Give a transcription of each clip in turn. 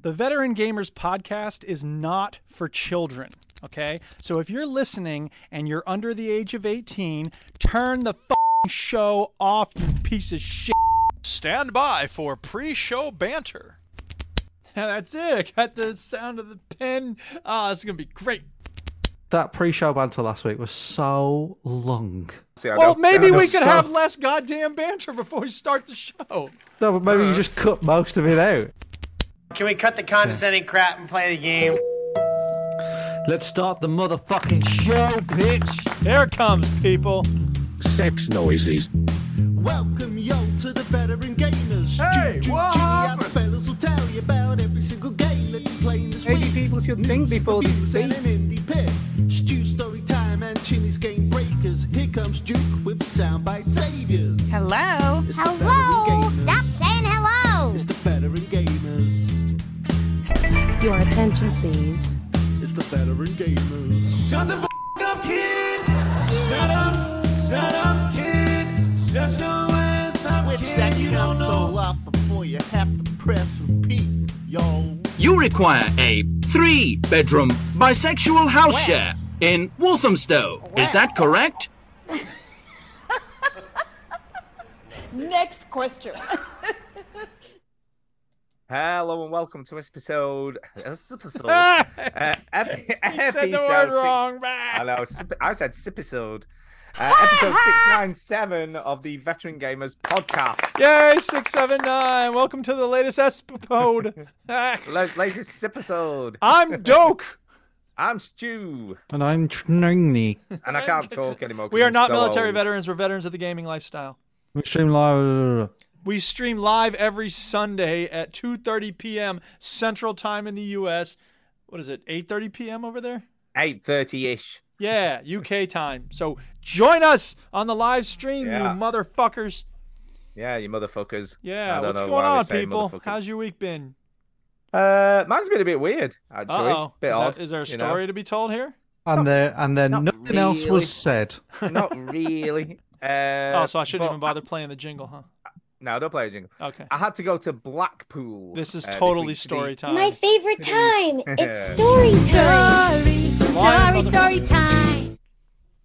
The Veteran Gamers podcast is not for children, okay? So if you're listening and you're under the age of 18, turn the fing show off, you piece of shit. Stand by for pre-show banter. That's it. I got the sound of the pen. Ah, this is going to be great. That pre-show banter last week was so long. See, I Well, don't- maybe we I don't- could so- have less goddamn banter before we start the show. No, but maybe you just cut most of it out. Can we cut the condescending crap and play the game? Let's start the motherfucking show, bitch. There it comes, people. sex noises. Welcome yo to the veteran gamers. Hey, what happened? The fellas will tell you about every single game that you play in this Maybe people should think before they speak. indie pick. Stew story time and Chinny's game breakers. Here comes Duke with the soundbite saviors. Hello. It's the veteran Hello! gamers. Stop saying hello! It's the veteran gamers. Your attention, please. It's the veteran gamers. Switch that console off before you have to press repeat, yo. You require a three bedroom bisexual house share in Walthamstow. Is that correct? Next question. Hello and welcome to this episode. This episode. Ah! uh, ep- You said episode the word six- wrong. I know. sip- I said episode. Uh, episode six nine seven of the Veteran Gamers podcast. Yay, 679. Welcome to the latest espisode. La- latest episode. I'm Doke. I'm Stu, And I'm Trini. and I can't talk anymore. 'cause We are I'm not so military old. veterans. We're veterans of the gaming lifestyle. We stream live. We stream live every Sunday at 2:30 p.m. Central Time in the U.S. What is it? 8:30 p.m. over there? Eight thirty ish. Yeah, UK time. So join us on the live stream, Yeah. you motherfuckers. Yeah, you motherfuckers. I Yeah, don't what's know going why we on, say people? motherfuckers. How's your week been? Uh, mine's been a bit weird, Uh actually. oh, Bit is, odd. that- is there a you know? story to be told here? And there, and then Not nothing else really. was said. Not really. Uh, oh, so I shouldn't but- even bother playing the jingle, huh? No, don't play a jingle. Okay, I had to go to Blackpool. this is uh, totally week to be- story time. My favorite time. It's story time. Why, Story, motherfucker? story time.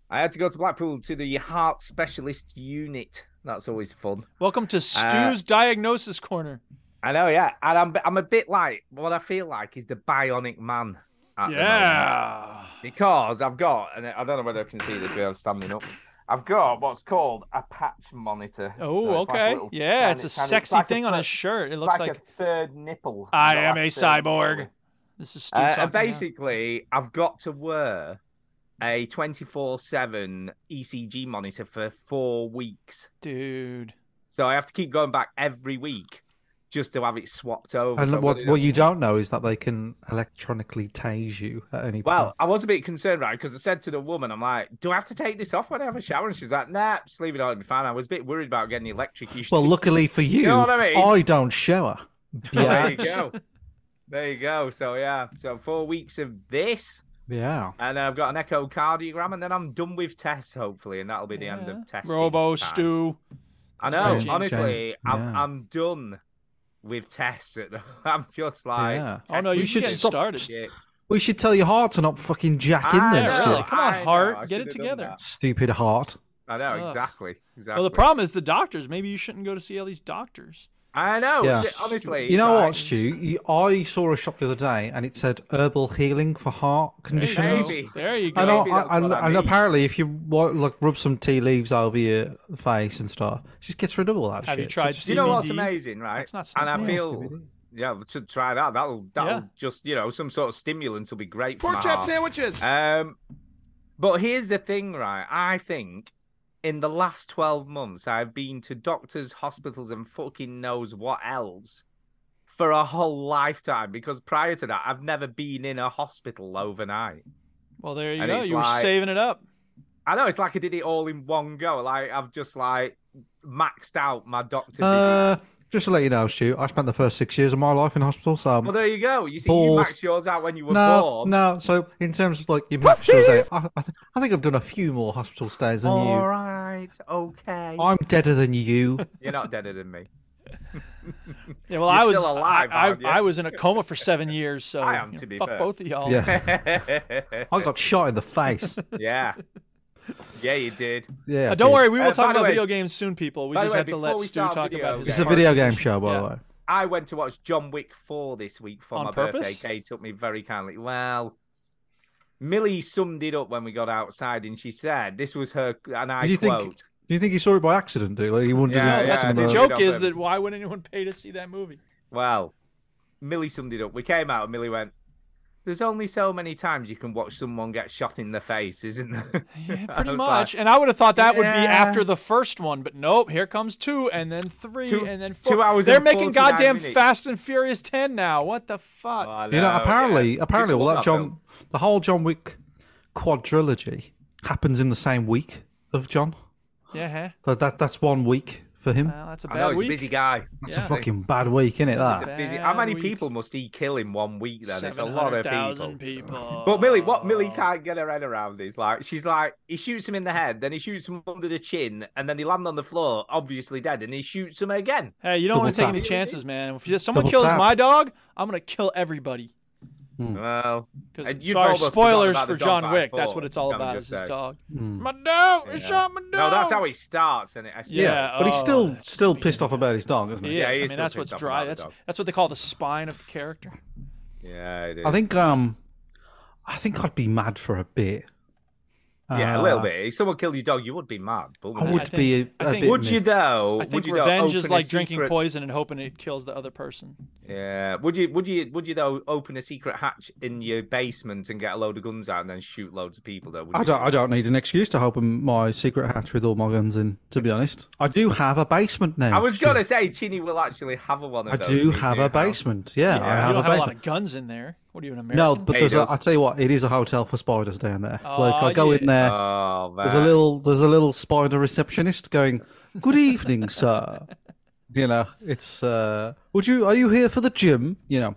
I had to go to Blackpool to the heart specialist unit. That's always fun. Welcome to Stu's diagnosis corner. I know, yeah. And I'm, I'm a bit like what I feel like is the bionic man. At The moment. Yeah. Because I've got, and I don't know whether I can see this without standing up. I've got what's called a patch monitor. Oh, So it's like a okay. little yeah, it's a tiny- tiny- sexy like thing on third- his shirt. It it's looks like a third nipple. I Not am like a third nipple. cyborg. This is Stu Uh, talking and now. basically, I've got to wear a 24 7 ECG monitor for four weeks. dude. So I have to keep going back every week just to have it swapped over. And So what whether- what you don't know is that they can electronically tase you at any Well, I was a bit concerned, right? Because I said to the woman, I'm like, do I have to take this off when I have a shower? And she's like, nah, just leave it on, it'll be fine. I was a bit worried about getting point. electrocuted. Well, luckily for you, know what I mean? don't shower. there you go. There you go. So, yeah. So, four weeks of this. Yeah. And then I've got an echocardiogram, and then I'm done with tests, hopefully, and that'll be the end of tests. Robo Stu. I right, know. James. honestly, I'm Yeah. I'm done with tests. at the- I'm just like, Yeah. Oh no, testing you should shit. get started. Shit. We should tell your heart to not fucking jack in I there. Yeah, know, really. shit. Come on, I know, heart, I get it should've done together. that. Stupid heart. I know Ugh. exactly. Exactly. Well, the problem is the doctors. Maybe you shouldn't go to see all these doctors. I know. Yeah. Oh, shit, Honestly, You know like, what, Stu? You, I saw a shop the other day, and it said herbal healing for heart There you conditions. go. Maybe. There you go. I know. know, Maybe that's I- and, what I and mean. apparently, if you wa- like rub some tea leaves over your face and stuff, it just gets rid of all that Have shit. you tried Such- Do you know what's CBD? amazing, right? That's not and I sniffing. feel, yeah, to try that. That'll that'll Yeah. just you know some sort of stimulant will be great for pork chop sandwiches. Um, but here's the thing, right? I think in the last twelve months, I've been to doctors, hospitals, and fucking knows what else for a whole lifetime. Because prior to that, I've never been in a hospital overnight. Well, there you And go. it's You were like- saving it up. I know it's like I did it all in one go. Like I've just like maxed out my doctor. visit. Uh, just to let you know, Stu, I spent the first six years of my life in hospital, so well, there you go. You see, balls. you maxed yours out when you were no, born. no. So in terms of like your maps, I, say, I, I, th- I think I've done a few more hospital stays than All you. right, okay. I'm deader than you. You're not deader than me. Yeah, well, You're I was still alive, I, aren't you? I, I was in a coma for seven years, so I am, you know, to be fuck fair. both of y'all. Yeah. yeah. I got shot in the face. yeah. Yeah, you did. Yeah. Uh, don't dude. worry, we will Uh, by talk the about way- video games soon, people. We by the just way, have to let before we Stu start talk video about his. It's a games- hard video position. game show, by Yeah. the way. I went to watch John Wick 4 this week for On my birthday. purpose? Kay took me very kindly. Well, Millie summed it up when we got outside and she said this was her, and I Did you think- quote. Do you think he saw it by accident, dude? Like, he wouldn't Yeah, No, just that's yeah, I the did. joke Yeah. is that why would anyone pay to see that movie? Well, Millie summed it up. We came out and Millie went, There's only so many times you can watch someone get shot in the face, isn't there? Yeah, I pretty was much. like, and I would have thought that would be "Yeah." after the first one, but nope. Here comes two, and then three, Two- and then four. two hours They're and making 49 goddamn minutes. Fast and Furious ten now. What the fuck? "Oh, You know, no, apparently, yeah." apparently, People well, that love John, them. the whole John Wick quadrilogy happens in the same week of John. yeah, huh? So that that's one week for him. well, that's a I bad know he's week. a busy guy. That's yeah. a fucking bad week, isn't it? a That. Busy. Bad How many week. people must he kill in one week? Then it's a lot of people. 700,000 people. Oh. But Millie, what Millie can't get her head around is like she's like he shoots him in the head, then he shoots him under the chin, and then he lands on the floor, obviously dead, and he shoots him again. Hey, you don't want to Double take tap. any chances, man. If someone Double kills tap. my dog, I'm gonna kill everybody. Hmm. Well, Because And you've sorry, almost forgotten spoilers about the for dog John fight Wick. That's four, what it's all can we about. Is just his say. dog? Hmm. My dog, it Yeah. shot my dog. no, that's how he starts, and it. I Yeah. but he's oh, still that's still beat pissed it. off about his dog, isn't he? Yeah, he I is mean still that's what's pissed off dry. about the That's dog. that's what they call the spine of the character. yeah it is. I think um, I think I'd be mad for a bit. Yeah, a Uh, little bit. If someone killed your dog, you would be mad. But I I would think- be. A, I a think- bit would you miffed. though? I would think you though revenge is open a like drinking secret- poison and hoping it kills the other person. Yeah. Would you? Would you? Would you though open a secret hatch in your basement and get a load of guns out and then shoot loads of people? Though. would I you? don't. I don't need an excuse to open my secret hatch with all my guns in. To be honest, I do have a basement now. I was actually. gonna say Chinny will actually have a one of I those. do in his have a new house. basement. Yeah, I you have a don't have a lot basement. of guns in there. What are you an American? No, but Hey, there's a, does- I tell you what, it is a hotel for spiders down there. like Aw, I go in yeah. there, Oh man. there's a little there's a little spider receptionist going, "Good evening, sir." You know, it's uh, would you are you here for the gym? You know,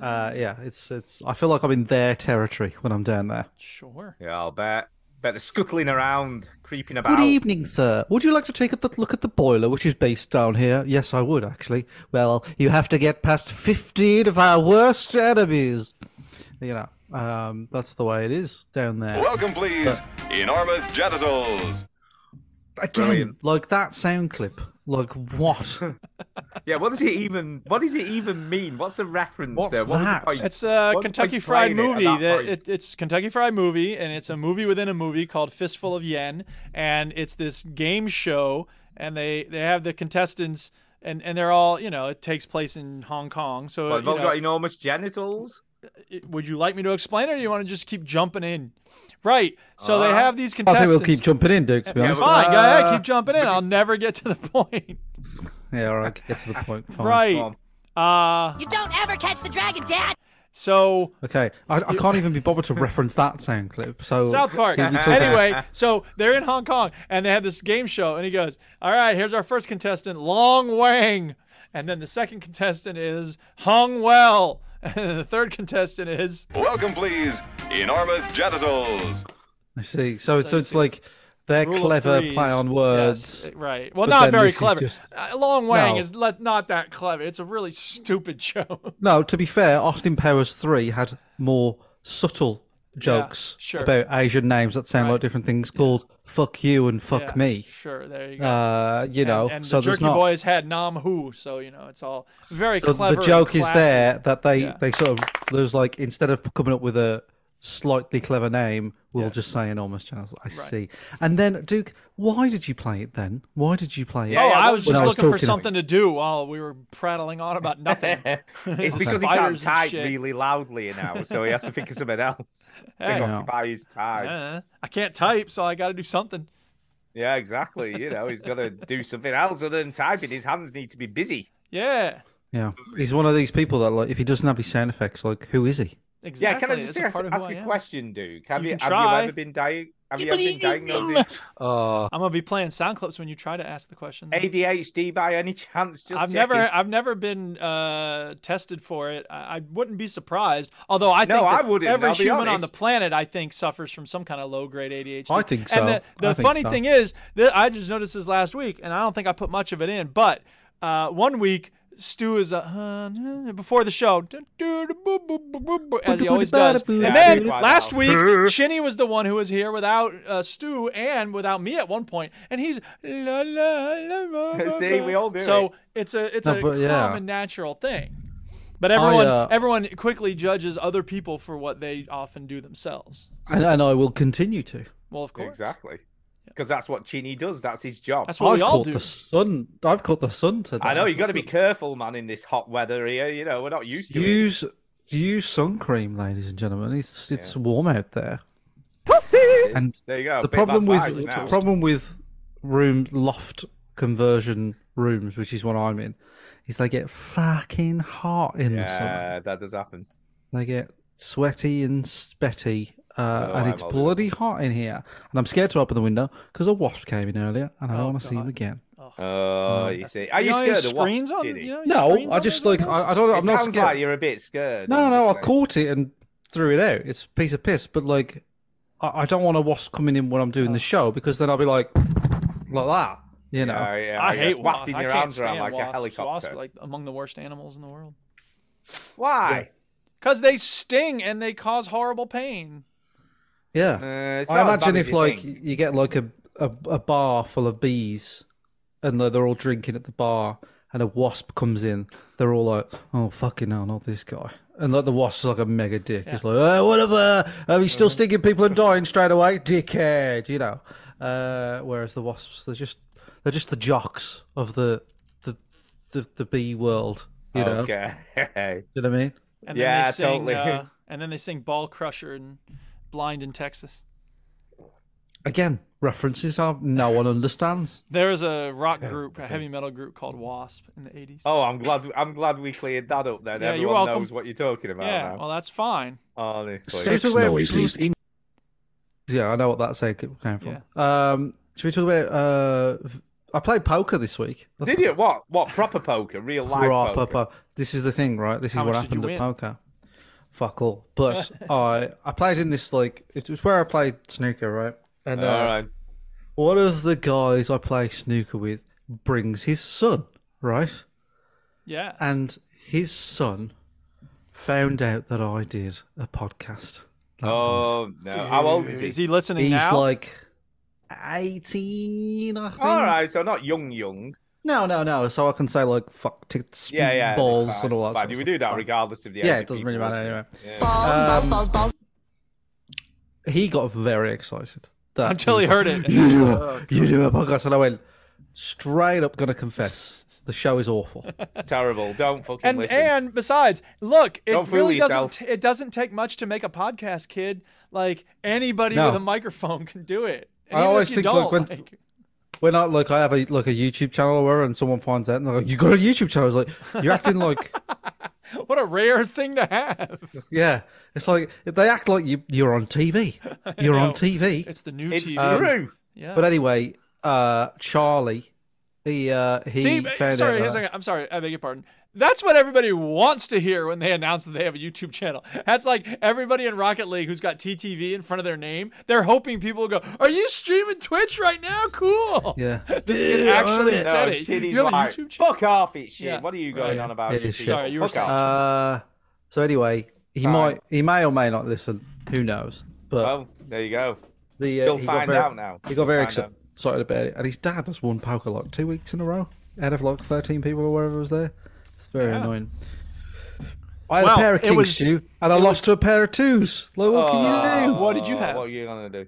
uh, yeah, it's it's. I feel like I'm in their territory when I'm down there. sure. Yeah, I'll bet. Bet they're scuttling around, creeping about. Good evening, sir. Would you like to take a th- look at the boiler, which is based down here? Yes, I would, actually. Well, you have to get past 15 of our worst enemies. You know, um, that's the way it is down there. Welcome, please, enormous genitals. Again, brilliant. like that sound clip. Like, what? Yeah, what does it even? What does it even mean? What's the reference What's there? What was the that? point? It's a What's Kentucky explain Fried it at movie. that that point? it, it's Kentucky Fried movie, and it's a movie within a movie called Fistful of Yen, and it's this game show, and they they have the contestants, and and they're all you know it takes place in Hong Kong. So Well, you they've all know, got enormous genitals. it- would you like me to explain it, or do you want to just keep jumping in? Right. So they Uh, have these I contestants. think we'll keep jumping in, Duke, to be Yeah, honest. well- Fine, go ahead, Uh, keep jumping in. I'll never get to the point. Yeah, all right, get to the point. Fine. Right. Uh, You don't ever catch the dragon, Dad! so Okay, I, I can't even be bothered to reference that sound clip. So South Park. Uh, keep you talking. anyway, so they're in Hong Kong and they had this game show, and he goes, "All right, here's our first contestant, Long Wang," and then the second contestant is Hong Well, and then the third contestant is Welcome, please, enormous genitals. I see. So, it's So so it's it's- like they're Rule of clever threes. play on Yes, words. uh, right. Well, But not then very this is clever. just- Uh, Long Wang No. is le- not that clever. It's a really stupid show. No, to be fair, Austin Powers 3 had more subtle jokes sure. about Asian names that sound like different things called fuck you and fuck Yeah, me. Sure. There you go. Uh, you know, and, and so the there's Jerky not. Boys had Nam Hu, so you know it's all very so clever. the and joke is classy. there that they, Yeah. they sort of, there's like, instead of coming up with a slightly clever name, we'll just say enormous channels. I see. And then, Duke, why did you play it then? Why did you play it? Oh, Yeah, I what was when just I was looking for talking- something to do while we were prattling on about nothing. It's because Spiders he can't and type shit. really loudly now, so he has to think of something else Hey. to occupy his time. Yeah. Uh, I can't type, so I got to do something. exactly. You know, he's got to do something else other than typing. His hands need to be busy. Yeah, Yeah. He's one of these people that, like, if he doesn't have his sound effects, like, who is he? exactly. Yeah, can I just It's a ask, part of ask who I a am. question, Duke? Have You you, can have you try. ever been di- have you ever been diagnosed with I'm gonna be playing sound clips when you try to ask the question. ADHD by any chance? Just I've checking. never, I've never been uh, tested for it. I, I wouldn't be surprised. Although I think No, that I wouldn't, every I'll be human on the honest. planet, I think, suffers from some kind of low-grade ADHD. I think And so. the, the I think funny so. thing is, that I just noticed this last week, and I don't think I put much of it in, but Uh, one week, Stu is a, uh, before the show, as he always does. And then last week, Shinny was the one who was here without uh, Stu and without me at one point, and he's la la la. la, la. See, we all do So it. it's a it's No, a but, yeah. common natural thing. But I, everyone uh, everyone quickly judges other people for what they often do themselves. and, and I will continue to. Well, of course. Exactly. Because that's what Chini does. That's his job. That's what I've we all caught do. the sun. I've caught the sun today. I know you got to be careful, man, in this hot weather here. You know, we're not used to it. Use use sun cream, ladies and gentlemen. It's it's warm out there. And There you go. the Bit of problem advice with now. the problem with room loft conversion rooms, which is what I'm in, is they get fucking hot in the summer. Yeah, that does happen. They get sweaty and spetty, uh, and I'm it's all done. bloody hot in here. And I'm scared to open the window because a wasp came in earlier, and I don't want to see him again. Oh, you see. Are you, know, scared of screens wasps, on, Chini? you know, No, screens I on just those like windows? I, I don't. It I'm not sounds scared. like you're a bit scared. No, I'm no, I just like- caught it and threw it out. It's a piece of piss, but like, I, I don't want a wasp coming in when I'm doing the show because then I'll be like, like that, you know. Oh. Yeah, Oh, yeah, I yeah, hate it's wafting wasps. your I can't arms around stand like wasps. a helicopter. Wasps are like among the worst animals in the world. Why? Because they sting and they cause horrible pain. Yeah, Uh, it's I not as imagine bad as if you like think. you get like a, a a bar full of bees, and they're, they're all drinking at the bar, and a wasp comes in, they're all like, "Oh fucking no, not this guy." And like the wasp's like a mega dick. It's like, oh, whatever. Are you Mm-hmm. still stinging people and dying straight away, dickhead? You know. Uh, whereas the wasps, they're just they're just the jocks of the the the, the bee world. You know. Oh, Okay. You know what I mean? And then Yeah, they sing, totally. uh, and then they sing Ball Crusher and Blind in Texas. Again, references are no one understands. There was a rock group, a heavy metal group called Wasp in the 80s. Oh, I'm glad. I'm glad we cleared that up. Then Yeah, you're everyone welcome. knows what you're talking about. yeah, now. well, that's fine. Honestly, Straight away we blew- Yeah, I know what that sound came from. Um, should we talk about? Uh, v- I played poker this week. That's did you what? What proper poker? Real life proper poker? po- This is the thing, right? This How is what much did you happened at win? poker. Fuck all. But I I played in this like it was where I played snooker, right? And uh, All right. one of the guys I play snooker with brings his son, right? Yeah. And his son found out that I did a podcast. That night. Oh no! How old is he? Is he listening he's now? like eighteen, I think. All right, so not young, young. No, no, no. So I can say like fuck tits, Yeah, yeah. that's balls, fine. and all Fine, that. sort of we stuff. do that Fine. regardless of the age. Yeah, of it doesn't really people matter listening. anyway. Um, Yeah. Balls, balls, balls, balls. He got very excited that Until he was heard like, it. You do Oh, a, you do a podcast, and I went straight up. Gonna confess, the show is awful. It's terrible. Don't fucking and listen. and besides, look, it Don't fool really doesn't yourself. t- it doesn't take much to make a podcast, kid. Like anybody No. with a microphone can do it. And I even if always you think, like, don't, when- When I like, I have a like a YouTube channel or whatever, and someone finds out, and they're like, "You got a YouTube channel?" I was like, "You're acting like." what a rare thing to have. Yeah, it's like they act like you you're on TV. You're on TV. It's the new it's TV. Um, true. yeah. But anyway, uh, Charlie, he uh, he See, found sorry, here's out. that- a second. I'm sorry, I beg your pardon. That's what everybody wants to hear when they announce that they have a YouTube channel. That's like everybody in Rocket League who's got TTV in front of their name. They're hoping people will go, "Are you streaming Twitch right now? Cool." Yeah. This kid actually No, said it. Chitty's You have a like, YouTube channel. Fuck off, it shit. Yeah. What are you going Oh, yeah. on about? It you is shit? shit. Sorry, you were Fuck saying- off. Uh, so anyway, he Sorry. might he may or may not listen. Who knows? But Well, there you go. the uh, you'll he got find very- out now. He got very You'll exci- find out. excited about it, and his dad has won poker like two weeks in a row out of like thirteen people or wherever was there. It's very annoying. I had Well, a pair of it kings, was- Stu, and I lost to a pair of twos. Like, what can Uh, you do? what did you Oh, have? What are you gonna do?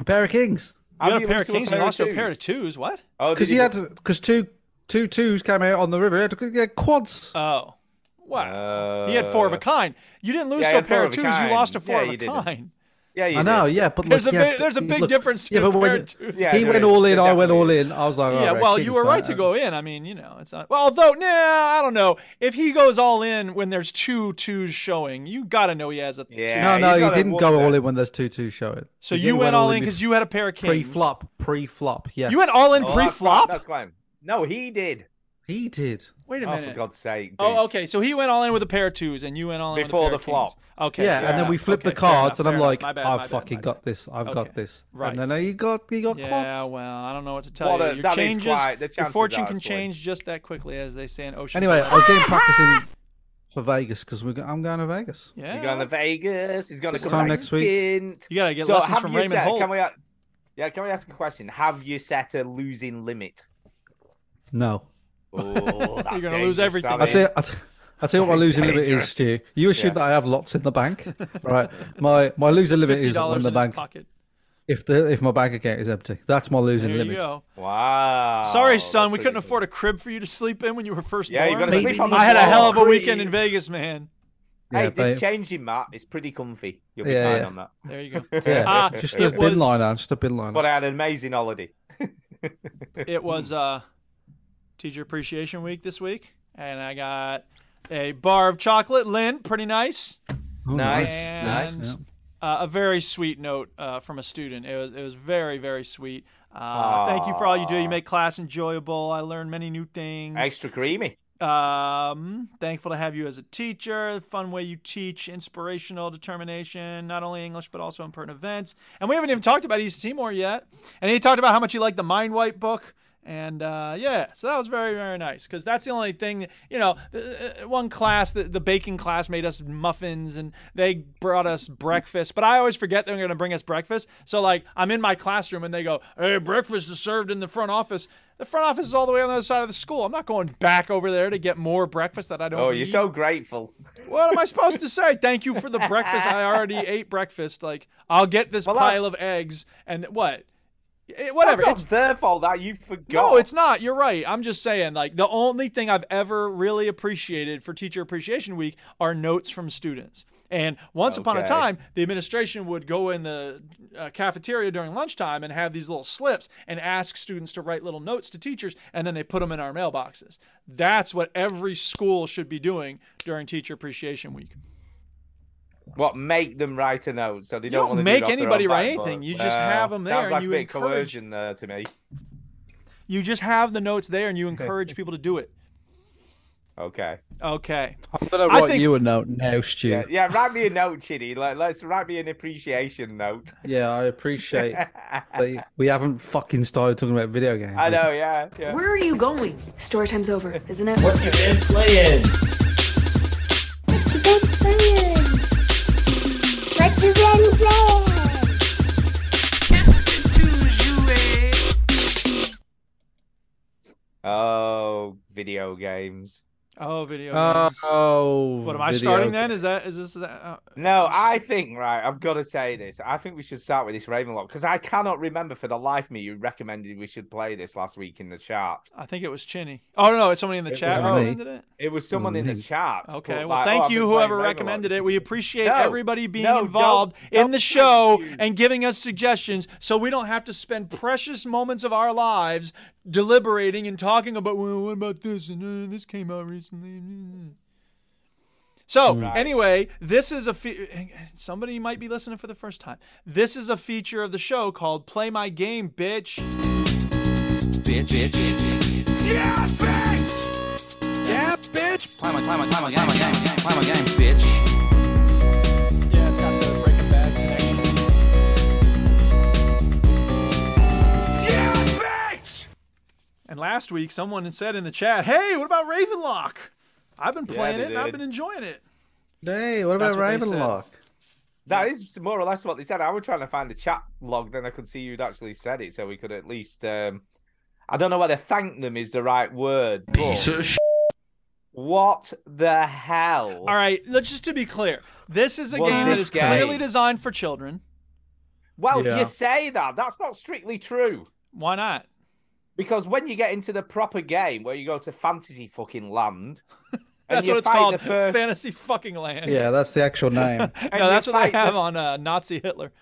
A pair of kings. You How got do a you pair of lose to kings and also a pair of twos? twos. What? Oh, did Because he had because two two twos came out on the river. He had to get quads. Oh, wow. he had four of a Uh, kind. You didn't lose yeah, he to a had four pair of of a twos. kind. You lost to four Yeah, of a you didn't. kind. Yeah, you I did. know, yeah, but There's look, a yeah, big- there's a he- big look, difference Yeah, but between when pair you- of twos. Yeah, he there went is. all in, There I went definitely all is. in. I was like, yeah, uh, all right, well, Kings you were don't right to know. go in. I mean, you know, it's not. Well, although, nah, I don't know. If he goes all in when there's two twos showing, you got to know he has a Yeah. two. No, no, you he gotta didn't walk go all that. in when those two two show it. So you went all in because you had a pair of kings. pre flop, pre flop. Yeah, You went all in Oh, pre that's fine, flop? That's fine. No, he did. He did. Wait a Oh, for minute. God's sake, dude. Oh, okay. So he went all in with a pair of twos, and you went all in Before with a pair the of kings. flop. Okay. yeah, fair and then we enough. flip Okay, the fair enough, cards, and I'm fair enough. like, My bad, my I've bad, fucking my got this. I've Okay. got this. Right. And then uh, you got you got Yeah, quads. well, I don't know what to tell Well, you. that- Your that is changes, quite- the your chances fortune are can slim. change just that quickly, as they say in Ocean. Anyway, I was getting practicing for Vegas because we're go- I'm going to Vegas. yeah. You're going to Vegas. He's going to This come time back next week. skint. You gotta get so lessons have from you Raymond set, Holt. Can we, a- yeah, can we ask a question? Have you set a losing limit? No, Oh, that's gonna lose dangerous, everything. that I That's tell, is. you, I, tell, I tell you what my losing limit is, dangerous. Stu. You assume Yeah. that I have lots in the bank, right? My my losing limit Fifty is dollars on in the his bank. pocket. If the if my bank account is empty, that's my losing There you limit. go. Wow. Sorry, son. Oh, that's We couldn't pretty afford a crib for you to sleep in when you were first Yeah, you born. got to sleep on the I had a floor. hell of a weekend in Vegas, man. Hey, Yeah, this babe. changing map is pretty comfy. You'll be Yeah, fine yeah. on that. There you go. Yeah, Ah, just a it bin was- liner, just a bin liner. But I had an amazing holiday. it was uh, teacher appreciation week this week, and I got a bar of chocolate, Lynn, pretty nice. Oh, Nice, And nice. Yeah. Uh, a very sweet note uh, from a student. It was it was very very sweet. Uh, thank you for all you do. You Aw. make class enjoyable. I learned many new things. Extra creamy. Um, thankful to have you as a teacher. The fun way you teach, inspirational determination, not only English but also in pertinent events. And we haven't even talked about E East Timor yet. And he talked about how much he liked the Mind Wipe book. And uh, yeah, so that was very very nice because that's the only thing you know. th- uh, One class, the, the baking class, made us muffins and they brought us breakfast. But I always forget they're going to bring us breakfast. So like, I'm in my classroom and they go, "Hey, breakfast is served in the front office." The front office is all the way on the other side of the school. I'm not going back over there to get more breakfast that I don't. Oh, you're need. so grateful. What am I supposed to say? Thank you for the breakfast. I already ate breakfast. Like I'll get this Well, pile of that's- eggs and what? It- That's whatever. not It's their fault that you forgot. no, it's not. You're right. I'm just saying, like, the only thing I've ever really appreciated for Teacher Appreciation Week are notes from students. And once upon a Okay. time, the administration would go in the uh, cafeteria during lunchtime and have these little slips and ask students to write little notes to teachers, and then they put them in our mailboxes. That's what every school should be doing during Teacher Appreciation Week. What make them write a note? So they You don't, don't want to make do it off their anybody own write back anything. foot. You just have Well, 'em there Sounds and like you a bit of encourage- coercion there to me. You just have the notes there and you encourage people to do it. Okay. Okay. I'm gonna I write think- you a note now, Stu. Yeah, yeah, write me a note, Chitty. Like, let's write me an appreciation note. Yeah, I appreciate that you- we haven't fucking started talking about video games. I know, yeah, yeah. Where are you going? Story time's over, isn't it? What's your been playing? What you been playing? What you been playing? Oh, video games. Oh, video. Oh, games. what am I video starting ga- then? Is that is this that? Uh, No, I think right. I've got to say this. I think we should start with this Ravenlock because I cannot remember for the life of me. You recommended we should play this last week in the chat. I think it was Chinny. Oh no, it's somebody in the It chat was me. recommended it. It was someone in the Right. chat. put, Okay, well, like, "Oh, thank I've you been whoever playing Ravenlock recommended this it. week." We appreciate No, everybody being no, don't- involved in don't the thank show you. and giving us suggestions, so we don't have to spend precious moments of our lives deliberating and talking about well, what about this and uh, this came out recently. So anyway, this is a fe- somebody might be listening for the first time. This is a feature of the show called "Play My Game, Bitch." Bitch, bitch, bitch, bitch. Yeah, bitch! Yeah, bitch! Play my, play my, play my game, my game, play my game, bitch. Yeah, it's got the Breaking Bad connection. Yeah, bitch! And last week, someone said in the chat, "Hey, what about Ravenlock? I've been playing they it and I've did. been enjoying it." Hey, what about That's what they said. Ravenlock? That is more or less what they said. I was trying to find the chat log, then I could see you'd actually said it, so we could at least. Um, I don't know whether thank them is the right word. But what the hell? All right, let's just to be clear, this is a What's game that this is clearly game? designed for children. Well, Yeah. you say that. That's not strictly true. Why not? Because when you get into the proper game where you go to fantasy fucking land, and That's you what it's fight called, The first, fantasy fucking land. Yeah, that's the actual name. and No, you that's what they fight the- have on uh, Nazi Hitler.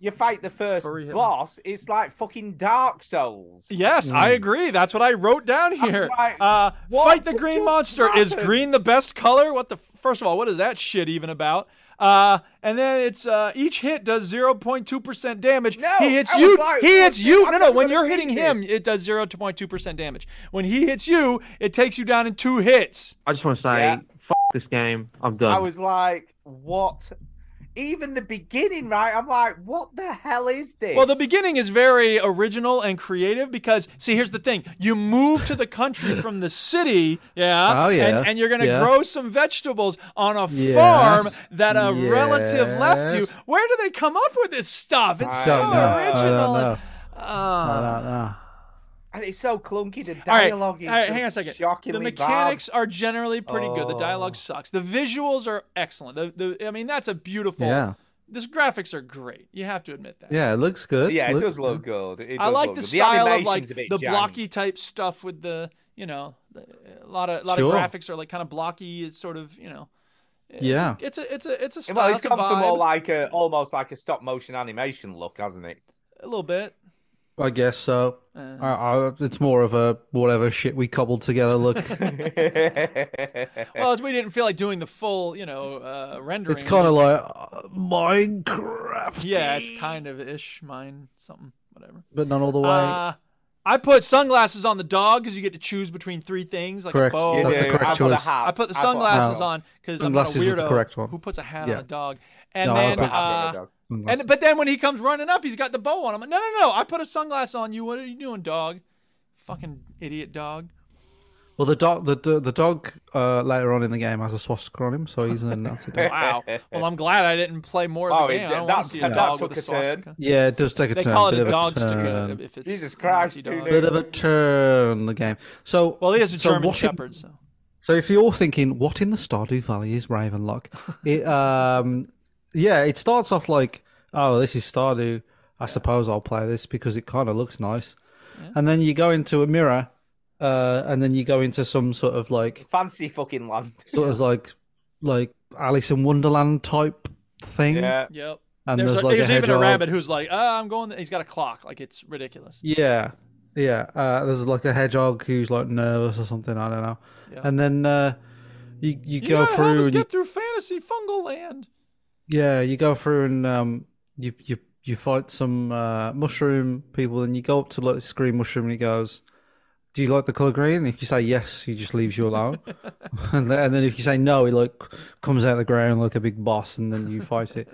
You fight the first Furry Hitler. boss. It's like fucking Dark Souls. Yes, I agree. That's what I wrote down I was here. like, uh, what fight the did green you monster. Is fucking- green the best color? What the First of all, what is that shit even about? Uh, and then it's uh, each hit does 0.2% damage. No, he hits I you. was like, he hits what- you. I'm No, no. not When gonna you're read hitting this. him, it does 0.2% damage. When he hits you, it takes you down in two hits. I just want to say, Yeah. f- this game. I'm done. I was like, what? Even the beginning, right? I'm like, what the hell is this? Well, the beginning is very original and creative because, see, here's the thing: you move to the country from the city, yeah, Oh, yeah. and, and you're gonna Yeah. grow some vegetables on a Yes. farm that a relative left you. Yes. Where do they come up with this stuff? It's I so don't know. I original. don't and- know. Ah. and it's so clunky. The All right, dialogue is all right, just hang on a second. shockingly The mechanics bad. are generally pretty good. The Oh. dialogue sucks. The visuals are excellent. The, the I mean, that's a beautiful. Yeah. This graphics are great. You have to admit that. Yeah, it looks good. Yeah, it Look- does look good. It I does like look the good. style of animation's like a bit the jank. blocky type stuff with the you know the, a lot of a lot Sure. of graphics are like kind of blocky. It's sort of you know. it's a- Yeah. It's a it's a it's a style. Well, it's it's a come from more vibe, like a almost like a stop motion animation look, hasn't it? a little bit. I guess so. Uh. I, I, it's more of a whatever shit we cobbled together look. Well, it's- we didn't feel like doing the full you know uh, rendering. it's kind of like uh, Minecraft, yeah, it's kind of ish mine something whatever. but not all the way. Uh, I put sunglasses on the dog because you get to choose between three things, like Correct. a bow. That's the Yeah, correct I put a choice. hat. I put the I put a sunglasses hat. on because I'm not a Sunglasses was the weirdo correct one. who puts a hat Yeah. on a dog. And No, I then, put a hat on a uh, dog. and but then when he comes running up, he's got the bow on him. No, no, no! I put a sunglass on you. What are you doing, dog? Fucking idiot, dog. well, the dog, the, the, the dog uh, later on in the game has a swastika on him, so he's a Nazi dog. Wow. well, I'm glad I didn't play more of Oh, the it- game. I don't that- want to see a that dog took with a a turn. swastika. Yeah, it does take a They turn. call it bit a of dog a turn. sticker if it's Jesus Christ, dude. Bit of a turn. The game. So Well, he is a so German what in- Shepherd, so. So if you're thinking, what in the Stardew Valley is Ravenlock? It, um, yeah, it starts off like, oh, this is Stardew. I suppose I'll play this because it kind of looks nice. And then you go into a mirror, uh, and then you go into some sort of like, Fancy fucking land. sort of like, like Alice in Wonderland type thing. Yeah. Yep. And there's there's, a- like there's a even a hedgehog. rabbit who's like, ah, I'm going. th-" He's got a clock. Like it's ridiculous. Yeah, yeah. Uh, there's like a hedgehog who's like nervous or something. I don't know. Yeah. And then uh, you you, You go gotta help through us and you get through fantasy fungal land. Yeah, you go through and um, you you you fight some uh, mushroom people, and you go up to like this green mushroom, and he goes, "Do you like the color green?" And if you say yes, he just leaves you alone, and then, and then if you say no, he like comes out of the ground like a big boss, and then you fight it.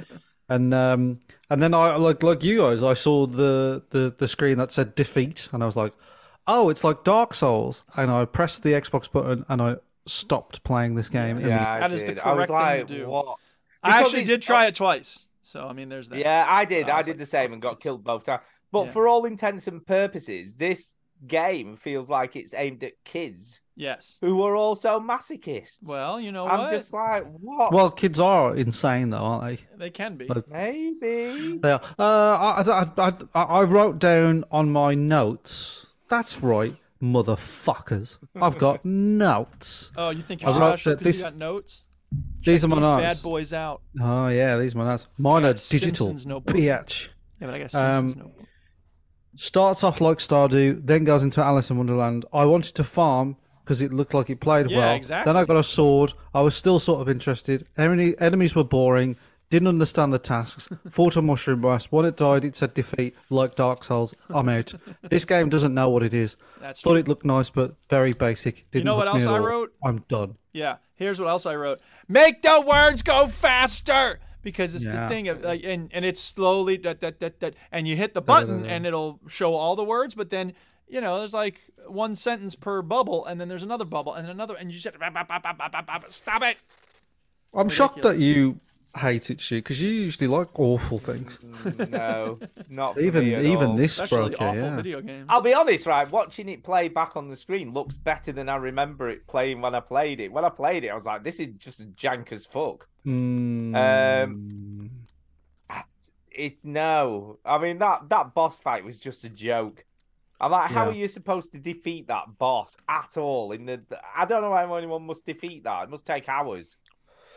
And um, and then I like like you guys, I saw the, the the screen that said defeat, and I was like, "Oh, it's like Dark Souls," and I pressed the Xbox button, and I stopped playing this game. Yeah, immediately. I That is the did. I was correct thing like, to do. what? I Because actually it's- did try it twice. So I mean, there's that. Yeah, I did. I I, was did the same and got killed both times. But Yeah. for all intents and purposes, this game feels like it's aimed at kids Yes. who are also masochists. Well, you know I'm what? just like, what? Well, kids are insane though, aren't they? They can be. Like- Maybe. They are. Uh, I, I, I, I wrote down on my notes. That's right, motherfuckers. I've got notes. Oh, you think I you're wrote special that because you this- got notes? These are my These notes. bad boys out. Oh yeah, these are my notes. Mine are digital. Simpsons notebook. PH. Yeah, but I got Simpsons Um, notebook. Starts off like Stardew, then goes into Alice in Wonderland. I wanted to farm because it looked like it played Yeah, well. exactly. Then I got a sword. I was still sort of interested. Enemy, enemies were boring. Didn't understand the tasks. Fought a mushroom blast. When it died, it said defeat. Like Dark Souls, I'm out. this game doesn't know what it is. That's Thought true. it looked nice, but very basic. Didn't know what hook me else at I all. wrote? I'm done. Yeah. Here's what else I wrote. Make the words go faster because it's the Yeah. thing of like and and it's slowly that that that that and you hit the button Da-da-da-da. and it'll show all the words, but then you know there's like one sentence per bubble and then there's another bubble and another and you just bop, bop, bop, bop, bop, bop, bop, stop it. I'm shocked that you hate it, shit, because you usually like awful things. no, not for Even- me at even all. this Especially broker, awful yeah. video games. I'll be honest, right? Watching it play back on the screen looks better than I remember it playing when I played it. When I played it, I was like, this is just jank as fuck. Hmm. Mm. Um, it no, I mean that that boss fight was just a joke. I'm like, how Yeah. are you supposed to defeat that boss at all? In the, I don't know how anyone must defeat that. It must take hours.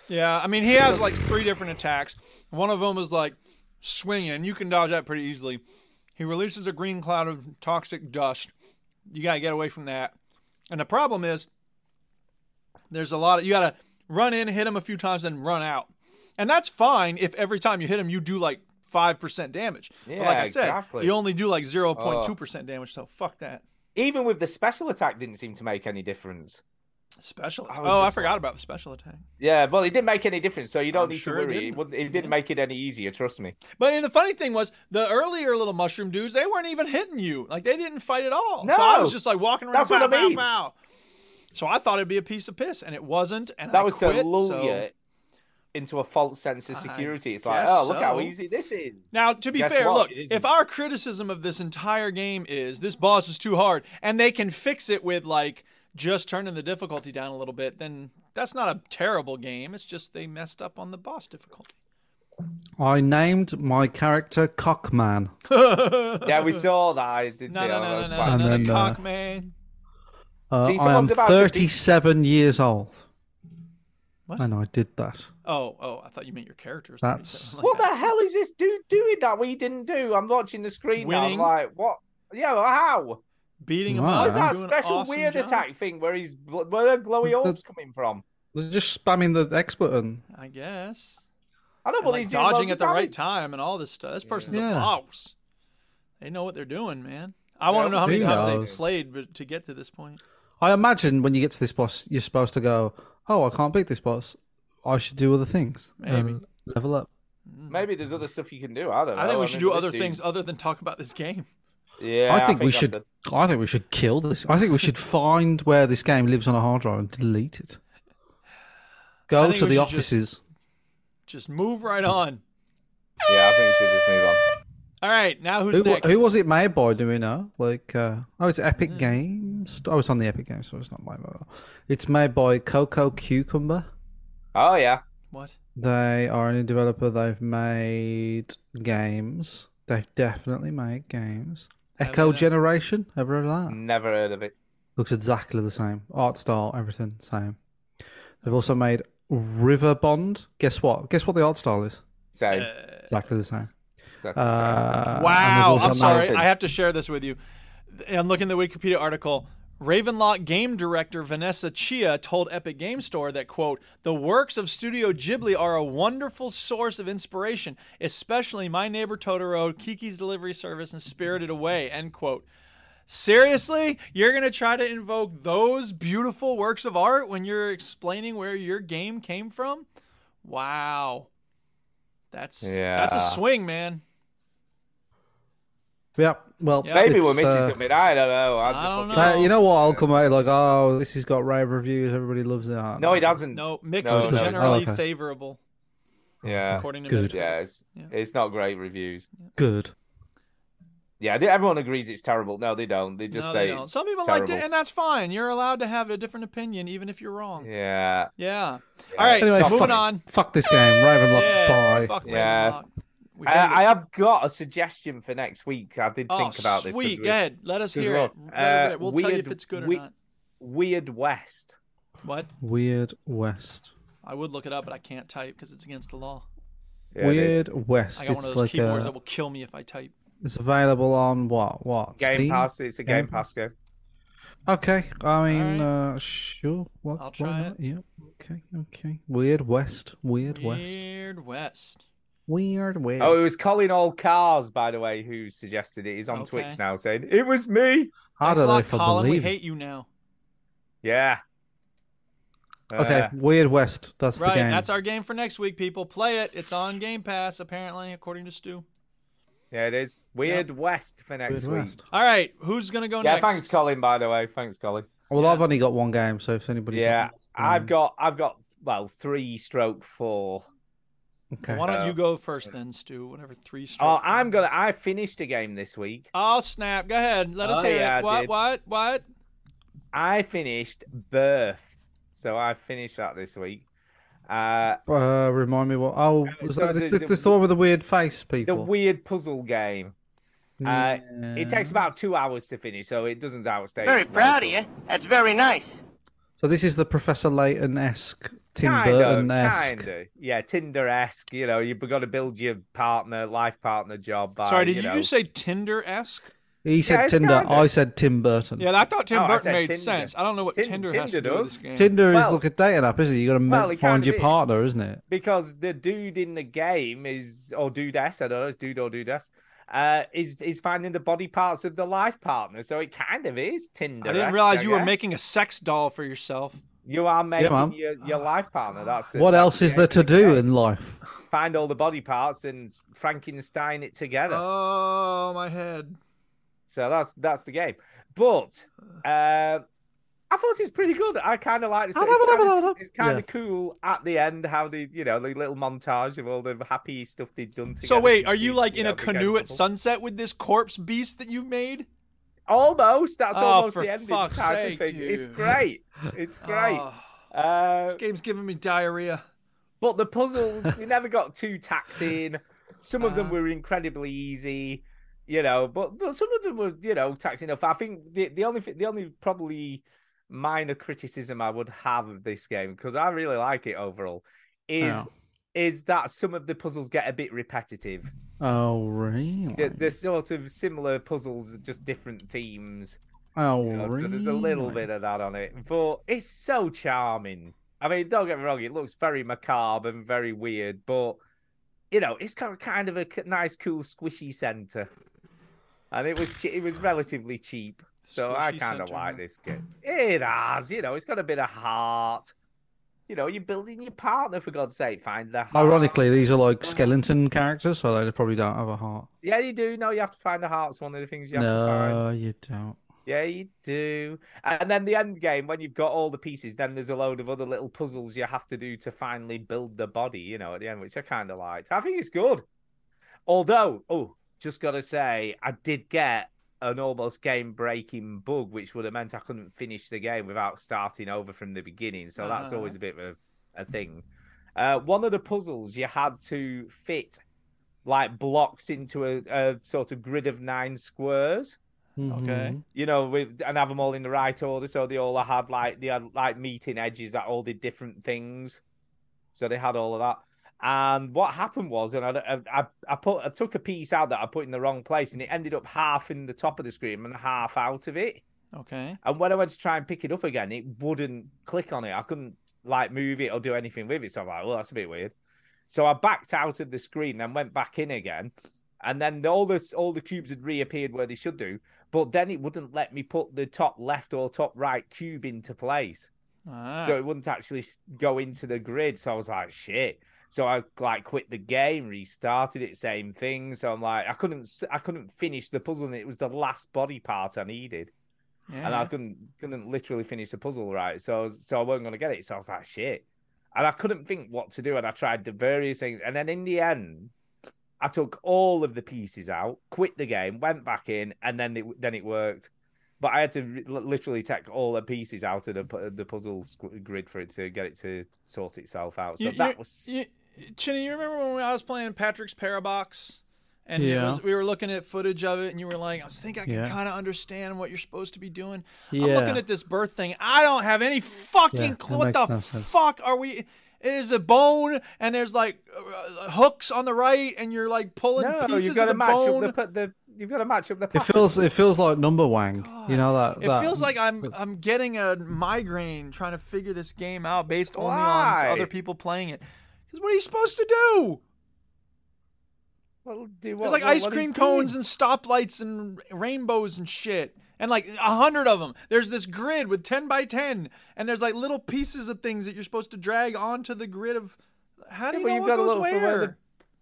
Yeah, I mean, he has like three different attacks. One of them is like swinging. You can dodge that pretty easily. He releases a green cloud of toxic dust. You got to get away from that. And the problem is, there's a lot of, you got to run in, hit him a few times, then run out. And that's fine if every time you hit him, you do like 5% damage. but Yeah, like I said, exactly. you only do like 0.2% damage, so fuck that. Even with the special attack, didn't seem to make any difference. Special I attack. was oh, I just forgot about the special attack. Yeah, well, it didn't make any difference, so you don't I'm need sure it to worry. It, didn't. wouldn't- it didn't make it any easier, trust me. But and the funny thing was, the earlier little mushroom dudes, they weren't even hitting you. Like they didn't fight at all. No. so I was just like walking around. That's pow, what I pow, mean. pow. So I thought it'd be a piece of piss, and it wasn't. And that I was quit, to lull so- you into a false sense of security. It's like, guess oh, look how so. easy this is. Now, to be Guess fair, what? look, It if isn't. our criticism of this entire game is this boss is too hard and they can fix it with like just turning the difficulty down a little bit, then that's not a terrible game. It's just they messed up on the boss difficulty. I named my character Cockman. yeah, we saw that. I did No, no, see that. no, that no, was no, bad. And no, then, the uh, cock man. Uh, See, I am someone's about to be- 37 years old. What? And I did that. Oh, oh, I thought you meant your characters. That's- What the hell is this dude doing that we didn't do? I'm watching the screen Winning. now. I'm like, what? Yeah, well, how? Beating him up. Wow. What's that doing an special awesome weird job. attack thing where he's bl- where the glowy The- orbs coming from? They're just spamming the X button. I guess. I don't And, believe like, he's doing loads dodging at of the right damage. time and all this stuff. This person's Yeah. a boss. They know what they're doing, man. I Yeah, want to know how many who times they've knows? slayed but- to get to this point. I imagine when you get to this boss, you're supposed to go, oh, I can't beat this boss. I should do other things. Um, Maybe. and level up. Maybe there's other stuff you can do. I don't know. I think we mean, should do this other things dude's- other than talk about this game. Yeah, I, think we I'm should. done. I think we should kill this. I think we should find where this game lives on a hard drive and delete it. I Go think to we the should just- offices. Just move right on. Yeah, I think we should just move on. All right, now who's Who, wa- next? Hmm. who was it made by? Do we know? Like, uh, oh, it's Epic Games. Oh, it's on the Epic Games, so it's not made by. It's made by Coco Cucumber. Oh yeah, What? They are a new developer. They've made games. They've definitely made games. Echo Generation. Ever heard of that? Hmm. never heard of it. Looks exactly the same. Art style, everything same. They've also made River Bond. Guess what? Guess what the art style is? Same. Exactly the same. Exactly the same. Uh, and Wow, they've also I'm sorry. made- I have to share this with you. I'm looking at the Wikipedia article. Ravenlock game director Vanessa Chia told Epic Game Store that, quote, the works of Studio Ghibli are a wonderful source of inspiration, especially My Neighbor Totoro, Kiki's Delivery Service, and Spirited Away, end quote. Seriously? You're going to try to invoke those beautiful works of art when you're explaining where your game came from? Wow. That's that's Yeah. a swing, man. Yeah. Well, Maybe it's, we're missing uh, something. I don't know. I'm I just don't looking. know. Uh, you know what? I'll come out like, oh, this has got rave reviews. Everybody loves it. Oh, No, he doesn't. No, mixed No, to no, generally it's not. favorable, Yeah. according to Good. Metacritic. Yeah, it's, Yeah. it's not great reviews. Good. Yeah, they, everyone agrees it's terrible. No, they don't. They just No, say they don't. it's Some people terrible. liked it, and that's fine. You're allowed to have a different opinion, even if you're wrong. Yeah. Yeah, All right, Anyway, moving fuck, on. fuck this game. Ravenlock, Yeah, bye. fuck Yeah. Ravenlock. We did I, I it. have got a suggestion for next week. I did oh, think about this. 'cause Sweet, we- go ahead. Let us 'cause hear we're it. on. Let us hear Uh, it. We'll tell you if weird- it's good we- or not. Weird West. What? Weird West. I would look it up, but I can't type because it's against the law. Yeah, it is. Weird West. I got one it's of those like uh, keyboards a, that will kill me if I type. it's available on what? What? Game Steam? Pass. It's a Game Pass game. Okay. I mean, Alright. uh, sure. What, I'll try it. not? Yeah. Okay. Okay. Weird West. Weird West. Weird West. Weird West. Oh, it was Colin All Cars, by the way, who suggested it. He's on Okay. Twitch now saying, It was me. I Thanks don't a know lot, if I Colin. We believe. it. hate you now. Yeah. Okay. Uh, Weird West. That's the Right, game. that's our game for next week, people. Play it. It's on Game Pass, apparently, according to Stu. yeah, it is. Weird West for next Weird week. West. All right, who's gonna go Yeah, Oh, next? thanks, Colin, by the way. Thanks, Colin. Well, I've only got one game, so if anybody's Yeah. I've got. got I've got well, three stroke four. Oh, Okay. Why don't you Uh, go first then, Stu? Whatever three straight. Oh, I'm gonna I finished a game this week. Oh snap! Go ahead. Let us Oh, hear yeah, I it. What? did. What? What? I finished Birth. So I finished that this week. Uh Uh, remind me what? Oh, is so that, this, the- this, the- this the one with the weird face the people. weird puzzle game. Uh, It takes about two hours to finish, so it doesn't outstay. Very its proud of welcome. you. That's very nice. So this is the Professor Layton esque, Tim Kind of, Burton esque. kind of. Yeah, Tinder esque. You know, you've got to build your partner, life partner job. By, Sorry, did Uh, you, you know... just say Tinder esque? He said it's Tinder. kinda- I said Tim Burton. Yeah, I thought Tim Oh, I Burton said made Tinder. sense. I don't know what Tin- Tinder, has Tinder to do with does. this game. Tinder is Well- like a dating app, isn't it? You got to Well, it find kind your of is. partner, isn't it? because the dude in the game is or dudess, I don't know, it's dude or dudess, uh, is is finding the body parts of the life partner. So it kind of is Tinder. I didn't realize you were making a sex doll for yourself. You are making man. your, your life partner. That's it. What That's else the is there end to of the do game. in life? Find all the body parts and Frankenstein it together. Oh my head. So that's that's the game. But uh, I thought it was pretty good. I kind of liked it. So It's kind of, Yeah. cool at the end how the you know the little montage of all the happy stuff they'd done together. So wait, to are you see, like in know, a became a canoe at couple. sunset with this corpse beast that you've made? Almost. That's Oh, almost for the ending. fuck's type of sake, thing. It's dude. great. It's great. Oh. Uh, This game's giving me diarrhea. But the puzzles, they never got too taxing. Some Uh. of them were incredibly easy, you know. But, but some of them were, you know, taxing enough. I think the the only thi- the only probably minor criticism I would have of this game because I really like it overall is Oh. is that some of the puzzles get a bit repetitive. Oh really? They're, they're sort of similar puzzles, just different themes. Oh You know, really? So there's a little bit of that on it, but it's so charming. I mean, don't get me wrong; it looks very macabre and very weird, but you know, it's got kind of a c- nice, cool, squishy center, and it was che- it was relatively cheap, so I Squishy kind of centre, like huh? this game. It has, you know, it's got a bit of heart. You know, you're building your partner for God's sake. Find the heart. Ironically, these are like skeleton characters, so they probably don't have a heart. Yeah, you do. No, you have to find the heart's one of the things you have to find. No, you don't. Yeah, you do. And then the end game, when you've got all the pieces, then there's a load of other little puzzles you have to do to finally build the body, you know, at the end, which I kind of liked. I think it's good. Although, oh, just got to say, I did get an almost game breaking bug, which would have meant I couldn't finish the game without starting over from the beginning. So that's Uh-huh. always a bit of a, a thing. Uh, one of the puzzles you had to fit like blocks into a, a sort of grid of nine squares Okay. Mm-hmm. you know, with and have them all in the right order, so they all had like they had like meeting edges that all did different things, so they had all of that. And what happened was, and I, I, I put I took a piece out that I put in the wrong place, and it ended up half in the top of the screen and half out of it. Okay. And when I went to try and pick it up again, it wouldn't click on it. I couldn't like move it or do anything with it. So I'm like, well, that's a bit weird. So I backed out of the screen and went back in again. And then the- all this all the cubes had reappeared where they should do. But then it wouldn't let me put the top left or top right cube into place. Ah. So it wouldn't actually s- go into the grid. So I was like, shit. So I like quit the game, restarted it, same thing. So I'm like, I couldn't, s- I couldn't finish the puzzle, and it was the last body part I needed and I Yeah. couldn't couldn't literally finish the puzzle right. So I was, so I wasn't gonna get it. So I was like, shit, and I couldn't think what to do. And I tried the various things, and then in the end, I took all of the pieces out, quit the game, went back in, and then it then it worked. But I had to re- li- literally take all the pieces out of the pu- the puzzle squ- grid for it to get it to sort itself out. So You- that you- was you, Chinny, you remember when I was playing Patrick's Parabox, and it Yeah. was, we were looking at footage of it, and you were like, "I think I can Yeah. kind of understand what you're supposed to be doing." I'm Yeah. looking at this birth thing. I don't have any fucking Yeah, clue. that What the makes no sense. fuck are we? It is a bone, and there's like uh, hooks on the right, and you're like pulling no, pieces you've got of to the match bone. up the, pu- the you've got to match up the. It feels it feels like number wang. You know that. It that- feels like I'm I'm getting a migraine trying to figure this game out based only on Why? other people playing it. Because what are you supposed to do? Well, do There's what- like what- ice what he's cream cones doing. and stoplights and rainbows and shit. And like a hundred of them. There's this grid with ten by ten, and there's like little pieces of things that you're supposed to drag onto the grid of. How do Yeah, you well, know you've what got to goes look for where the where?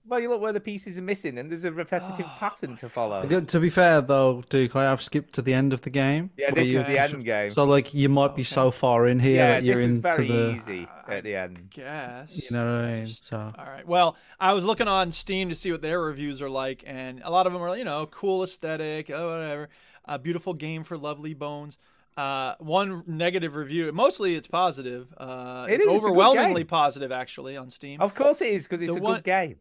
well, you look where the pieces are missing, and there's a repetitive Ah. pattern to follow. Yeah, uh, To be fair though, Duke, I have skipped to the end of the game. Yeah, where this you- is the end game. So like you might be so far in here yeah, that you're this was into very the. easy at the end. Guess. You know what I mean? So All right. Well, I was looking on Steam to see what their reviews are like, and a lot of them are, you know, cool aesthetic, oh, whatever, a beautiful game for lovely bones. Uh, one negative review. Mostly, it's positive. Uh, It it's is, it's a good overwhelmingly game. positive, actually, on Steam. Of course it is because it's Ah, The a one- good game.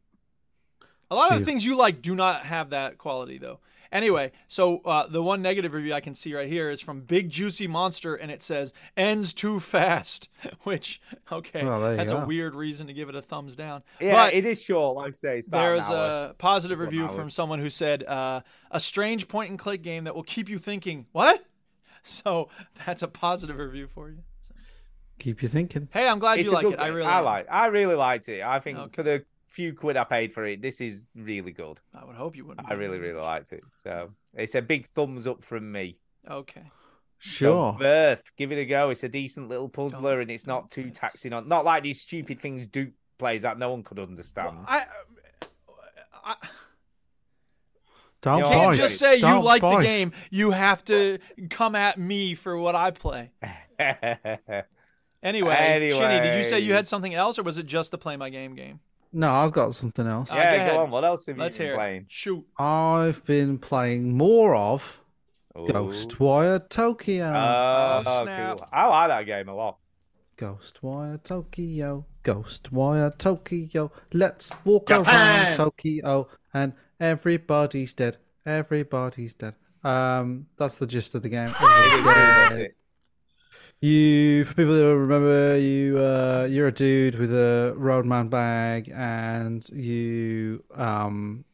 A lot of the Steve. things you like do not have that quality, though. Anyway, so uh, the one negative review I can see right here is from Big Juicy Monster, and it says ends too fast, which okay, Well, there you that's go. a weird reason to give it a thumbs down. Yeah, but it is short. Like I say, it's about there an is hour. a positive About an review hour. from someone who said uh, a strange point and click game that will keep you thinking what. So that's a positive review for you. Keep you thinking. Hey, I'm glad It's you a like good it. I game. really I am. like. I really liked it. I think for the few quid I paid for it, this is really good. I would hope you wouldn't. I really, Mm. really liked it. So it's a big thumbs up from me. Okay. So, Sure. Birth, give it a go. It's a decent little puzzler, and it's not too taxing on. Not like these stupid things Duke plays that no one could understand. I, uh, Don't you bite. can't just say you Don't like the bite. game. You have to come at me for what I play. Anyway, Shinny, did you say you Anyway. had something else, or was it just the play my game game? No, I've got something else. Uh, go ahead. on, what else have you Let's been hear it. playing? Shoot. I've been playing more of Ghostwire Tokyo. Oh, cool. I like that game a lot. Ghostwire Tokyo, Ghostwire Tokyo. Let's walk around Tokyo, and everybody's dead. Everybody's dead. Um, that's the gist of the game. Everybody's dead. You, for people that remember, you uh, you're a dude with a roadman bag, and you um,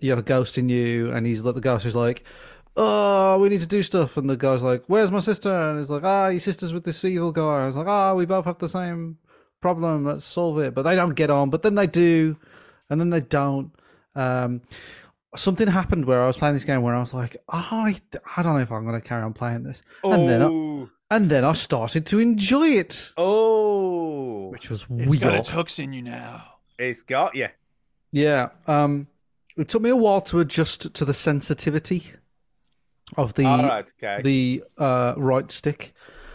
you have a ghost in you, and he's like the ghost is like, "Oh, we need to do stuff," and the guy's like, "Where's my sister?" And he's like, "Ah, your sister's with this evil guy." I was like, "Ah, we both have the same problem. Let's solve it." But they don't get on, but then they do, and then they don't. Um, something happened where I was playing this game where I was like, "Ah, I, I don't know if I'm going to carry on playing this," and then. I, Oh, and then I started to enjoy it, oh, which was It's got weird. its hooks in you now. it's got you. yeah, um, it took me a while to adjust to the sensitivity of the All right, okay. the uh, right stick,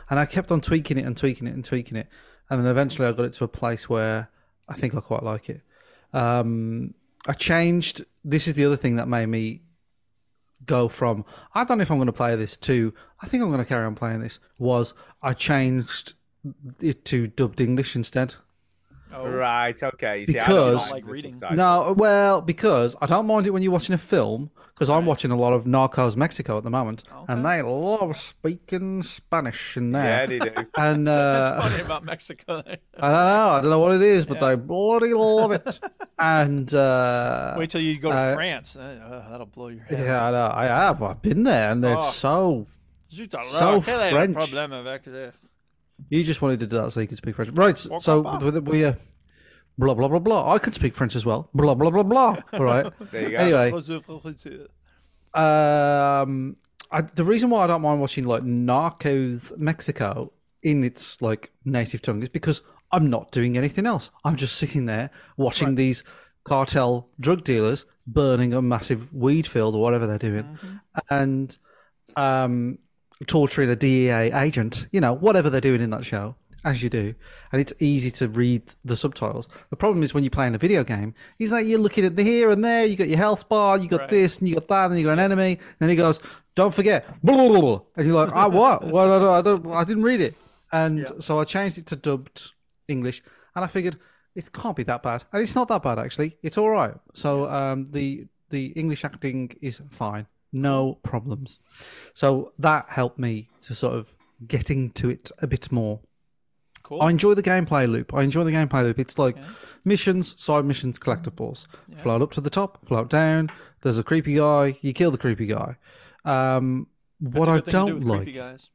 and I kept on tweaking it and tweaking it and tweaking it, and then eventually I got it to a place where I think I quite like it. Um, I changed. This is the other thing that made me go from I don't know if I'm going to play this to I think I'm going to carry on playing this was I changed it to dubbed English instead. Oh. Right, okay. You see, I don't Because like reading. no, well, because I don't mind it when you're watching a film because I'm watching a lot of Narcos Mexico at the moment, and they love speaking Spanish in Yeah, there. they do. And uh, That's funny about Mexico. I don't know, I don't know what it is, but they bloody love it. and uh, Wait till you go to uh, France. Uh, uh, that'll blow your head. Yeah, I, know, I have. I've been there, and it's Oh. so You don't so know. uh, Quel est le French. problème avec ça? You just wanted to do that so you could speak French, right? Pourquoi So pas? with- we, uh, blah blah blah blah. I could speak French as well. Blah blah blah blah. All right. Anyway, um, I, the reason why I don't mind watching like Narcos Mexico in its like native tongue is because I'm not doing anything else. I'm just sitting there watching these cartel drug dealers burning a massive weed field or whatever they're doing, and um, torturing a DEA agent. You know, whatever they're doing in that show. As you do, and it's easy to read the subtitles. The problem is when you're playing a video game, is that you're looking at the here and there. You got your health bar, you got this, and you got that, and you got an enemy. And then he goes, "Don't forget," blah, blah, blah, blah." and you're like, "I what? Well, I, don't, I, don't, I didn't read it." And so I changed it to dubbed English, and I figured it can't be that bad, and it's not that bad actually. It's all right. So um, the the English acting is fine, no problems. So that helped me to sort of get into it a bit more. Cool. I enjoy the gameplay loop. I enjoy the gameplay loop. It's like missions, side missions, collectibles. Float up to the top, float down. There's a creepy guy. You kill the creepy guy. Um, what I That's a good thing to do don't with like, creepy guys.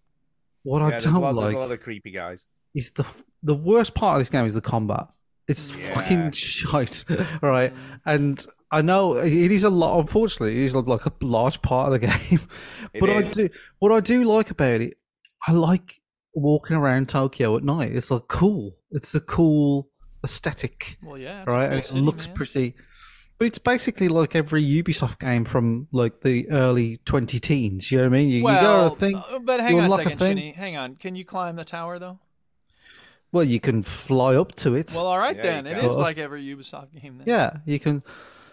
what I there's a don't lot, There's like, a lot of creepy guys. is the the worst part of this game is the combat. It's fucking shite, right? And I know it is a lot. Unfortunately, it is like a large part of the game. It but is. I do what I do like about it. I like walking around Tokyo at night. It's like cool. It's a cool aesthetic. Well, yeah, it's a right. cool and it city, looks man. pretty. But it's basically like every Ubisoft game from like the early twenty teens. You know what I mean? You, you Well, go a thing. uh, but hang you on a unlock second, thing. Chinny. Hang on. Can you climb the tower though? Well, you can fly up to it. Well, all right then. It is Well, like every Ubisoft game. Then. Yeah, you can.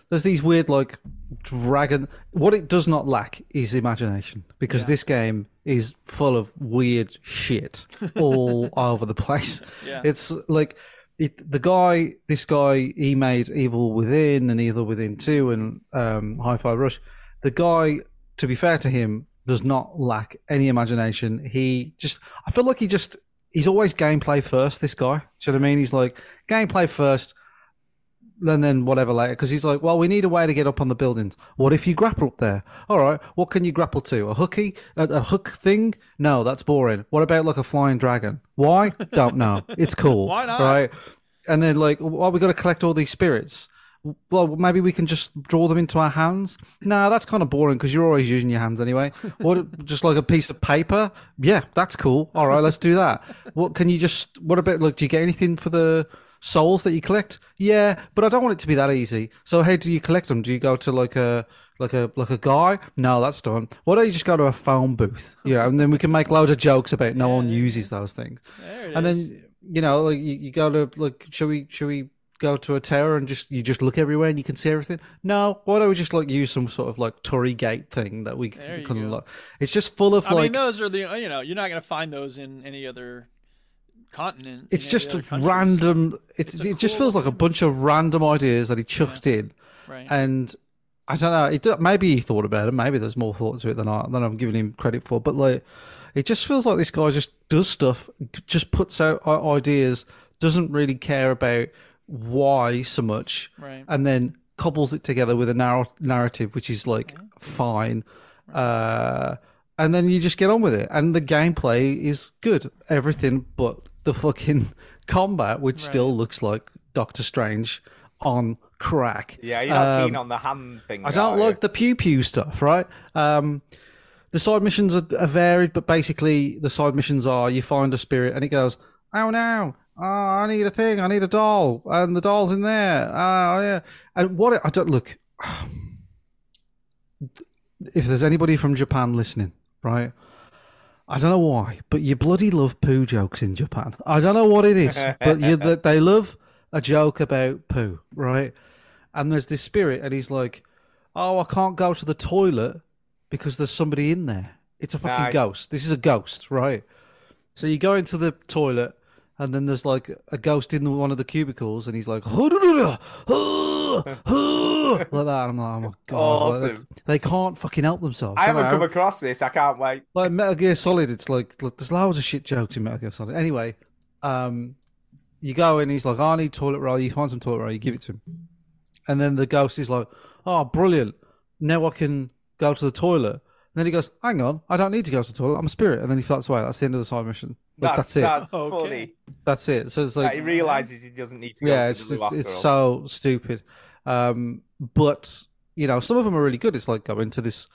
There's these weird like dragon. What it does not lack is imagination because this game is full of weird shit all over the place. Yeah. It's like it, the guy, this guy, he made Evil Within and Evil Within Two and um, Hi Fi Rush, the guy, to be fair to him, does not lack any imagination. He just, I feel like he just, he's always gameplay first. This guy, do you know what I mean? He's like gameplay first, and then whatever later. Because he's like, well, we need a way to get up on the buildings. What if you grapple up there? All right, what can you grapple to? A hooky, a, a hook thing? No, that's boring. What about like a flying dragon? Why? Don't know. It's cool. Why not? Right. And then like, well, we got to collect all these spirits. Well, maybe we can just draw them into our hands. Nah, that's kind of boring because you're always using your hands anyway. What, just like a piece of paper? Yeah, that's cool. All right, let's do that. What can you just? What about like? Do you get anything for the souls that you collect? Yeah, but I don't want it to be that easy. So how do you collect them? Do you go to like a like a like a guy? No, that's done. Why don't you just go to a phone booth? Yeah, and then we can make loads of jokes about no one uses those things. There it and is. then you know, like you, you go to like, should we should we go to a tower and just you just look everywhere and you can see everything? No, why don't we just like use some sort of like Tory gate thing that we There can you can go. like? It's just full of I mean, like those are the uh, you know you're not gonna find those in any other continent. it's in any just other country. random. It it just feels like a bunch of random ideas that he chucked in, Right. and I don't know. It, do- maybe he thought about it. Maybe there's more thought to it than I than I'm giving him credit for. But like, it just feels like this guy just does stuff, just puts out i- ideas, doesn't really care about why so much, Right. and then cobbles it together with a narrow narrative, which is like fine. Uh, and then you just get on with it, and the gameplay is good. Everything but the fucking combat, which still looks like Doctor Strange on crack. Yeah, you're not Um, keen on the hand thing. I don't are you? like the pew pew stuff, right? Um, the side missions are, are varied, but basically the side missions are you find a spirit and it goes, oh no, oh, I need a thing, I need a doll, and the doll's in there. Oh yeah, and what I don't look. If there's anybody from Japan listening, right? I don't know why, but you bloody love poo jokes in Japan. I don't know what it is, but you, that they love a joke about poo, right? And there's this spirit, and he's like, "Oh, I can't go to the toilet because there's somebody in there. It's a fucking Nice. ghost. This is a ghost, right?" So you go into the toilet, and then there's like a ghost in the, one of the cubicles, and he's like, like that. I'm like, "Oh my god!" like, Awesome. they can't fucking help themselves. I haven't Hello. come across this. I can't wait. Like Metal Gear Solid, it's like look, there's loads of shit jokes in Metal Gear Solid. Anyway, um, you go in, he's like, "Oh, I need toilet roll. You find some toilet roll, you give it to him, and then the ghost is like, Oh, brilliant! Now I can go to the toilet. And then he goes, Hang on, I don't need to go to the toilet. I'm a spirit. And then he floats away. That's the end of the side mission. Like, That's, that's, it. that's funny. That's it. So it's like that he realizes he doesn't need to go yeah, to it's the loo it's, after it's all. so stupid. Um, but you know, some of them are really good. It's like going to this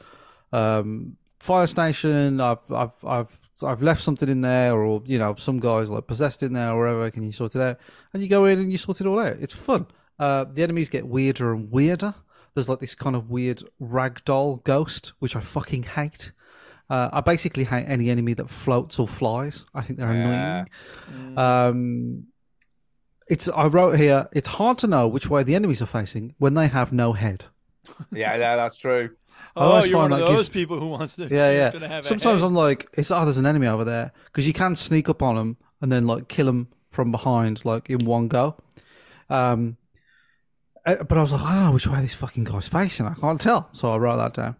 um, fire station. I've I've I've I've left something in there, or you know, some guys like possessed in there, or whatever. Can you sort it out? And you go in and you sort it all out. It's fun. Uh, the enemies get weirder and weirder. There's like this kind of weird ragdoll ghost, which I fucking hate. Uh, I basically hate any enemy that floats or flies. I think they're annoying. Um, it's I wrote here. It's hard to know which way the enemies are facing when they have no head. Yeah, yeah, that's true. I Oh, always you're one find of that gives- those people who wants to. Yeah, yeah. to have a Sometimes head. I'm like, it's oh, there's an enemy over there because you can sneak up on them and then like kill them from behind, like in one go. Um, uh, but I was like, I don't know which way this fucking guy's facing. I can't tell, so I wrote that down.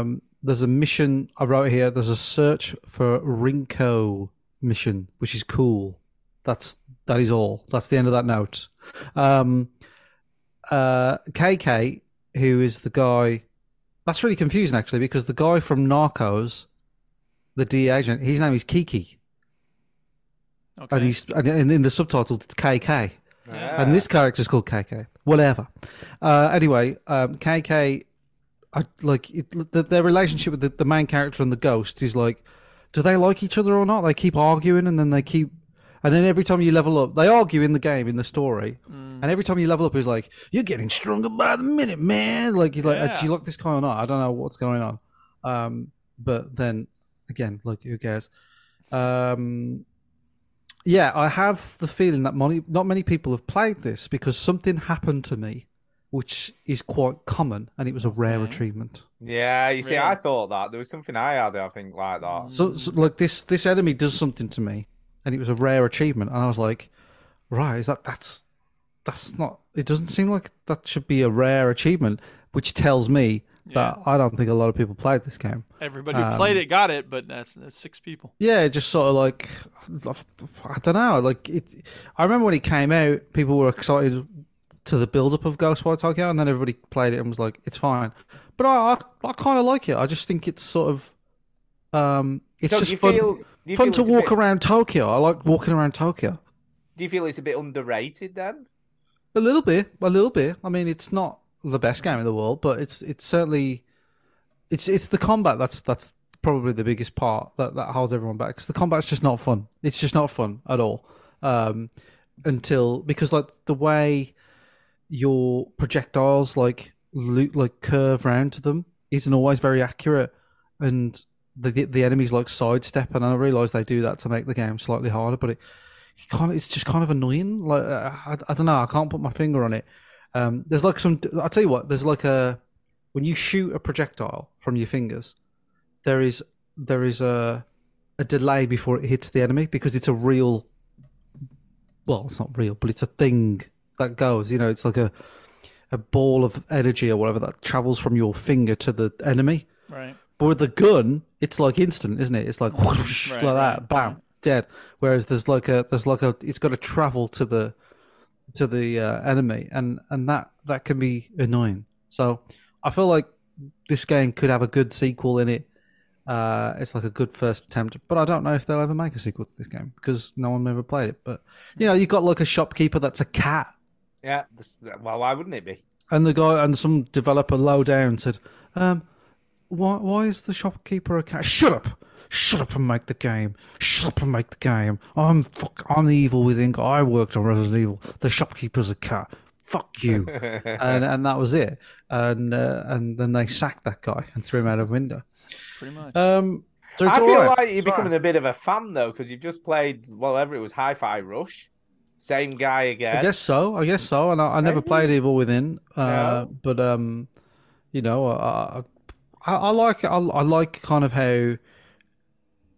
Um, there's a mission I wrote here. There's a search for Rinko mission, which is cool. That's that is all. That's the end of that note. Um, uh, KK, who is the guy. That's really confusing, actually, because the guy from Narcos, the DEA agent, his name is Kiki. Okay. And he's and in- in the subtitles it's KK. Ah. And this character's called KK. Whatever. Uh, anyway, um, KK, I, like it, the, their relationship with the, the main character and the ghost is like, do they like each other or not? They keep arguing, and then they keep, and then every time you level up, they argue in the game in the story, and every time you level up, he's like, you're getting stronger by the minute, man. Like you're like, "Uh, Yeah. do you like this guy or not? I don't know what's going on. Um, but then again, like who cares? Um, yeah, I have the feeling that money, not many people have played this because something happened to me, which is quite common, and it was a rare achievement. Yeah, you see, I thought that there was something I had. I think like that. So, so, like this, this enemy does something to me, and it was a rare achievement, and I was like, right, is that that's that's not. It doesn't seem like that should be a rare achievement, which tells me that I don't think a lot of people played this game. Everybody who Um, played it got it, but that's, that's six people. Yeah, it just sort of like I don't know. Like it, I remember when it came out, people were excited to the build-up of Ghostwire Tokyo, and then everybody played it and was like, "It's fine." But I, I, I kind of like it. I just think it's sort of, um, it's So do just you fun, feel- do you fun feel to it's a walk bit- around Tokyo. I like walking around Tokyo Do you feel it's a bit underrated then? a little bit, a little bit. I mean, it's not the best game in the world, but it's it's certainly, it's it's the combat that's that's probably the biggest part that that holds everyone back because the combat's just not fun. It's just not fun at all. Um, until because like the way your projectiles like loot like curve round to them isn't always very accurate, and the the, the enemies like sidestep, and I realise they do that to make the game slightly harder, but it it kind of, it's just kind of annoying. Like uh, I, I don't know, I can't put my finger on it. Um, there's like some. I'll tell you what. There's like a when you shoot a projectile from your fingers, there is there is a a delay before it hits the enemy because it's a real. Well, it's not real, but it's a thing that goes. You know, it's like a a ball of energy or whatever that travels from your finger to the enemy. Right. But with the gun, it's like instant, isn't it? It's like whoosh, Right, like right, that, bam, dead. Whereas there's like a there's like a it's got to travel to the to the uh, enemy, and and that that can be annoying. So I feel like this game could have a good sequel in it. Uh, it's like a good first attempt, but I don't know if they'll ever make a sequel to this game because no one ever played it. But you know, you got like a shopkeeper that's a cat, Yeah. this- well, why wouldn't it be? and the guy and some developer low down said, um, why, why is the shopkeeper a cat? Shut up! Shut up and make the game. Shut up and make the game. I'm fuck, I'm the evil within. guy. I worked on Resident Evil. The shopkeeper's a cat. Fuck you. and and that was it. And uh, and then they sacked that guy and threw him out of window. Pretty much. Um, so it's I feel all right. like you're It's all right. becoming a bit of a fan though, because you've just played whatever it was, Hi-Fi Rush, same guy again. I guess so. I guess so. And I, I never played Evil Within, uh, but um, you know, I I, I like I, I like kind of how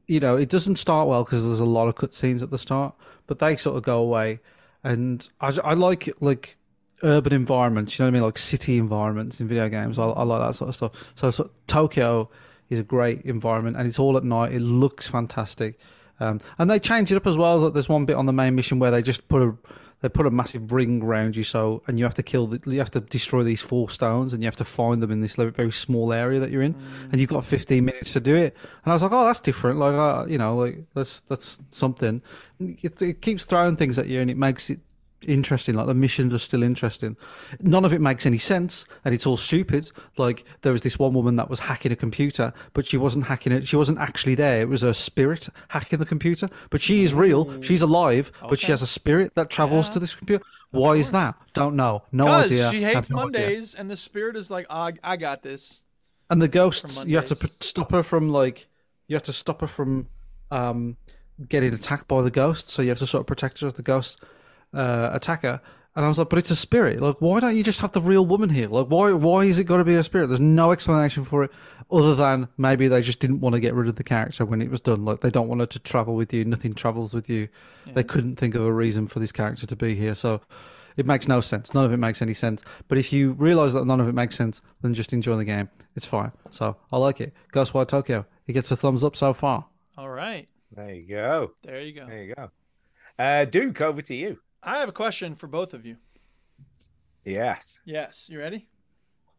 you know it doesn't start well because there's a lot of cutscenes at the start, but they sort of go away, and I j- I like like urban environments. You know what I mean, like city environments in video games. I, I like that sort of stuff. So, so Tokyo is a great environment, and it's all at night. It looks fantastic. Um, and they change it up as well. Like there's one bit on the main mission where they just put a they put a massive ring round you, so and you have to kill the, you have to destroy these four stones, and you have to find them in this little- very small area that you're in, and you've got 15 minutes to do it. And I was like, oh, that's different. Like, uh, you know, like that's that's something. It, it keeps throwing things at you, and it makes it interesting. Like the missions are still interesting. None of it makes any sense, and it's all stupid. Like there was this one woman that was hacking a computer, but she wasn't hacking it. She wasn't actually there. It was her spirit hacking the computer. But she is real. She's alive, but she has a spirit that travels to this computer. Why is that? Don't know. No Because idea. she Have hates no idea. Mondays, and the spirit is like, I, I got this. And the ghosts, you have to p- stop her from like, you have to stop her from um, getting attacked by the ghosts. So you have to sort of protect her as the ghost uh, attacker. And I was like, but it's a spirit. Like, why don't you just have the real woman here? Like, why why is it got to be a spirit? There's no explanation for it, other than maybe they just didn't want to get rid of the character when it was done. Like, they don't want her to travel with you. Nothing travels with you. They couldn't think of a reason for this character to be here. So it makes no sense. None of it makes any sense. But if you realize that none of it makes sense, then just enjoy the game. It's fine. So I like it. Ghostwire Tokyo. It gets a thumbs up so far. All right. There you go. There you go. There you go. Uh, Duke, over to you. I have a question for both of you. Yes. Yes. You ready?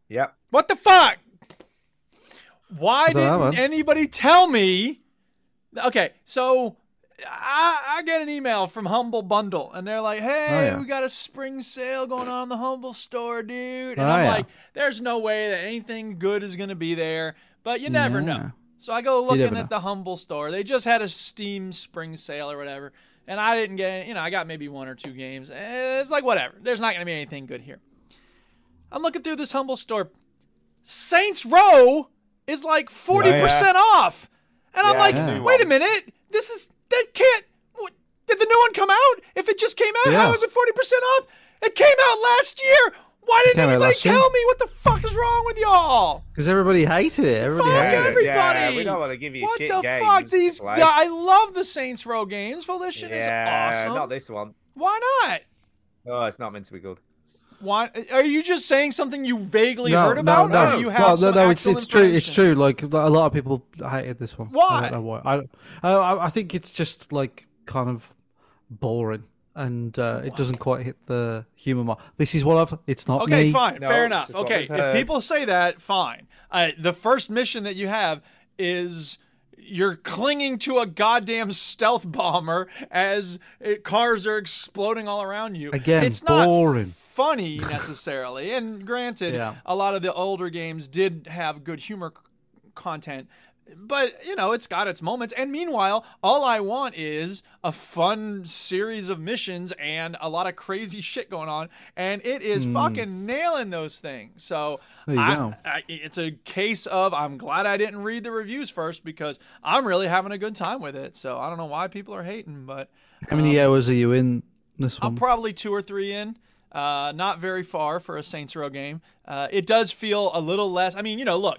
Yep. What the fuck? Why I don't know, didn't man. anybody tell me? Okay, so I, I get an email from Humble Bundle, and they're like, "Hey, Oh, yeah. we got a spring sale going on in the Humble store, dude." And Oh, I'm yeah. like, "There's no way that anything good is gonna be there," but you never Yeah. know. So I go You never looking at know. the Humble store. They just had a Steam spring sale or whatever, and I didn't get. You know, I got maybe one or two games. Eh, It's like whatever. There's not gonna be anything good here. I'm looking through this humble store. Saints Row is like 40% off. And I'm Yeah, like, the new wait a minute. This is, that can't, what, did the new one come out? If it just came out, Yeah. how is it 40% off? It came out last year. Why It didn't came out anybody last year. tell me what the fuck is wrong with y'all? Because everybody hated it. Everybody Fuck hated everybody. it. Yeah, we don't want to give you what shit the games. fuck? These, to play. I love the Saints Row games. Well, this shit yeah, is awesome. not this one. Why not? Oh, it's not meant to be good. want? Are you just saying something you vaguely no, heard about? no, or no. do you well, have no, some no, it's actual it's true. It's information? true. Like a lot of people hated this one. I Why? don't know why. I, I, I- I think it's just like kind of boring, and uh, it doesn't quite hit the human mark. This is what I've. It's not Okay, me. fine, No, fair it's enough. just what Okay, we've heard. if people say that, fine. Uh, the first mission that you have is you're clinging to a goddamn stealth bomber as it, cars are exploding all around you. Again, it's not boring. funny necessarily. and granted, Yeah. a lot of the older games did have good humor c- content. But you know it's got its moments, and meanwhile, all I want is a fun series of missions and a lot of crazy shit going on, and it is Hmm. fucking nailing those things. So There you I- go. I, it's a case of I'm glad I didn't read the reviews first because I'm really having a good time with it. So I don't know why people are hating, but How many hours are you in this one? I'm probably two or three in. Uh, not very far for a Saints Row game. Uh, it does feel a little less. I mean, you know, look,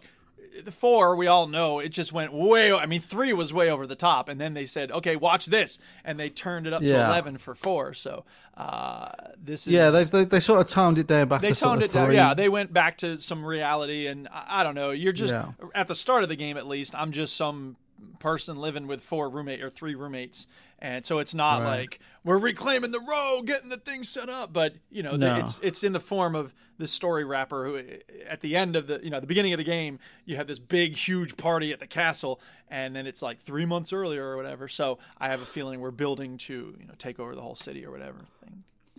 the four we all know it just went way. o- I mean, three was way over the top, and then they said, "Okay, watch this," and they turned it up to Yeah. eleven for four. So uh, this is yeah, they, they they sort of toned it down back they to sort toned of it down. three. Yeah, they went back to some reality, and I, I don't know. You're just Yeah. at the start of the game, at least. I'm just some person living with four roommate or three roommates, and so it's not Right. like we're reclaiming the row, getting the thing set up. But you know, the- No. it's it's in the form of the story wrapper. Who at the end of the you know the beginning of the game, you have this big huge party at the castle, and then it's like three months earlier or whatever. So I have a feeling we're building to you know take over the whole city or whatever.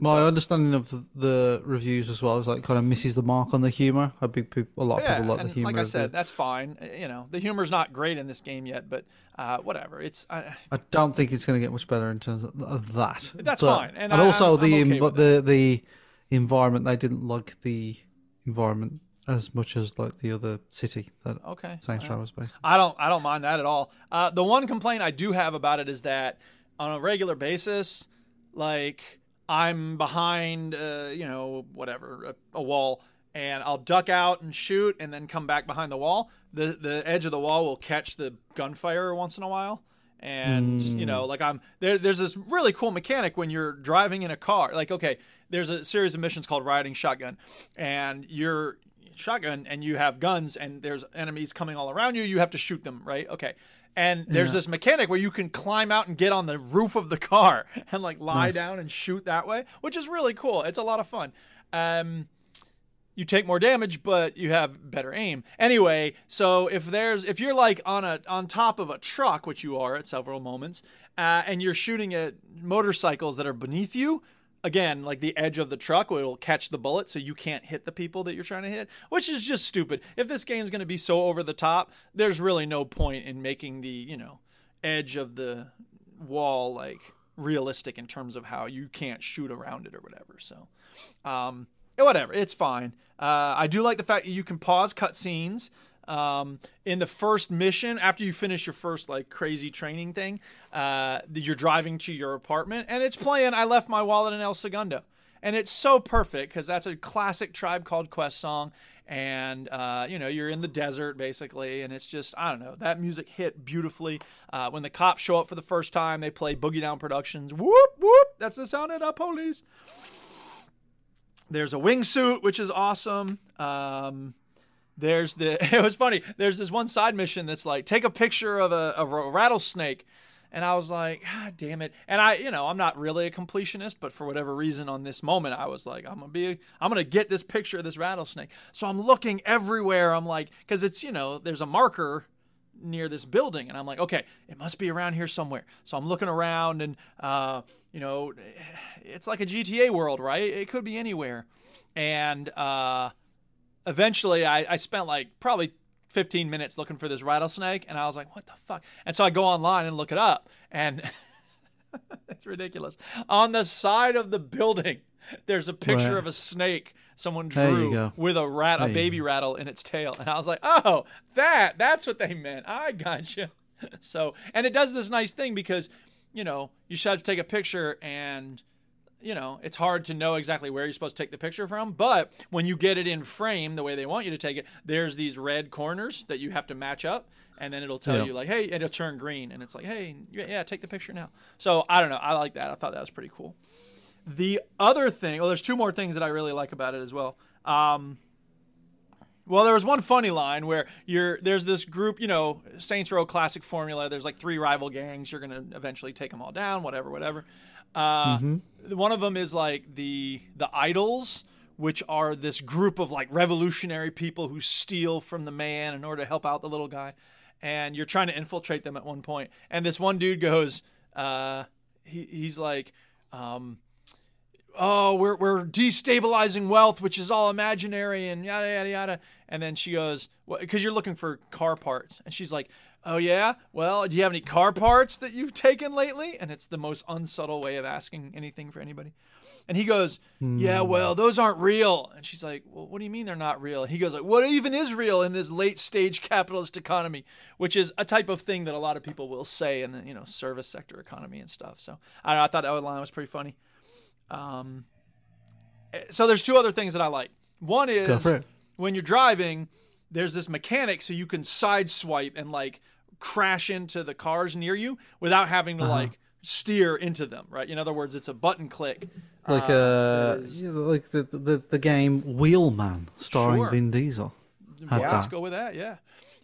My understanding of the, the reviews as well is like kind of misses the mark on the humor. A big people, a lot of yeah, people like and the humor. Like I of the- said, that's fine. Uh, You know, the humor's not great in this game yet, but uh, whatever. It's uh, I don't think it's going to get much better in terms of- of that. That's But- fine, and And, I- I'm- also I'm the okay env- the the environment they didn't like the environment as much as like the other city that okay. Saints all Row right. was based. I don't. I don't mind that at all. Uh, the one complaint I do have about it is that on a regular basis, like I'm behind, uh, you know, whatever, a, a wall, and I'll duck out and shoot, and then come back behind the wall. The the edge of the wall will catch the gunfire once in a while. and you Mm. know like i'm there there's this really cool mechanic when you're driving in a car like okay there's a series of missions called riding shotgun and you're shotgun and you have guns and there's enemies coming all around you you have to shoot them right okay and there's Yeah. this mechanic where you can climb out and get on the roof of the car and like lie Nice. down and shoot that way which is really cool it's a lot of fun um you take more damage but you have better aim anyway so if there's if you're like on a on top of a truck which you are at several moments uh, and you're shooting at motorcycles that are beneath you again like the edge of the truck will catch the bullet so you can't hit the people that you're trying to hit which is just stupid if this game's going to be so over the top there's really no point in making the you know edge of the wall like realistic in terms of how you can't shoot around it or whatever so um, whatever, it's fine. Uh, I do like the fact that you can pause cutscenes. Um, in the first mission, after you finish your first like crazy training thing, uh, that you're driving to your apartment and it's playing. I left my wallet in El Segundo, and it's so perfect because that's a classic Tribe Called Quest song. And uh, you know you're in the desert basically, and it's just I don't know that music hit beautifully. Uh, when the cops show up for the first time, they play Boogie Down Productions. Whoop whoop, that's the sound of the police. There's a wingsuit, which is awesome. Um, there's the it was funny. There's this one side mission that's like take a picture of a, of a rattlesnake, and I was like, God damn it! And I, you know, I'm not really a completionist, but for whatever reason, on this moment, I was like, I'm gonna be, I'm gonna get this picture of this rattlesnake. So I'm looking everywhere. I'm like, because it's you know, there's a marker near this building and i'm like okay it must be around here somewhere so i'm looking around and uh, you know it's like a gta world right it could be anywhere and uh, eventually I, I spent like probably 15 minutes looking for this rattlesnake and i was like what the fuck and so i go online and look it up and it's ridiculous on the side of the building there's a picture Right. of a snake someone There you drew go. with a rat a There you baby rattle in its tail and i was like oh that that's what they meant i gotcha so and it does this nice thing because you know you should have to take a picture and you know, it's hard to know exactly where you're supposed to take the picture from, but when you get it in frame the way they want you to take it, there's these red corners that you have to match up, and then it'll tell Yeah. you, like, hey, and it'll turn green, and it's like, hey, yeah, yeah, take the picture now. So I don't know. I like that. I thought that was pretty cool. The other thing, well, there's two more things that I really like about it as well. Um, well, there was one funny line where you're there's this group, you know, Saints Row classic formula. There's like three rival gangs. You're gonna eventually take them all down. Whatever, whatever. Uh, Mhm. One of them is like the the idols, which are this group of like revolutionary people who steal from the man in order to help out the little guy, and you're trying to infiltrate them at one point. And this one dude goes, uh, he, he's like. Um, oh, we're, we're destabilizing wealth, which is all imaginary and yada, yada, yada. And then she goes, because you're looking for car parts. And she's like, oh, yeah? Well, do you have any car parts that you've taken lately? And it's the most unsubtle way of asking anything for anybody. And he goes, yeah, Hmm. well, those aren't real. And she's like, well, what do you mean they're not real? And he goes, like, what even is real in this late stage capitalist economy, which is a type of thing that a lot of people will say in the, you know, service sector economy and stuff. So I, don't know, I thought that line was pretty funny. Um, eh, so there's two other things that I like. One Go is for it. when you're driving, there's this mechanic so you can sideswipe and like crash into the cars near you without having to Uh-huh. like steer into them, right? In other words, it's a button click. Like Uh, uh, you know, like the, the the game Wheelman starring Sure. Vin Diesel. Had yeah, let's that. go with that. Yeah.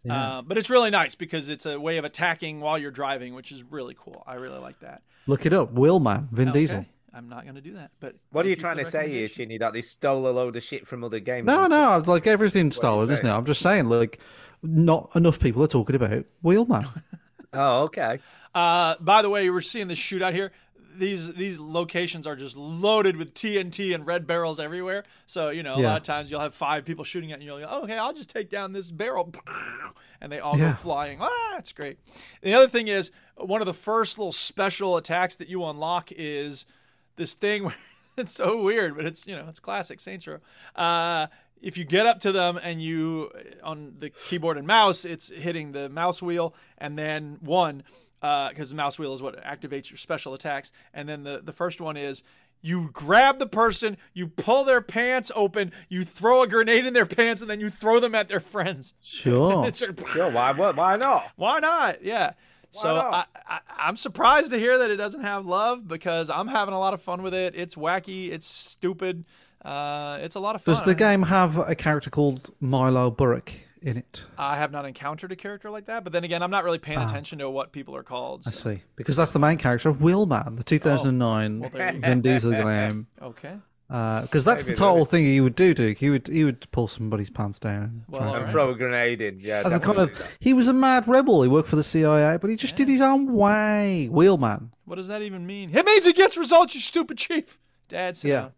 Yeah. Uh, but it's really nice because it's a way of attacking while you're driving, which is really cool. I really like that. Look it up, Wheelman, Vin Okay. Diesel. I'm not going to do that. But What are you thank trying for the to say here, Chinny? That they stole a load of shit from other games? No, and- no, I'd like everything's stolen, isn't it? saying? I'm just saying, like, not enough people are talking about Wheelman. Oh, okay. Uh, by the way, we're seeing this shootout here. These these locations are just loaded with TNT and red barrels everywhere. So you know, a Yeah. lot of times you'll have five people shooting at you. and You'll go, oh, okay, I'll just take down this barrel, and they all Yeah. go flying. Ah, it's great. The other thing is one of the first little special attacks that you unlock is this thing where it's so weird, but it's you know it's classic Saints Row. Uh, if you get up to them and you uh, on the keyboard and mouse, it's hitting the mouse wheel and then one because the mouse wheel is what activates your special attacks. And then the the first one is you grab the person, you pull their pants open, you throw a grenade in their pants, and then you throw them at their friends. Sure. It's like, Sure, why, why, why not? why not? Yeah. so not? I, I, I'm surprised to hear that it doesn't have love because I'm having a lot of fun with it. It's wacky. It's stupid. Uh, it's a lot of fun. Does the game have a character called Milo Burrick in it? I have not encountered a character like that, but then again, I'm not really paying Ah. attention to what people are called. I see. Because that's the main character of Wheelman, the 2009 Oh. well, there you go. Vin Diesel game. Okay. Because that's the Maybe total thing he would do, Duke. He would he would pull somebody's pants down. and Well, try and- and throw a grenade in. Yeah, As a kind definitely. of, he was a mad rebel. He worked for the CIA, but he just did his own way. Wheelman. What does that even mean? It means it gets results, you stupid chief. Dad, sit Yeah. down.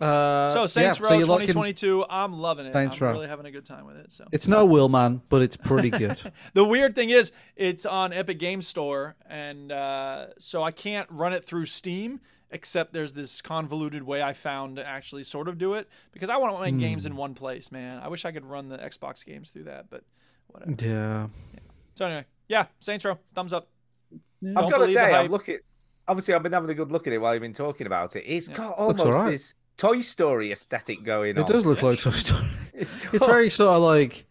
Uh, So Saints yeah, Row so you're liking- 2022, I'm loving it. Saints I'm Row. really having a good time with it. So It's no Wheelman, but it's pretty good. the weird thing is, it's on Epic Game Store, and uh, so I can't run it through Steam. Except there's this convoluted way I found to actually sort of do it because I want to make Hmm. games in one place, man. I wish I could run the Xbox games through that, but whatever. yeah. So anyway, yeah, Saints Row, thumbs up. Don't I've got to believe the say, hype. I'm looking. Obviously, I've been having a good look at it while you've been talking about it. It's got Looks almost alright. this Toy Story aesthetic going on. It does look like Toy Story. It It's does. very sort of like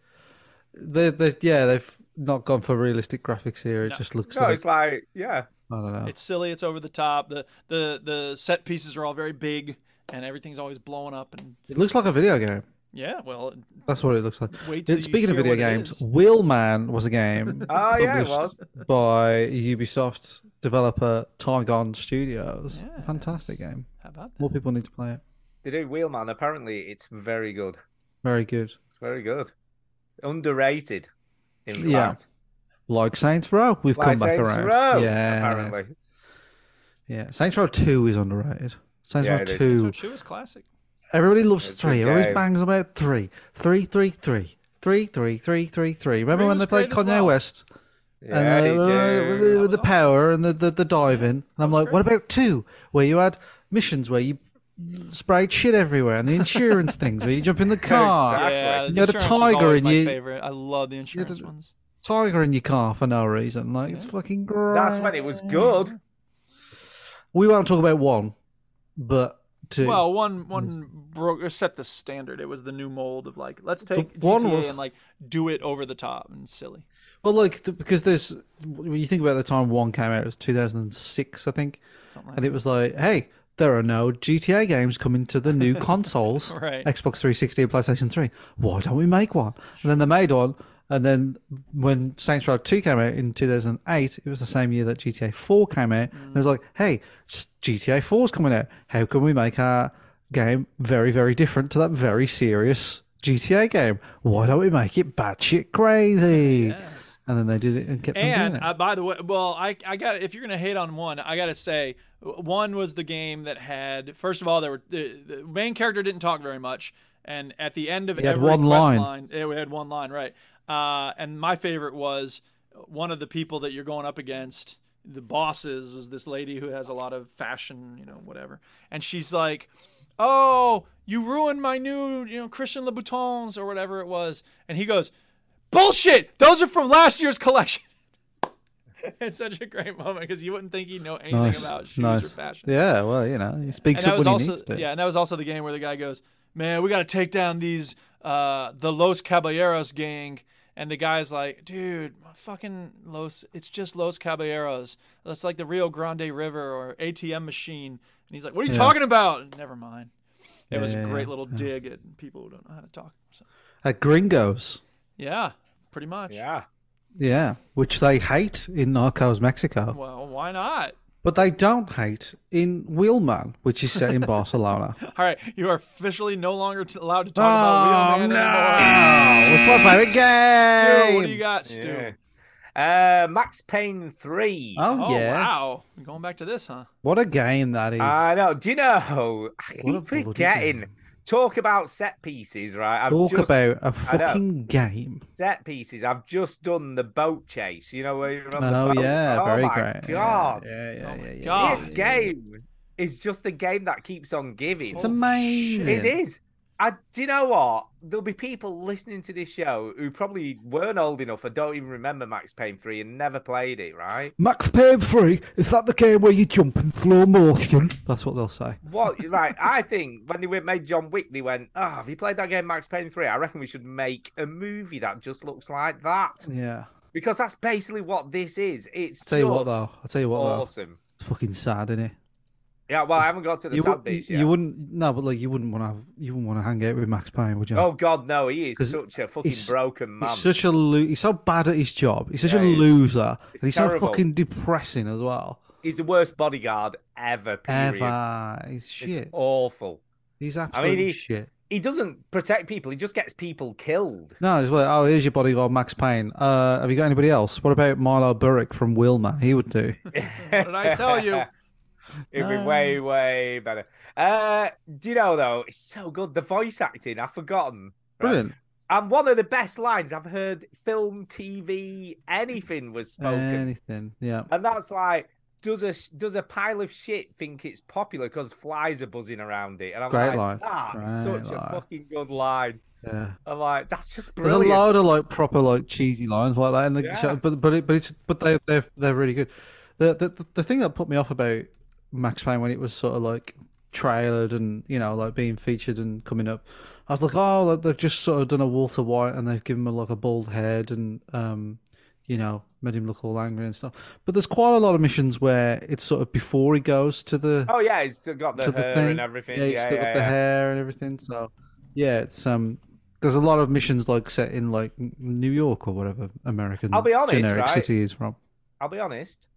they they yeah they've not gone for realistic graphics here. It just looks No, like it's like yeah. I don't know. It's silly. It's over the top. The the the set pieces are all very big, and everything's always blowing up. And It looks like a video game. yeah, well, That's what it looks like. Wait till It- you Speaking of hear video what it games, Wheelman was a game Oh, yeah, it published was. by Ubisoft developer Targon Studios. Fantastic game. How about that? More people need to play it. They do Wheelman. Apparently, it's very good. Very good. It's very good. Underrated. In Yeah. fact. Like Saints Row, we've Like come back Saints around. Row, yeah, apparently. yeah. Saints Row Two is underrated. Saints Yeah, Row it is. Two. Saints Row 2 is classic. Everybody loves It's a three. good Everybody game. bangs about three. Three, three, three. Three, three, three, three, three. Remember Three when was they played great as Kanye well. West? Yeah, and, they uh, do. with the, with the power and the, the, the diving. And I'm like, what about two? Where you had missions where you sprayed shit everywhere and the insurance things where you jump in the car. Yeah, you had insurance a was tiger always in my your favorite. I love the insurance ones. tiger in your car for no reason. Like it's fucking great. That's when it was good. We won't talk about one, but to Mm. Well, one one broke or set the standard. It was the new mold of like let's take one GTA was- and like do it over the top and silly. Well, like th- because there's when you think about the time one came out, it was 2006, I think, and it was like, hey, there are no GTA games coming to the new consoles, Right. Xbox 360 and PlayStation 3. Why don't we make one? And then they made one, and then when Saints Row 2 came out in 2008, it was the same year that GTA 4 came out. And it was like, hey, s- GTA 4 is coming out. How can we make our game very, very different to that very serious GTA game? Why don't we make it batshit crazy? And then they did it and kept on doing And it. uh, by the way, well, I I got if you're gonna hate on one, I gotta say w- one was the game that had first of all there were the, the main character didn't talk very much, and at the end of He had every one quest line. yeah, we had one line right. Uh, and my favorite was one of the people that you're going up against. The bosses was this lady who has a lot of fashion, you know, whatever, and she's like, "Oh, you ruined my new, you know, Christian Louboutins or whatever it was," and he goes. Bullshit! Those are from last year's collection. it's such a great moment because you wouldn't think he'd know anything nice, about shoes nice. or fashion. Yeah, well, you know, he And speaks that up was when also he needs to. yeah, and that was also the game where the guy goes, "Man, we got to take down these uh, the Los Caballeros gang." And the guy's like, "Dude, fucking Los, it's just Los Caballeros. That's like the Rio Grande River or ATM machine." And he's like, "What are you Yeah. talking about?" Never mind. It Yeah, was yeah, a great yeah, little dig at people who don't know how to talk. So, At Gringos, yeah, pretty much. Yeah. yeah, which they hate in Narcos Mexico, Well, why not? but they don't hate in Wheelman, which is set in Barcelona. All right, you are officially no longer t- allowed to talk Oh, about Wheelman no. anymore. It's my favorite game. Stu, what do you got, Stu? Yeah. Uh, Max Payne 3. Oh, Oh, yeah. wow. We're going back to this, huh? What a game that is. I know. Do you know? I What a keep bloody forgetting. Talk about set pieces, right? I've Talk just- about I a know. fucking game. set pieces. I've just done the boat chase. You know where you're on Oh, the boat. yeah, oh very my great. Yeah, God. Yeah, yeah, yeah, yeah. Oh God. This game is just a game that keeps on giving. It's amazing. It is. I, do you know what? There'll be people listening to this show who probably weren't old enough or don't even remember Max Payne 3 and never played it, right? Max Payne 3, is that the game where you jump in slow motion? That's what they'll say. What? Right. I think when they went- made John Wick, they went, oh, have you played that game, Max Payne 3? I reckon we should make a movie that just looks like that. Yeah. Because that's basically what this is. It's I'll tell you what, just though. I'll tell you what, though. awesome. It's fucking sad, isn't it? Yeah, well, I haven't got to the you, sad wou- bits you yet. wouldn't no, but like you wouldn't want to have you wouldn't want to hang out with Max Payne, would you? Oh God, no! He is 'Cause such a fucking he's- broken man. he's such a lo- he's so bad at his job. He's such Yeah, a he is. loser, and he's terrible. so fucking depressing as well. He's the worst bodyguard ever. Period. Ever, he's It's shit. awful. He's I mean, absolutely he, shit. he doesn't protect people. He just gets people killed. No, it's like, oh, here's your bodyguard, Max Payne. Uh, have you got anybody else? What about Milo Burrick from Wilma? He would do. What did I tell you? It'd Uh. be way, way better. Uh, do you know though? It's so good. The voice acting, I've forgotten. right? Brilliant. And one of the best lines I've heard, film, TV, anything was spoken. Anything, yeah. And that's like, does a does a pile of shit think it's popular because flies are buzzing around it? And I'm Great like, line. that's Great such line. a fucking good line. Yeah. I'm like, that's just There's a brilliant. load of like proper like cheesy lines like that in the Yeah. show, but but it, but it's but they they're they're really good. The, the the thing that put me off about Max Payne when it was sort of like trailered and you know like being featured and coming up, I was like, oh, like, they've just sort of done a Walter White and they've given him like a bald head and um, you know, made him look all angry and stuff. But there's quite a lot of missions where it's sort of before he goes to the Oh yeah, he's still got the to the hair thing. and everything. Yeah, Yeah, he's yeah, still got yeah, the hair and everything. So yeah, it's um, there's a lot of missions like set in like N- New York or whatever American I'll be honest, generic right? city is from. I'll be honest.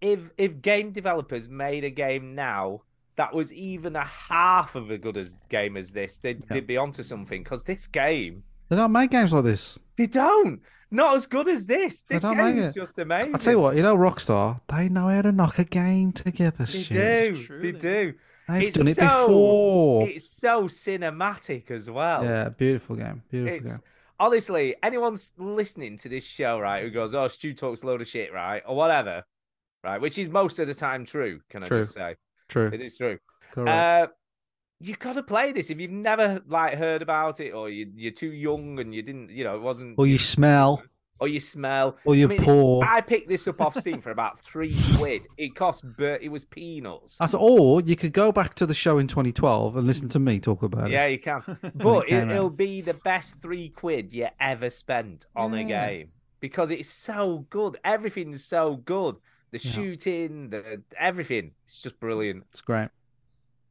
If if game developers made a game now that was even a half of a good as game as this, they'd, they'd be onto something. Because this game, They don't make games like this. they don't. Not as good as this. They This don't game make is it. just amazing. I tell you what, you know, Rockstar, they know how to knock a game together. They shit. do. they do. They've It's done it so- before. It's so cinematic as well. Yeah, beautiful game. Beautiful It's game. honestly anyone's listening to this show, right? Who goes, "Oh, Stu talks a load of shit, right?" or whatever, right? Which is most of the time true. Can I True. just say, True. it is true. Correct. Uh, you've got to play this if you've never like heard about it, or you, you're too young and you didn't, you know, it wasn't. Well, you smell. or you smell Or you're I mean, poor. I picked this up off Steam for about three quid. It cost, but it was peanuts. That's or you could go back to the show in 2012 and listen to me talk about Yeah, it. you can. But it came it, out. it'll be the best three quid you ever spent on a Yeah. game because it's so good. Everything's so good. The shooting, the everything. It's just brilliant. It's great.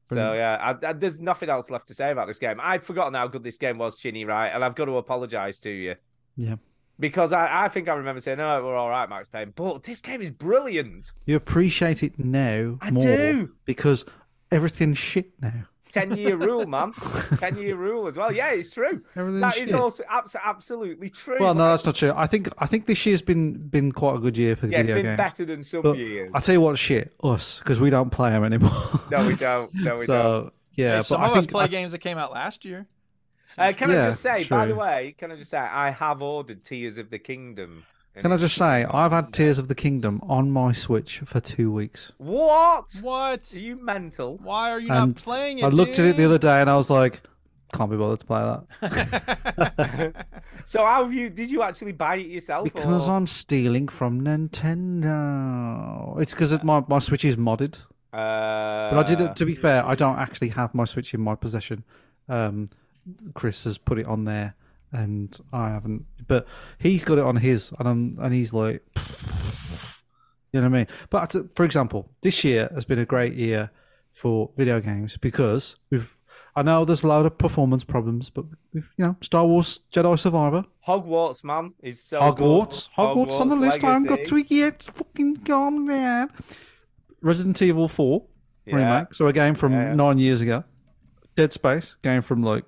So yeah, I, I, there's nothing else left to say about this game. I'd forgotten how good this game was, Chinny. Right, and I've got to apologise to you Yeah. because I, I think I remember saying, "No, we're all right, Max Payne," but this game is brilliant. You appreciate it now I more do. because everything's shit now. Ten year rule, man. Ten year rule as well. Yeah, it's true. Everything's That is shit. also abs- absolutely true. Well, no, Like, that's not true. I think I think this year's been been quite a good year for yeah, it's video been games. better than some years. I tell you what, shit, us because we don't play them anymore. No, we don't. No, we so, don't. yeah, Hey, but some I of think us play I- games that came out last year. Uh, can I Yeah, just say, by the true. way, can I just say, I have ordered Tears of the Kingdom. and Can I it's- just say, I've had Tears of the Kingdom on my Switch for two weeks. What? What? Are you mental? Why are you and not playing it? I looked at it the dude? other day and I was like, can't be bothered to play that. So, how have you? Did you actually buy it yourself? Because or... uh, I'm stealing from Nintendo. It's because my, my Switch is modded. Uh, but I didn't, to be fair, I don't actually have my Switch in my possession. Um, Chris has put it on there and I haven't. But he's got it on his and, I'm, and he's like, You know what I mean? But uh, for example, this year has been a great year for video games because we've. I know there's a lot of performance problems, but we've, you know, Star Wars Jedi Survivor, Hogwarts, man, is so. good. Hogwarts, Hogwarts, on the list. I haven't got Legacy. to it yet. It's Fucking gone there. Resident Evil 4 Yeah. remake, so a game from Yeah. nine years ago. Dead Space, game from like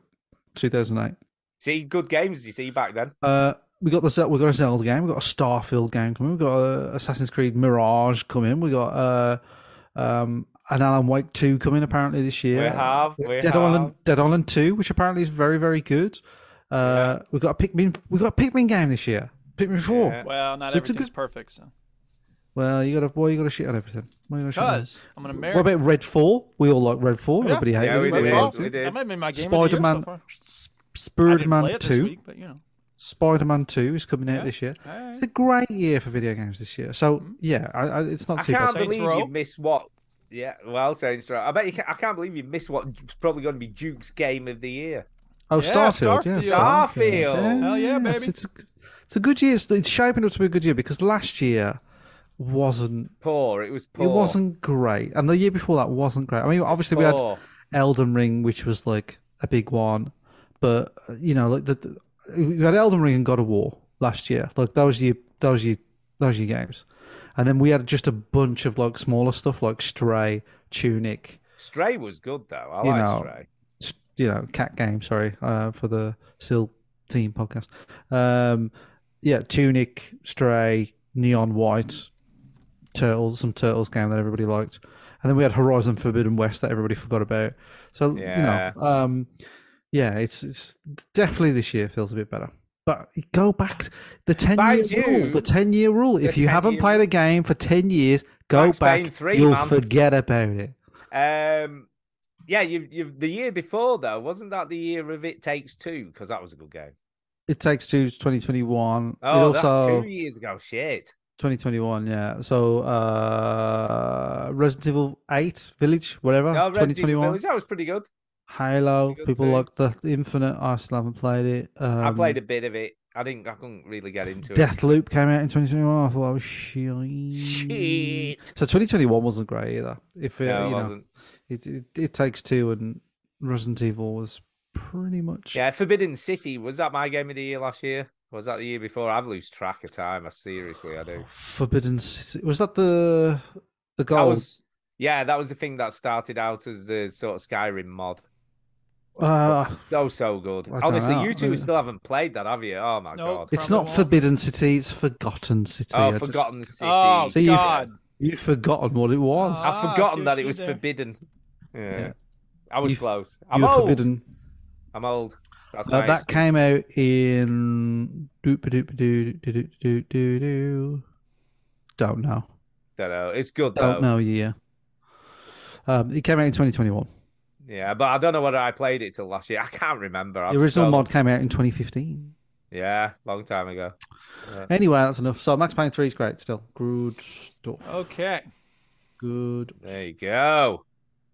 2008. See, good games you see back then. Uh, we got the Zel- we got a Zelda game. We got a Starfield game coming. We got a Assassin's Creed Mirage coming. We got uh, um, an Alan Wake two coming apparently this year. We have, we Dead have. Island Dead Island two, which apparently is very very good. Uh, we got a Pikmin. We got a Pikmin game this year. Pikmin four. Well, not So it's a everything's good- perfect. So Well, you got to boy, you got to shit on everything. Why you gotta shit on Because I'm an everything? American. What about Red four? We all like Red four. Yeah. Everybody hated Yeah, it. we did, Everybody we hated did. it. That might be my game of the year so Spider-Man, far. I didn't play Spider-Man it this two. week, but you know. Spider-Man Two is coming out this year. It's a great year for video games this year. So Mm-hmm. yeah, I, I, it's not I too can't bad. believe you missed what. Yeah, well, Saints Row. I bet you. Can, I can't believe you missed what's probably going to be Duke's game of the year. Oh, Yeah, Starfield, yeah, Starfield. Starfield. Yeah, Hell yeah, yes, baby. It's, it's a good year. It's, it's shaping up to be a good year because last year wasn't. Poor. It was poor. It wasn't great, and the year before that wasn't great. I mean, obviously we had poor. Elden Ring, which was like a big one, but uh, you know, like the, the you had Elden Ring and God of War last year. Like that was your that was your that was your games, and then we had just a bunch of like smaller stuff like Stray, Tunic, Stray was good though. I you like know, Stray. s- you know, cat game. Sorry, uh, for the Seal Team podcast. Um, yeah, Tunic, Stray, Neon White, Turtles, some Turtles game that everybody liked, and then we had Horizon Forbidden West that everybody forgot about. So Yeah. you know, um, yeah, it's it's definitely this year feels a bit better. But go back the ten year rule. June- The ten year rule. If you haven't 10-year played a game for ten years, go Max Payne back. 3, you'll man. forget about it. Um, yeah, you you the year before though wasn't that the year of It Takes Two? Because that was a good game. It Takes Two's 2021. Oh, it also that's two years ago. Shit. 2021, yeah. So uh Resident Evil 8 Village, whatever, No, Oh, Resident Evil 2021. Village, that was pretty good. Halo, Pretty good people too. like the Infinite. I still haven't played it. Um, I played a bit of it. I didn't. I couldn't really get into it. Deathloop came out in 2021. I thought I was shit. Shit. So 2021 wasn't great either. If it, No, it you know, wasn't. it, it, it takes two, and Resident Evil was pretty much Yeah, Forbidden City was that my game of the year last year? Was that the year before? I've lost track of time. I seriously, I do. Forbidden City. Was that the the That gold? was yeah, that was the thing that started out as the sort of Skyrim mod. Uh, So so good. I don't Honestly, know. you two I- still haven't played that, have you? Oh my god. It's not Forbidden City, it's Forgotten City. Oh, I just- Forgotten City. Oh, See, God. You've, you've forgotten what it was. I've I see forgotten what that it you was did there. forbidden. Yeah. Yeah. I was You've- close. I'm you were old. forbidden. I'm old. That's Now, my that excuse. came out in. doop-a-doop-a-doo-doo-doo-doo-doo-doo. Don't know. Don't know. It's good though. Don't know year. Um, it came out in 2021. Yeah, but I don't know whether I played it till last year. I can't remember. The I've original so- mod came out in 2015. Yeah, long time ago. Yeah. Anyway, that's enough. So Max Payne 3 is great still. Good stuff. Okay. Good. There you go.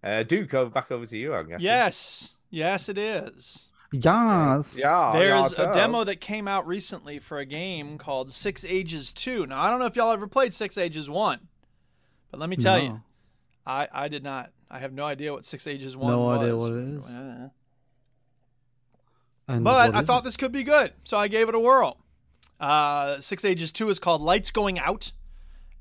Uh, Duke, over back over to you, I guess. Yes. Yes, it is. Yes. Yeah. oh, There's yeah, it a does. demo that came out recently for a game called Six Ages 2. Now, I don't know if y'all ever played Six Ages 1, but let me tell you, No. I, I did not. I have no idea what Six Ages 1 No was. idea what it is. Yeah. And But what I is thought this could be good, so I gave it a whirl. Uh, Six Ages Two is called Lights Going Out,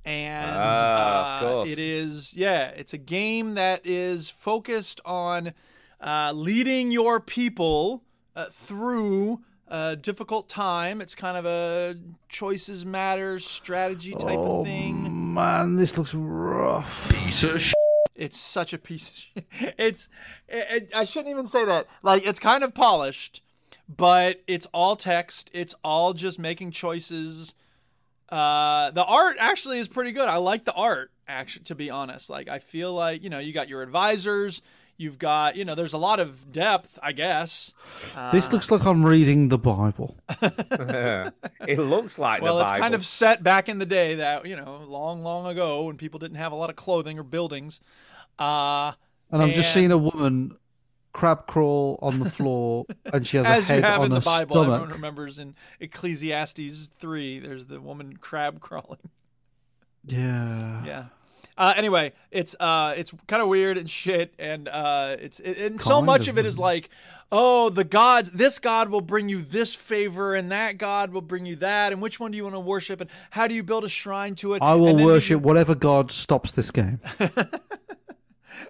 and Ah, of uh, course. it is yeah, it's a game that is focused on uh, leading your people uh, through a difficult time. It's kind of a choices matter strategy type of Oh, thing. it? Man, this looks rough. Piece of sh- It's such a piece of shit. It's, it, it- I shouldn't even say that. Like, it's kind of polished, but it's all text. It's all just making choices. Uh, the art actually is pretty good. I like the art, actually, to be honest. Like, I feel like, you know, you got your advisors, you've got, you know, there's a lot of depth, I guess. Uh, This looks like I'm reading the Bible. it looks like well, the it's Bible. kind of set back in the day that, you know, long, long ago when people didn't have a lot of clothing or buildings. Uh, And I'm just and- seeing a woman crab crawl on the floor and she has as a head you have on in the her Bible, everyone stomach. remembers in Ecclesiastes three. There's the woman crab crawling. Yeah. Yeah. Uh, anyway, it's uh, it's kind of weird and shit, and uh, it's it, and so Kind much of of it is like, oh, the gods. This god will bring you this favor, and that god will bring you that, and which one do you want to worship, and how do you build a shrine to it? I will and then do worship you- whatever God stops this game.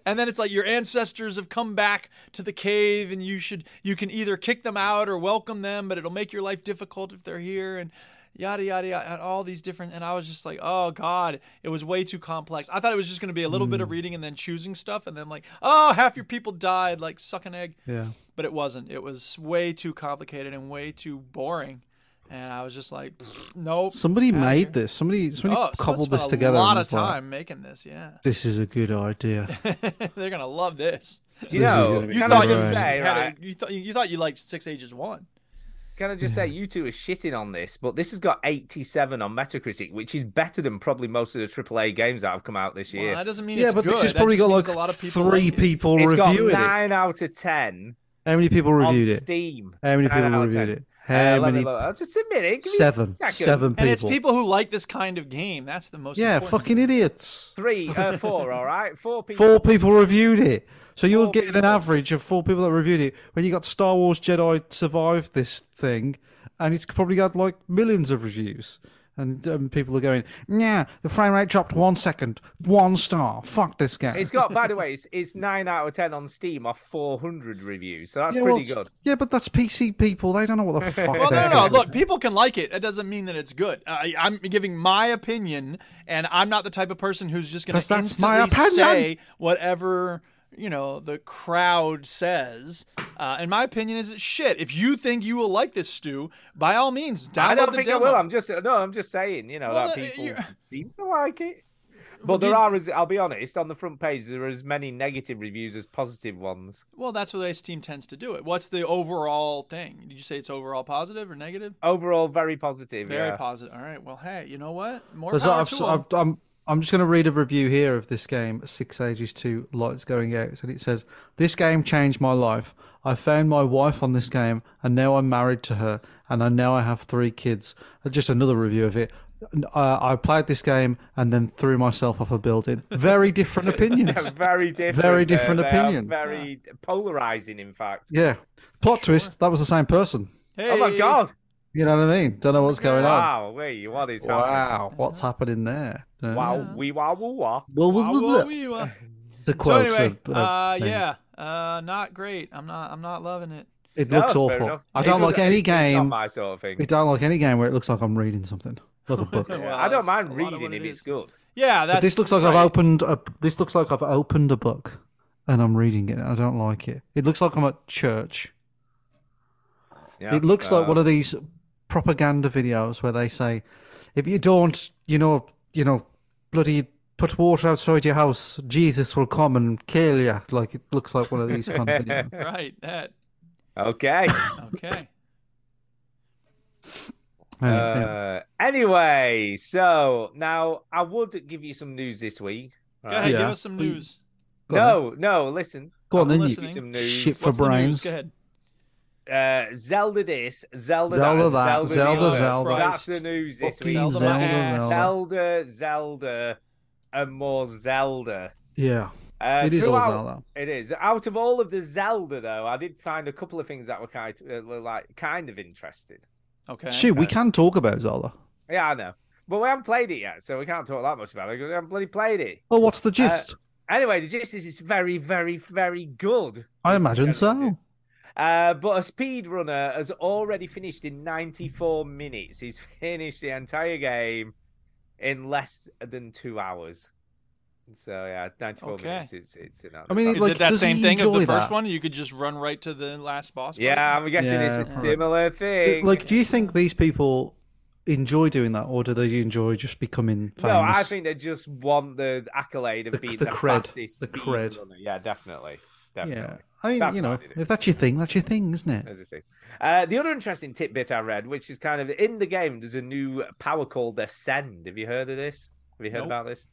and then it's like your ancestors have come back to the cave and you should you can either kick them out or welcome them but it'll make your life difficult if they're here and yada yada yada and all these different and i was just like oh god it was way too complex i thought it was just going to be a little bit of Hmm. reading and then choosing stuff and then like oh half your people died like suck an egg Yeah. but it wasn't it was way too complicated and way too boring and i was just like nope Somebody outta made here. this. Somebody somebody oh, someone cobbled this spent together. a lot and of was like, time making this yeah this is a good idea. They're gonna love this. Do you This is know? gonna be You fun. thought Can I you just had say, a- right? you thought you thought you liked Six Ages One. Can I just say, you two are shitting on this, but this has got 87 on Metacritic, which is better than probably most of the AAA games that have come out this Well, year. that doesn't mean Yeah, it's but good. this has That probably just got means like a lot of people three like it. people It's got reviewing it. nine out of ten How many people reviewed on it? Steam. How many Nine people out of reviewed 10. it? How Uh, let me many? look. Uh, Just a minute. Give me a Seven. second. Seven And it's people. people who like this kind of game. That's the most. Yeah, important fucking idiots. Three, uh, four, all right? Four people. Four people reviewed it. So you're Four getting an people. average of four people that reviewed it. When you got Star Wars Jedi Survive this thing, and it's probably got like millions of reviews. And um, people are going, yeah, the frame rate dropped one second, one star. Fuck this game. It's got, by the way, it's, it's nine out of ten on Steam off 400 reviews, so that's yeah, well, pretty good. s- Yeah, but that's PC people. They don't know what the fuck. Well, they're no, no, no. doing. Look, people can like it. That doesn't mean that it's good. I, I'm giving my opinion, and I'm not the type of person who's just going 'Cause to that's my instantly opinion. say whatever you know the crowd says. Uh, and my opinion is it's shit. If you think you will like this, Stu, by all means, download I don't the think demo. I will. I'm just no. I'm just saying, you know, Well, that the- people you- seem to like it. But there you- are, as I'll be honest, on the front page there are as many negative reviews as positive ones. Well, that's the way Steam tends to do it. What's the overall thing? Did you say it's overall positive or negative? Overall, very positive. Very yeah. positive. All right. Well, hey, you know what? More There's- power I've- to I've- 'em. I'm, I'm just going to read a review here of this game, Six Ages 2 Lights Going Out. And it says, This game changed my life. I found my wife on this game, and now I'm married to her, and I now I have three kids. Uh, Just another review of it. N- Uh, I played this game and then threw myself off a building. Very different opinions. They're very different. Very uh, different they are opinions. Very polarizing, in fact. yeah. Plot twist, that was the same person. Oh my Hey. god! You know what I mean? Don't know what's going on. Wow, wait, what is happening? Wow. What's happening there? Don't Wow, know. we wow, woo, wah. Well, well, Wow, well, wow, well. wee, wow. It's a uh? So quote. anyway, of- of uh, thing. yeah, uh, not great. I'm not. I'm not loving it. It No, looks that's fair awful. enough. I It don't like doesn't- any it's not game. my sort of thing. I don't like any game where it looks like I'm reading something, like a book. Well, I that's don't mind a lot of reading what if it it's is. good. Yeah, that's. But this looks like right. I've opened a. This looks like I've opened a book, and I'm reading it. and I don't like it. It looks like I'm at church. Yeah, it looks like uh, one of these propaganda videos where they say, "If you don't, you know, you know, bloody put water outside your house, Jesus will come and kill you." Like it looks like one of these kind of videos. Right. That. Okay. Okay. Uh, anyway, so now I would give you some news this week. Go ahead, give us some news. Go no, no, listen. Go on I'm then, you listening. Some news. shit for brains. Uh, Zelda this, Zelda, Zelda that, that, Zelda, Zelda, the other. Zelda. That's the news this Fucking week. Zelda my Zelda, ass. Zelda, Zelda, and more Zelda. Yeah. Uh, it is all throughout- Zelda. It is. Out of all of the Zelda, though, I did find a couple of things that were kind of, uh, like kind of interesting. Okay. Shit, we can talk about Zelda. Yeah, I know. But we haven't played it yet, so we can't talk that much about it because we haven't bloody played it. Well, what's the Uh, gist? anyway, the gist is it's very, very, very good. I imagine so. Uh, but a speedrunner has already finished in 94 minutes. He's finished the entire game in less than two hours. So yeah, 94 Okay. minutes. It's it's enough. I mean, Is like, it that does same he thing of the enjoy first that? one? You could just run right to the last boss. fight? yeah, I'm guessing Yeah, it's a probably. similar Do- thing. like, do you think these people enjoy doing that, or do they enjoy just becoming famous? No, I think they just want the accolade of The- being the the, cred, fastest the cred. speedrunner. Yeah, definitely, definitely. Yeah, I mean, That's you what know, I did. if that's your thing, that's your thing, isn't it? There's a thing. Uh, the other interesting tidbit I read, which is kind of in the game, there's a new power called Ascend. Have you heard of this? Have you heard Nope. about this?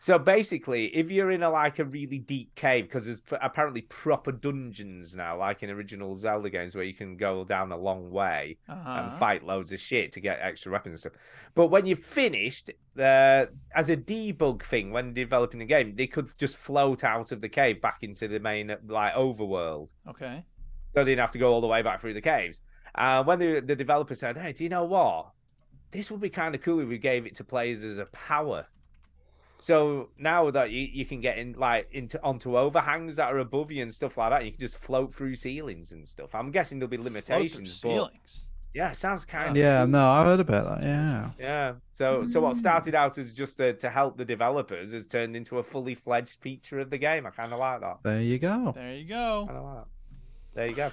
So basically, if you're in a like a really deep cave, because there's p- apparently proper dungeons now, like in original Zelda games, where you can go down a long way Uh-huh. and fight loads of shit to get extra weapons and stuff. But when you're finished, uh, as a debug thing, when developing the game, they could just float out of the cave back into the main like overworld. Okay. So they didn't have to go all the way back through the caves. Uh, when the, the developer said, hey, do you know what? This would be kind of cool if we gave it to players as a power. So now that you, you can get in like into onto overhangs that are above you and stuff like that, you can just float through ceilings and stuff. I'm guessing there'll be limitations. but- ceilings? Yeah, it sounds kind of Yeah, no, I heard about that. Yeah. yeah. So so what started out as just to, to help the developers has turned into a fully fledged feature of the game. I kind of like that. There you go. There you go. There you go.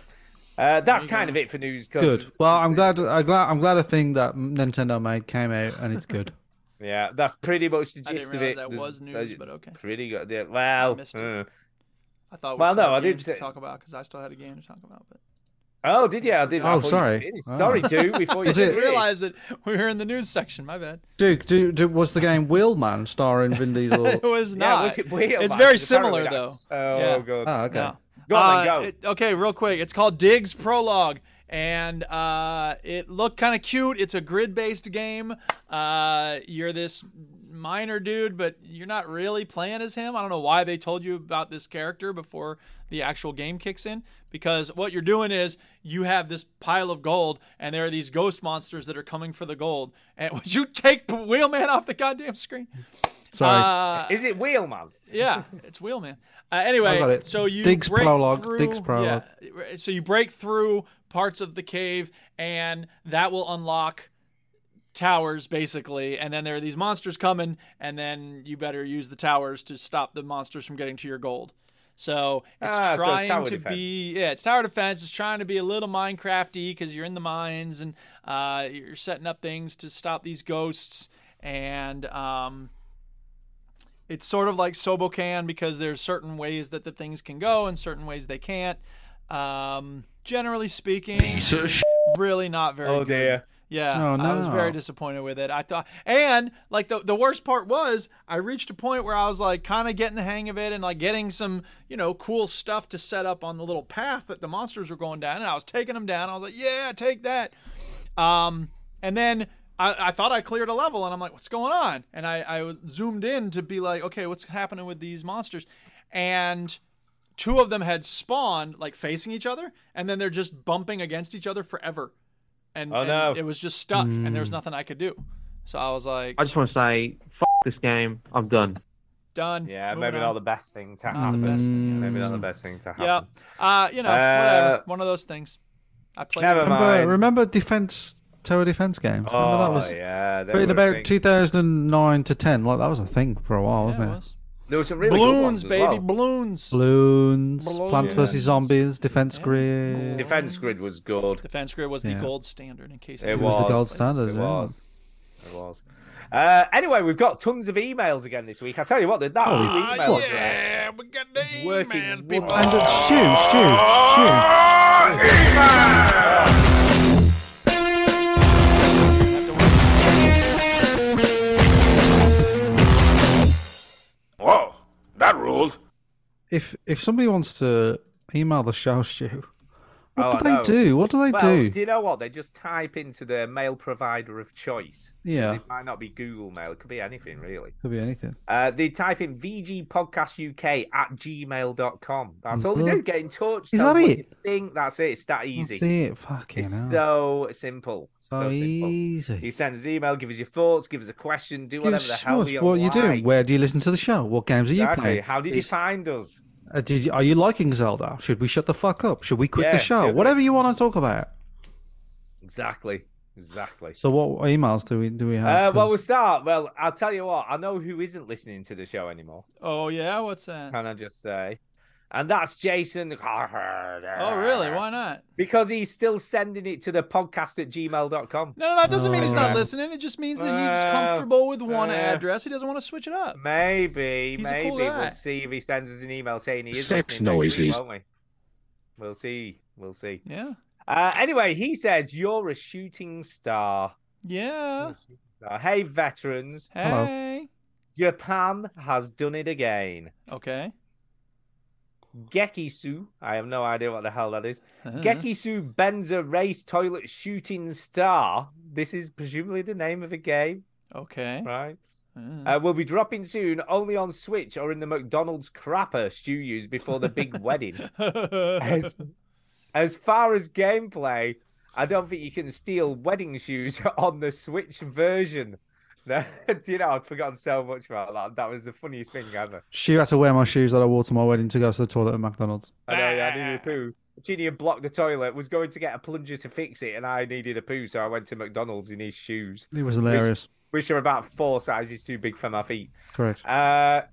Uh, that's kind of it for news. 'cause- Good. Well, I'm glad. I'm glad. I'm glad a thing that Nintendo made came out and it's good. Yeah, that's pretty much the I didn't gist of realise it. that There's- was news, but it's okay. Pretty good. Yeah, well, missed uh, I thought. We Well, still no, had I did games to say- talk about because I still had a game to talk about. But oh, did you? I did. I Oh, thought you sorry. finished. Oh. Sorry, dude. We thought you Was it- did Didn't realize that we were in the news section. My bad. Duke, do, do was the game Wheelman starring Vin it Diesel? was Yeah, not. was it Wheel it's very Man? Because apparently similar though. that's so yeah. good. Oh, okay. No. Go on, Uh, go. it- okay, real quick. It's called Diggs Prologue, and uh, it looked kind of cute. It's a grid-based game. Uh, you're this minor dude, but you're not really playing as him. I don't know why they told you about this character before the actual game kicks in, because what you're doing is you have this pile of gold, and there are these ghost monsters that are coming for the gold. And would you take Wheelman off the goddamn screen? Sorry. Uh, Is it Wheelman? yeah, it's Wheelman. Uh, anyway, I got it. so you Diggs break prologue, through- Diggs prologue. yeah, so you break through parts of the cave, and that will unlock towers basically. And then there are these monsters coming, and then you better use the towers to stop the monsters from getting to your gold. So it's Ah, so it's trying tower to defense. be yeah, it's tower defense. It's trying to be a little Minecrafty because you're in the mines and uh, you're setting up things to stop these ghosts. And um, it's sort of like Sobocan because there's certain ways that the things can go and certain ways they can't. Um, generally speaking, really not very. Oh, good. dear. Yeah, Oh, I was very no. disappointed with it. I thought, and like the the worst part was, I reached a point where I was like kind of getting the hang of it and like getting some you know cool stuff to set up on the little path that the monsters were going down, and I was taking them down. I was like, yeah, take that. Um, and then I, I thought I cleared a level, and I'm like, what's going on? And I, I was zoomed in to be like, okay, what's happening with these monsters? And two of them had spawned like facing each other, and then they're just bumping against each other forever. And, Oh, and no. it was just stuck, and there was Mm. nothing I could do. So I was like, I just want to say, f this game. I'm done. done. Yeah, moving maybe on. not the best thing to Not the happen. best thing. Maybe not the best thing to happen. Yeah. Uh, you know, Uh, whatever. One of those things. I played. Never it. mind. Remember, remember defense tower defense games? remember that Oh, was yeah, they but in were a about thing. 2009 to 10. Like that was a thing for a while, wasn't it? There were some uh, really good balloons, ones as baby, well. balloons. Balloons, Balloons. Plants vs Zombies, Defense Grid. Defense Grid was good. Defense Grid was the Yeah. gold standard in case It anyone was was the gold like, standard. It yeah. was. It was. Uh, anyway, we've got tons of emails again this week. I tell you what, that Holy new fuck. email address is working wonders. And it's Stu, Stu, Stu. if if somebody wants to email the show, Stu, what Oh, do they I know. do? What do they Well, do? Do you know what? They just type into their mail provider of choice. 'Cause Yeah. It might not be Google Mail. It could be anything, really. Could be anything. Uh, they type in vgpodcastuk at gmail.com. That's all they Mhm. do. Get in touch. Is tell us that what it? you think that's it. It's that easy. That's it. Fucking It's hell. so simple. So, So simple. easy. You send us an email, give us your thoughts, give us a question, do Give whatever us the hell yours. you what are you like. doing? Where do you listen to the show? What games are you Exactly. playing? How did you find us? Uh, did you, are you liking Zelda? Should we shut the fuck up? Should we quit Yeah, the show? should we? Whatever you want to talk about. Exactly. Exactly. So what emails do we do we have? Uh, well, we'll start. Well, I'll tell you what. I know who isn't listening to the show anymore. Oh yeah, what's that? Can I just say? And that's Jason. Oh Oh, really? Why not? Because he's still sending it to the podcast at gmail.com. No, no, that doesn't mean he's not listening. It just means that he's Well, comfortable with one uh, address. He doesn't want to switch it up. Maybe, He's a maybe cool guy. we'll see if he sends us an email saying he is Sex listening next week, noises. won't we? We'll see. We'll see. Yeah. Uh, anyway, he says you're a shooting star. Yeah. Uh, hey, veterans. Hello. Hey. Japan has done it again. Okay. Gekisu. I have no idea what the hell that is. Uh-huh. Gekisu Benza Race Toilet Shooting Star. This is presumably the name of a game, Okay. right? Mm. Uh, will be dropping soon, only on Switch or in the McDonald's crapper Stu used before the big wedding. As, as far as gameplay, I don't think you can steal wedding shoes on the Switch version. Do you know, I'd forgotten so much about that. That was the funniest thing ever. She had to wear my shoes that I wore to my wedding to go to the toilet at McDonald's. I know, yeah, I needed a poo. Junior blocked the toilet, was going to get a plunger to fix it, and I needed a poo, so I went to McDonald's in his shoes. It was Which- hilarious. Which, are about four sizes too big for my feet. Correct. Uh,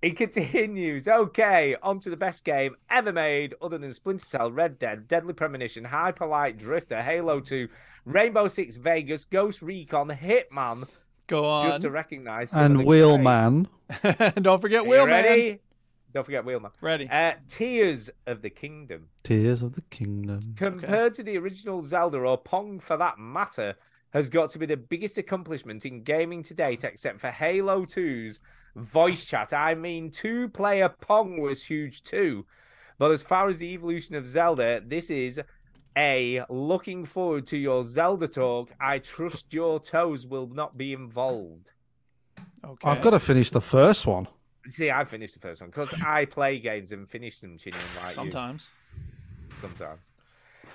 it continues. Okay, on to the best game ever made, other than Splinter Cell, Red Dead, Deadly Premonition, Hyperlight Drifter, Halo 2, Rainbow Six Vegas, Ghost Recon, Hitman. Go on. Just to recognize. some of And the Wheelman. Don't forget Are you Wheelman. ready? Don't forget Wheelman. Ready. Uh, Tears of the Kingdom. Tears of the Kingdom. Compared to the original Zelda or Pong for that matter, has got to be the biggest accomplishment in gaming to date, except for Halo 2's voice chat. I mean, two player Pong was huge too. But as far as the evolution of Zelda, this is a looking forward to your Zelda talk. I trust your toes will not be involved. Okay. I've got to finish the first one. See, I finished the first one because I play games and finish them, Chinny, like you. Sometimes. Sometimes.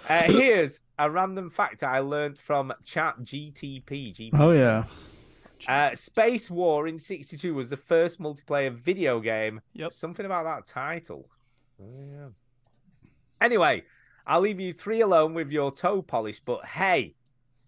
Uh, here's a random fact I learned from Chat GTP. Oh yeah. Uh, Space War in '62 was the first multiplayer video game. Yep. Something about that title. Oh, yeah. Anyway, I'll leave you three alone with your toe polish, but hey,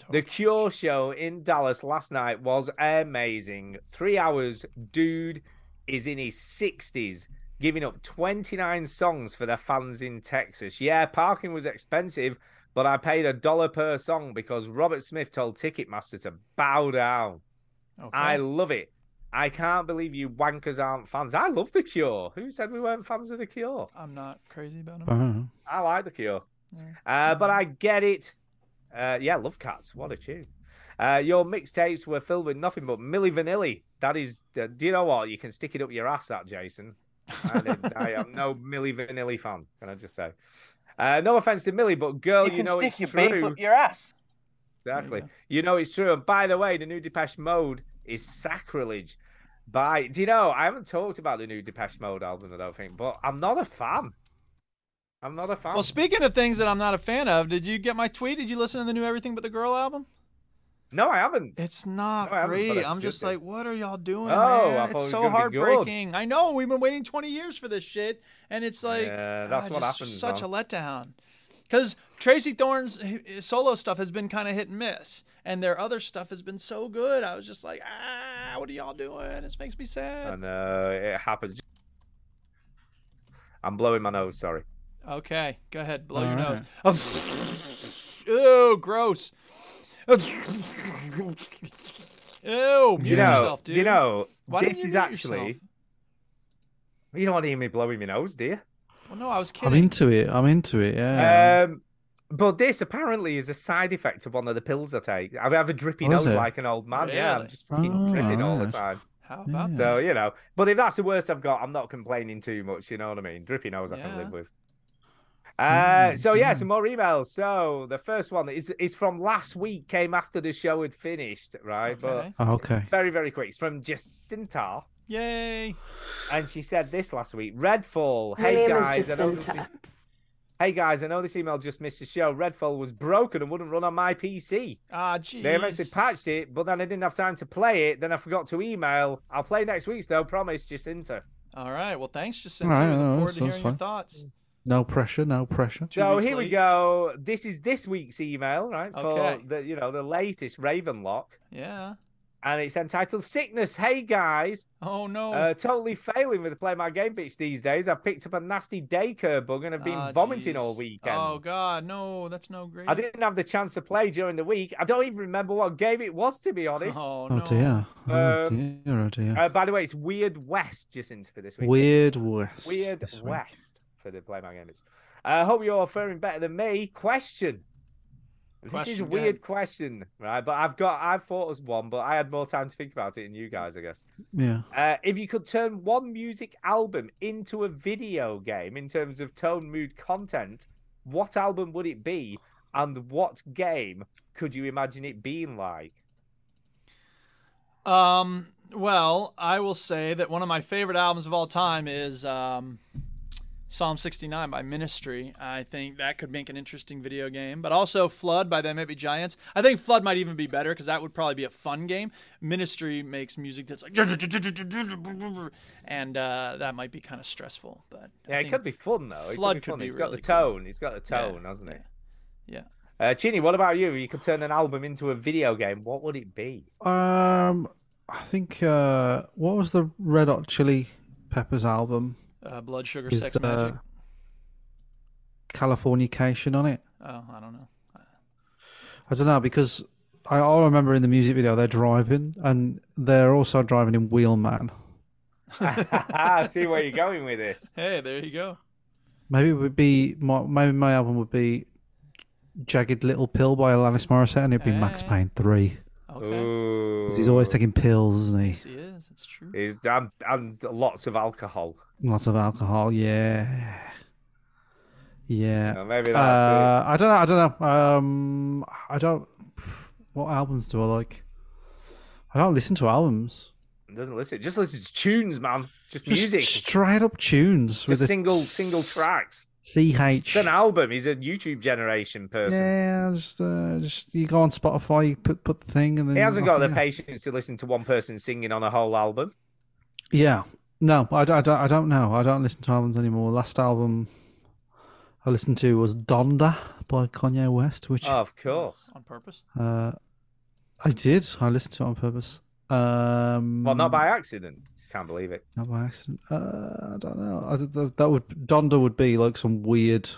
the Cure show in Dallas last night was amazing. Three hours, dude is in his 60s, giving up 29 songs for the fans in Texas. Yeah, parking was expensive, but I paid a dollar per song because Robert Smith told Ticketmaster to bow down. I love it. I can't believe you wankers aren't fans. I love The Cure. Who said we weren't fans of The Cure? Um, I'm not crazy about him. I like the Cure, uh, but I get it. Uh, yeah, love cats. What a tune. Uh, your mixtapes were filled with nothing but Milli Vanilli. That is, uh, do you know what? You can stick it up your ass, that Jason. I, did- I am no Milli Vanilli fan. Can I just say? Uh, no offense to Millie, but girl, Oh, you, can know stick it's your babe true. up your ass. Exactly. You know it's true. And by the way, the new Depeche Mode is sacrilege. By do you know? I haven't talked about the new Depeche Mode album. I don't think, but I'm not a fan. I'm not a fan. Well, speaking of things that I'm not a fan of, did you get my tweet? Did you listen to the new Everything But the Girl album? No, I haven't. It's not No, I haven't, but great. I I'm should just do. like, what are y'all doing, Oh, I man? thought it it's was so gonna be good. heartbreaking. I know we've been waiting 20 years for this shit, and it's like, Yeah, that's ah, what just happens, Such man. a letdown. Because Tracy Thorn's h- solo stuff has been kind of hit and miss, and their other stuff has been so good. I was just like, ah, what are y'all doing? This makes me sad. And uh, it happens. I'm blowing my nose. Sorry. Okay, go ahead, blow your Alright. nose. Ew, gross. Ew, mute do you know? yourself, dude. do you know? Why didn't this you is mute actually. yourself? You don't want to hear me blowing my nose, do you? Well, no, I was kidding. I'm into it. I'm into it. Yeah. Um, but this apparently is a side effect of one of the pills I take. I have a drippy Oh, is nose it? like an old man. Yeah, I'm Really? Ah. just fucking Oh, dripping all the right. time. How about So that? you know, but if that's the worst I've got, I'm not complaining too much. You know what I mean? Drippy nose, I can live with. Uh, so yeah, some more emails. So the first one is is from last week, came after the show had finished, right? But Oh, okay. very very quick. It's from Jacinta. Yay! And she said this last week. Redfall. Her hey name is guys, I know this Jacinta. e- Hey guys, I know this email just missed the show. Redfall was broken and wouldn't run on my PC. Ah, jeez. They eventually patched it, but then I didn't have time to play it. Then I forgot to email. I'll play next week's though. Promise, Jacinta. All right. Well, thanks, Jacinta. All right, Look no, forward that's- to hearing that's your fine. thoughts. No pressure, no pressure. so here we go. This is this week's email, right? Okay. For the you know the latest Ravenlock, Yeah. and it's entitled "Sickness." Hey guys. Oh no. Uh, totally failing with play my game bitch these days. I picked up a nasty daycare bug and have been Ah, vomiting all jeez. weekend. Oh God, no, that's no great. I didn't have the chance to play during the week. I don't even remember what game it was, to be honest. Oh, Oh dear. Oh Um, dear. Oh dear. Uh, by the way, it's Weird West, Jacinta, for this week. Weird West Weird this week. West for the Play My Game Bitch. I hope you're all faring better than me. Question. This Question, is go a ahead. weird question, right? But I've got, I've thought as one, but I had more time to think about it than you guys, I guess. yeah. Uh, if you could turn one music album into a video game in terms of tone, mood, content, what album would it be, and what game could you imagine it being like? Um. Well, I will say that one of my favorite albums of all time is um, Psalm 69 by Ministry. I think that could make an interesting video game, but also Flood by Them It Be Giants. I think Flood might even be better because that would probably be a fun game. Ministry makes music that's like, and uh, that might be kind of stressful, but I Yeah, it think could be fun though. It Flood could be could fun. be It's got really the tone. It's got the Yeah, tone, hasn't it? Yeah. Uh, Chini, what about you? If you could turn an album into a video game, what would it be? Um, I think uh, what was the Red Hot Chili Peppers album? uh, blood sugar with, sex magic. Californication on it. Oh, I don't know. I don't know because I all remember in the music video they're driving and they're also driving in Wheelman. I see where you're going with this. Hey, there you go. Maybe it would be my maybe my album would be Jagged Little Pill by Alanis Morissette and it'd Eh. be Max Payne three. Oh. Ooh. 'Cause He's always taking pills, isn't he? He is. It's true. Is and, and lots of alcohol. Lots of alcohol, yeah. Yeah. So maybe that's uh, I don't know, I don't know. Um I don't what albums do I like? I don't listen to albums. It doesn't listen. Just listen to tunes, man. Just music. Just straight up tunes with Just a single single tracks. CH. It's an album. He's a YouTube generation person. Yeah, just uh, just you go on Spotify, you put put the thing and then He hasn't off got the you go. patience to listen to one person singing on a whole album. Yeah. No, I, don't- I, don't- I don't know. I don't listen to albums anymore. Last album I listened to was Donda by Kanye West, which Of course. On purpose. uh, I did. I listened to it on purpose. Um, Well, Mm. not by accident. Can't believe it. not by accident. Uh, I don't know. I, think that, that would Donda would be like some weird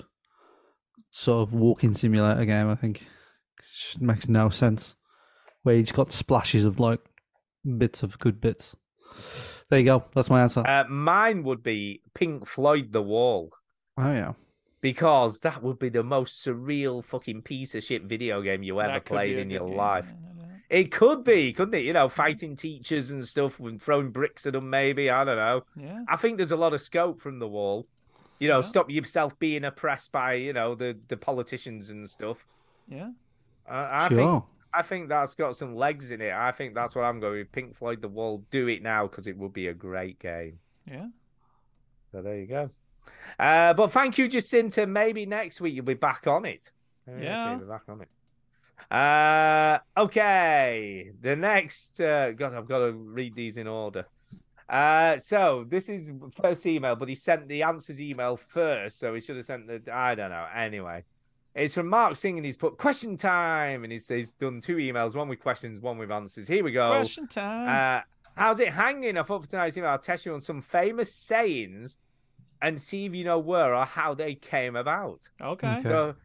sort of walking simulator game. I think it just makes no sense. Where you just got splashes of like bits of good bits. There you go. That's my answer. Uh, mine would be Pink Floyd The Wall oh yeah. because that would be the most surreal fucking piece of shit video game you ever That could be played a in good your game, life. It could be, couldn't it? You know, fighting teachers and stuff and throwing bricks at them, maybe. I don't know. Yeah. I think there's a lot of scope from The Wall. You know, stop yourself being oppressed by, you know, the, the politicians and stuff. Yeah. I, I think Sure. I think that's got some legs in it. I think that's what I'm going with. Pink Floyd The Wall, do it now because it would be a great game. Yeah. So there you go. Uh, but thank you, Jacinta. Maybe next week you'll be back on it. Maybe next week Yeah. you'll be back on it. Uh, okay. The next, uh, God, I've got to read these in order. Uh, so this is first email, but he sent the answers email first, so he should have sent the. I don't know. Anyway, it's from Mark Singh, and he's put question time, and he's, he's done two emails, one with questions, one with answers. Here we go. Question time. Oh. Uh, how's it hanging? I thought for tonight's email, I'll test you on some famous sayings and see if you know where or how they came about. Okay. Okay. So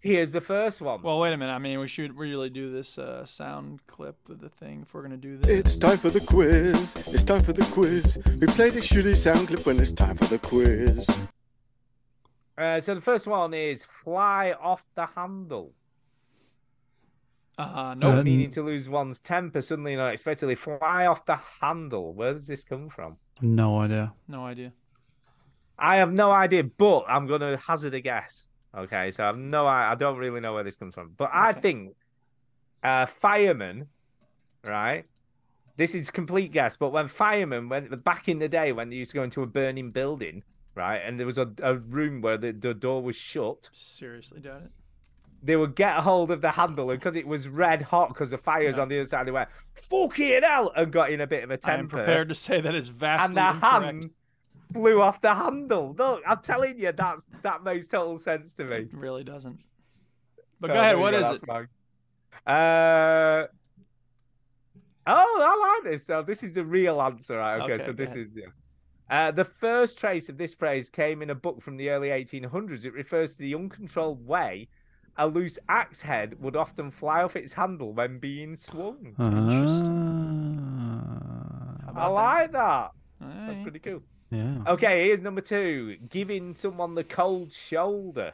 here's the first one. Well, wait a minute. I mean, we should really do this uh, sound clip of the thing if we're gonna do this. It's time for the quiz. It's time for the quiz. We play the shitty sound clip when it's time for the quiz. Uh, so the first one is fly off the handle. Uh, no nope. meaning to lose one's temper suddenly and unexpectedly fly off the handle. Where does this come from? No idea. No idea. I have no idea, but I'm going to hazard a guess. Okay, so I've no, I, I don't really know where this comes from, but I think uh, firemen, right? This is complete guess, but when firemen, when back in the day when they used to go into a burning building, right, and there was a, a room where the, the door was shut, Seriously doubt it. they would get hold of the handle, and because it was red hot, because the fire's on the other side, they went "fucking hell" and got in a bit of a temper. I'm prepared to say that it's and vastly the incorrect. hand flew off the handle. Look, I'm telling you, that's that makes total sense to me. It really doesn't. But go ahead, what is it? Uh, oh, I like this. So this is the real answer. Right? Okay, Okay, so go this ahead. is yeah. Uh, the first trace of this phrase came in a book from the early 1800s. It refers to the uncontrolled way a loose axe head would often fly off its handle when being swung. I like that. That's Uh, pretty cool. Uh, Yeah. Okay, here's number two: giving someone the cold shoulder.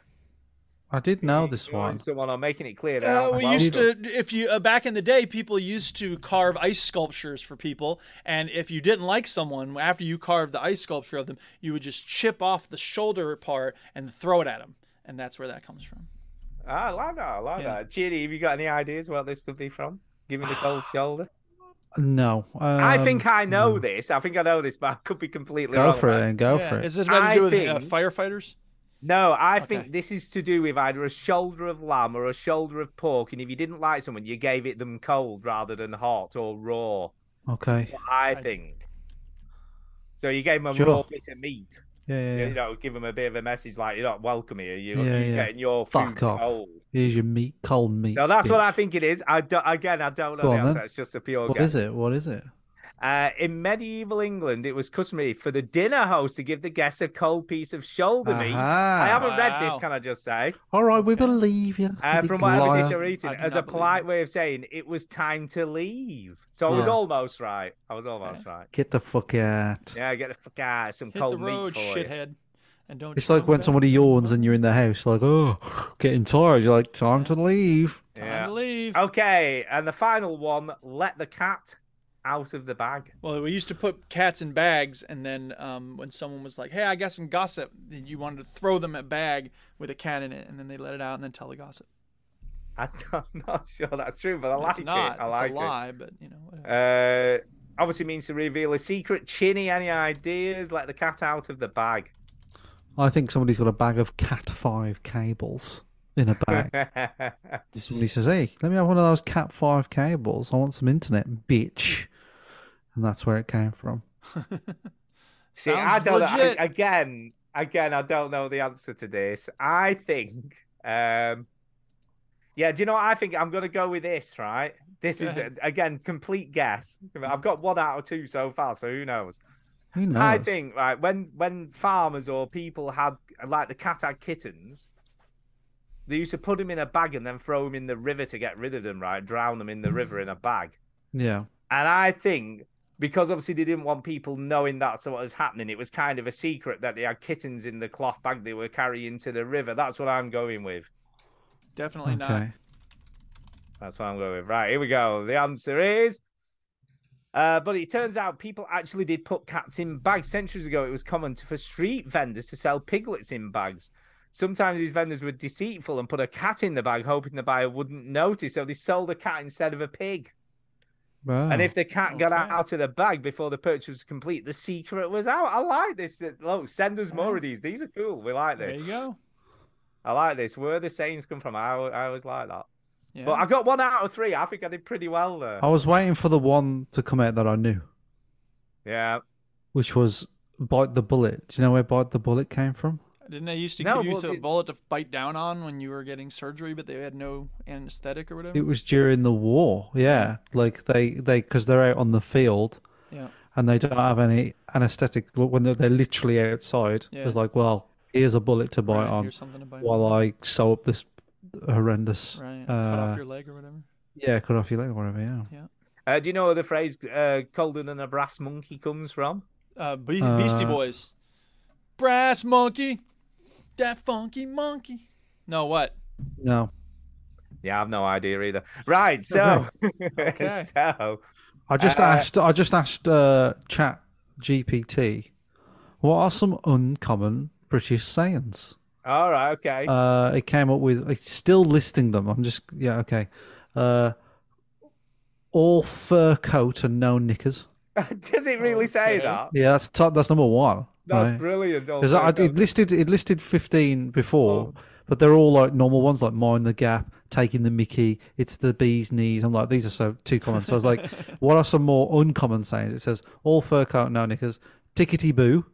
I did know this Ignoring one. Someone or making it clear. they're Uh, out we and used welcome. to, if you uh, back in the day, people used to carve ice sculptures for people, and if you didn't like someone after you carved the ice sculpture of them, you would just chip off the shoulder part and throw it at them, and that's where that comes from. Ah, I like that. I like Yeah. that. Ginny, have you got any ideas what this could be from? Giving the cold shoulder. No. I um, think I know this. I think I know this, but I could be completely Go wrong. for it man. then, go Yeah, for it. Is this got to I do with uh, think- firefighters? No, I think this is to do with either a shoulder of lamb or a shoulder of pork, and if you didn't like someone, you gave it them cold rather than hot or raw. Okay. What I think. So you gave them a Sure. raw bit of meat. Yeah, yeah, yeah. You know, give them a bit of a message like you're not welcome here. You're, yeah, you're yeah. getting your food Fuck off. cold. Here's your meat, cold meat. No, that's bitch. what I think it is. I don't, again, I don't know Go on, the answer. then. It's just a pure What guess. is it? What is it? Uh, in medieval England, it was customary for the dinner host to give the guests a cold piece of shoulder meat. Ah. I haven't read this, Wow. can I just say? All right, we believe you. Uh, you from whatever liar. dish you're eating, as a polite way of saying it was time to leave. So I was Yeah. almost right. I was almost right. Get the fuck out. Yeah, get the fuck out. Some Hit cold the road, meat for you. shithead, and don't. It's like when somebody yawns and you're in the house, like, oh, getting tired. You're like, time to leave. Yeah. Okay, and the final one: let the cat out of the bag. Well, we used to put cats in bags, and then um, when someone was like, "Hey, I got some gossip," then you wanted to throw them a bag with a cat in it, and then they let it out and then tell the gossip. I don't- I'm not sure that's true, but I like it's not. it. I it's like a it. lie, but you know. Whatever. Uh, obviously means to reveal a secret. Chinny, any ideas? Let the cat out of the bag. I think somebody's got a bag of Cat 5 cables in a bag. somebody says, hey, let me have one of those Cat 5 cables. I want some internet, bitch. And that's where it came from. See, Sounds I don't legit. know. I- again, again, I don't know the answer to this. I think, um, yeah. Do you know what I think? I'm going to go with this. Right. This Go is ahead. again complete guess. I've got one out of two so far, so who knows? Who knows? I think right when when farmers or people had like the cat had kittens, they used to put them in a bag and then throw them in the river to get rid of them. Right, drown them in the river in a bag. Yeah. And I think because obviously they didn't want people knowing that's what was happening, it was kind of a secret that they had kittens in the cloth bag they were carrying to the river. That's what I'm going with. Definitely not. Okay. That's what I'm going with. Right, here we go. The answer is. Uh, but it turns out people actually did put cats in bags. Centuries ago, it was common to- for street vendors to sell piglets in bags. Sometimes these vendors were deceitful and put a cat in the bag, hoping the buyer wouldn't notice. So they sold a cat instead of a pig. Wow. And if the cat got out of the bag before the purchase was complete, the secret was out. I like this. Look, send us more of these. These are cool. We like this. There you go. I like this. Where the sayings come from, I, al- I always like that. Yeah. But I got one out of three. I think I did pretty well there. I was waiting for the one to come out that I knew, Yeah. which was Bite the Bullet. Do you know where Bite the Bullet came from? Didn't they used to No, give you well, a it- bullet to bite down on when you were getting surgery, but they had no anesthetic or whatever? It was during the war, yeah. Like they they because they're out on the field Yeah. and they don't have any anesthetic when they're, they're literally outside. Yeah. It's like, well, here's a bullet to bite Right, on here's something to bite while I sew up this horrendous. Right. cut Uh, off your leg or whatever. yeah, cut off your leg or whatever. Yeah. Uh, do you know where the phrase uh, colder than a brass monkey comes from? Uh, Be- Beastie Uh, Boys. Brass monkey. That funky monkey. No, what? No. Yeah, I've no idea either. Right, so Okay. so I just uh, asked. I just asked uh, Chat GPT, what are some uncommon British sayings? All right, okay. Uh, it came up with. It's still listing them. I'm just yeah okay. Uh, all fur coat and no knickers. Does it really say that? Yeah, that's top, that's number one. That's brilliant, all 'Cause I- fur I- it coat. listed it listed fifteen Oh. before, but they're all like normal ones, like mind the gap, taking the Mickey, it's the bee's knees. I'm like, these are so too common. So I was like, what are some more uncommon sayings? It says all fur coat, no knickers, tickety boo,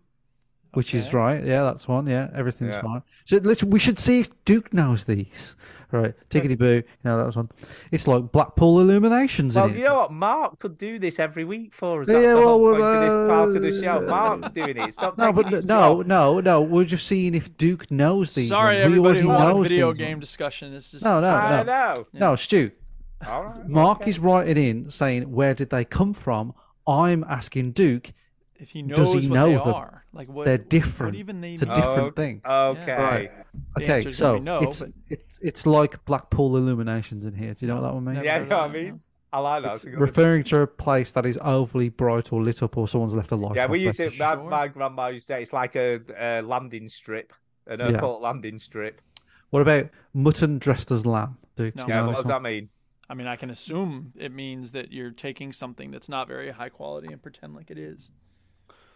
which is right. Yeah, that's one. Yeah, everything's Yeah. fine. So let's we should see if Duke knows these. Right, tickety boo. You know that was one. It's like Blackpool illuminations. Well, in do it. you know what? Mark could do this every week for us. Yeah, That's the well, whole well, point of this part of the show. uh, Mark's doing it. Stop No, taking but his no, no, no. We're just seeing if Duke knows these. Sorry, ones. we everybody already who wanted knows video these game ones. discussion. It's just No, no, no. No, Stu. All right, Mark is writing in saying, "Where did they come from?" I'm asking Duke. If he does he knows what know they them? are. Like, what- They're what different. even they it's a know. different Oh, thing. okay. Right. The Okay. answer's gonna be So no, it's, but- it's it's like Blackpool illuminations in here. Do you know what that one means? Yeah, you know what I mean? I like that. It's a good one. Referring to a place that is overly bright or lit up, or someone's left a light. Yeah, off we used there. to. My, my grandma used to say it's like a, a landing strip, an Yeah. airport landing strip. What about mutton dressed as lamb? Duke, do you know what this does Oh, one? that mean? I mean, I can assume it means that you're taking something that's not very high quality and pretend like it is.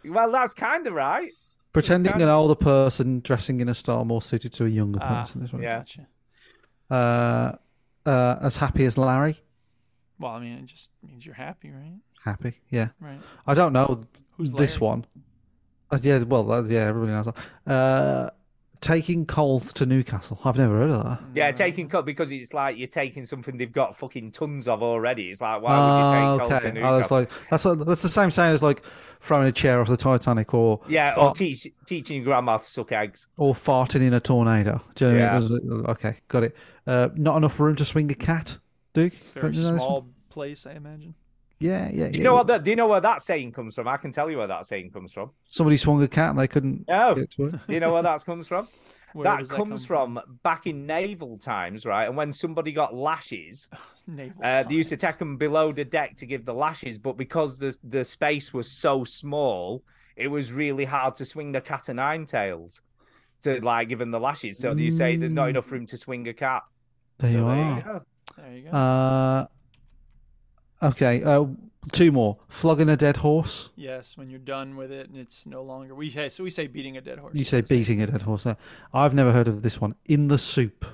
Well, that's kind of right. Pretending an older person dressing in a style more suited to a younger Ah, person. Is what it yeah. is. Uh, uh, as happy as Larry. Well, I mean, it just means you're happy, right? Happy. Yeah. Right. I don't know Who's this Larry? one. Uh, yeah. Well. Uh, yeah. Everybody knows that. Uh, taking coals to Newcastle. I've never heard of that. Yeah, taking cut because it's like you're taking something they've got fucking tons of already. It's like why would you Ah, take coal to Oh, that's Newcastle? like that's like- that's the same saying as like throwing a chair off the Titanic or Yeah, fart- or teach, teaching your grandma to suck eggs. or farting in a tornado. Do you know Yeah. what I mean? Doesn't- Okay, got it. Uh, not enough room to swing a cat, Duke. Very Do you know this one? small place, I imagine. Yeah, yeah. Do yeah, you know yeah. what that? Do you know where that saying comes from? I can tell you where that saying comes from. Somebody swung a cat and they couldn't. No. get it to work. Do you know where that comes from? Where that does that comes from back in naval times, right? And when somebody got lashes, Naval uh, they used to take them below the deck to give the lashes, but because the the space was so small, it was really hard to swing the cat o' nine tails to like give them the lashes. So do you say there's not Mm. enough room to swing a cat? There you So are. go. There you go. Uh, okay, uh, two more. Flogging a dead horse. Yes, when you're done with it and it's no longer we say so we say beating a dead horse. You say beating a dead horse. uh, I've never heard of this one. In the soup.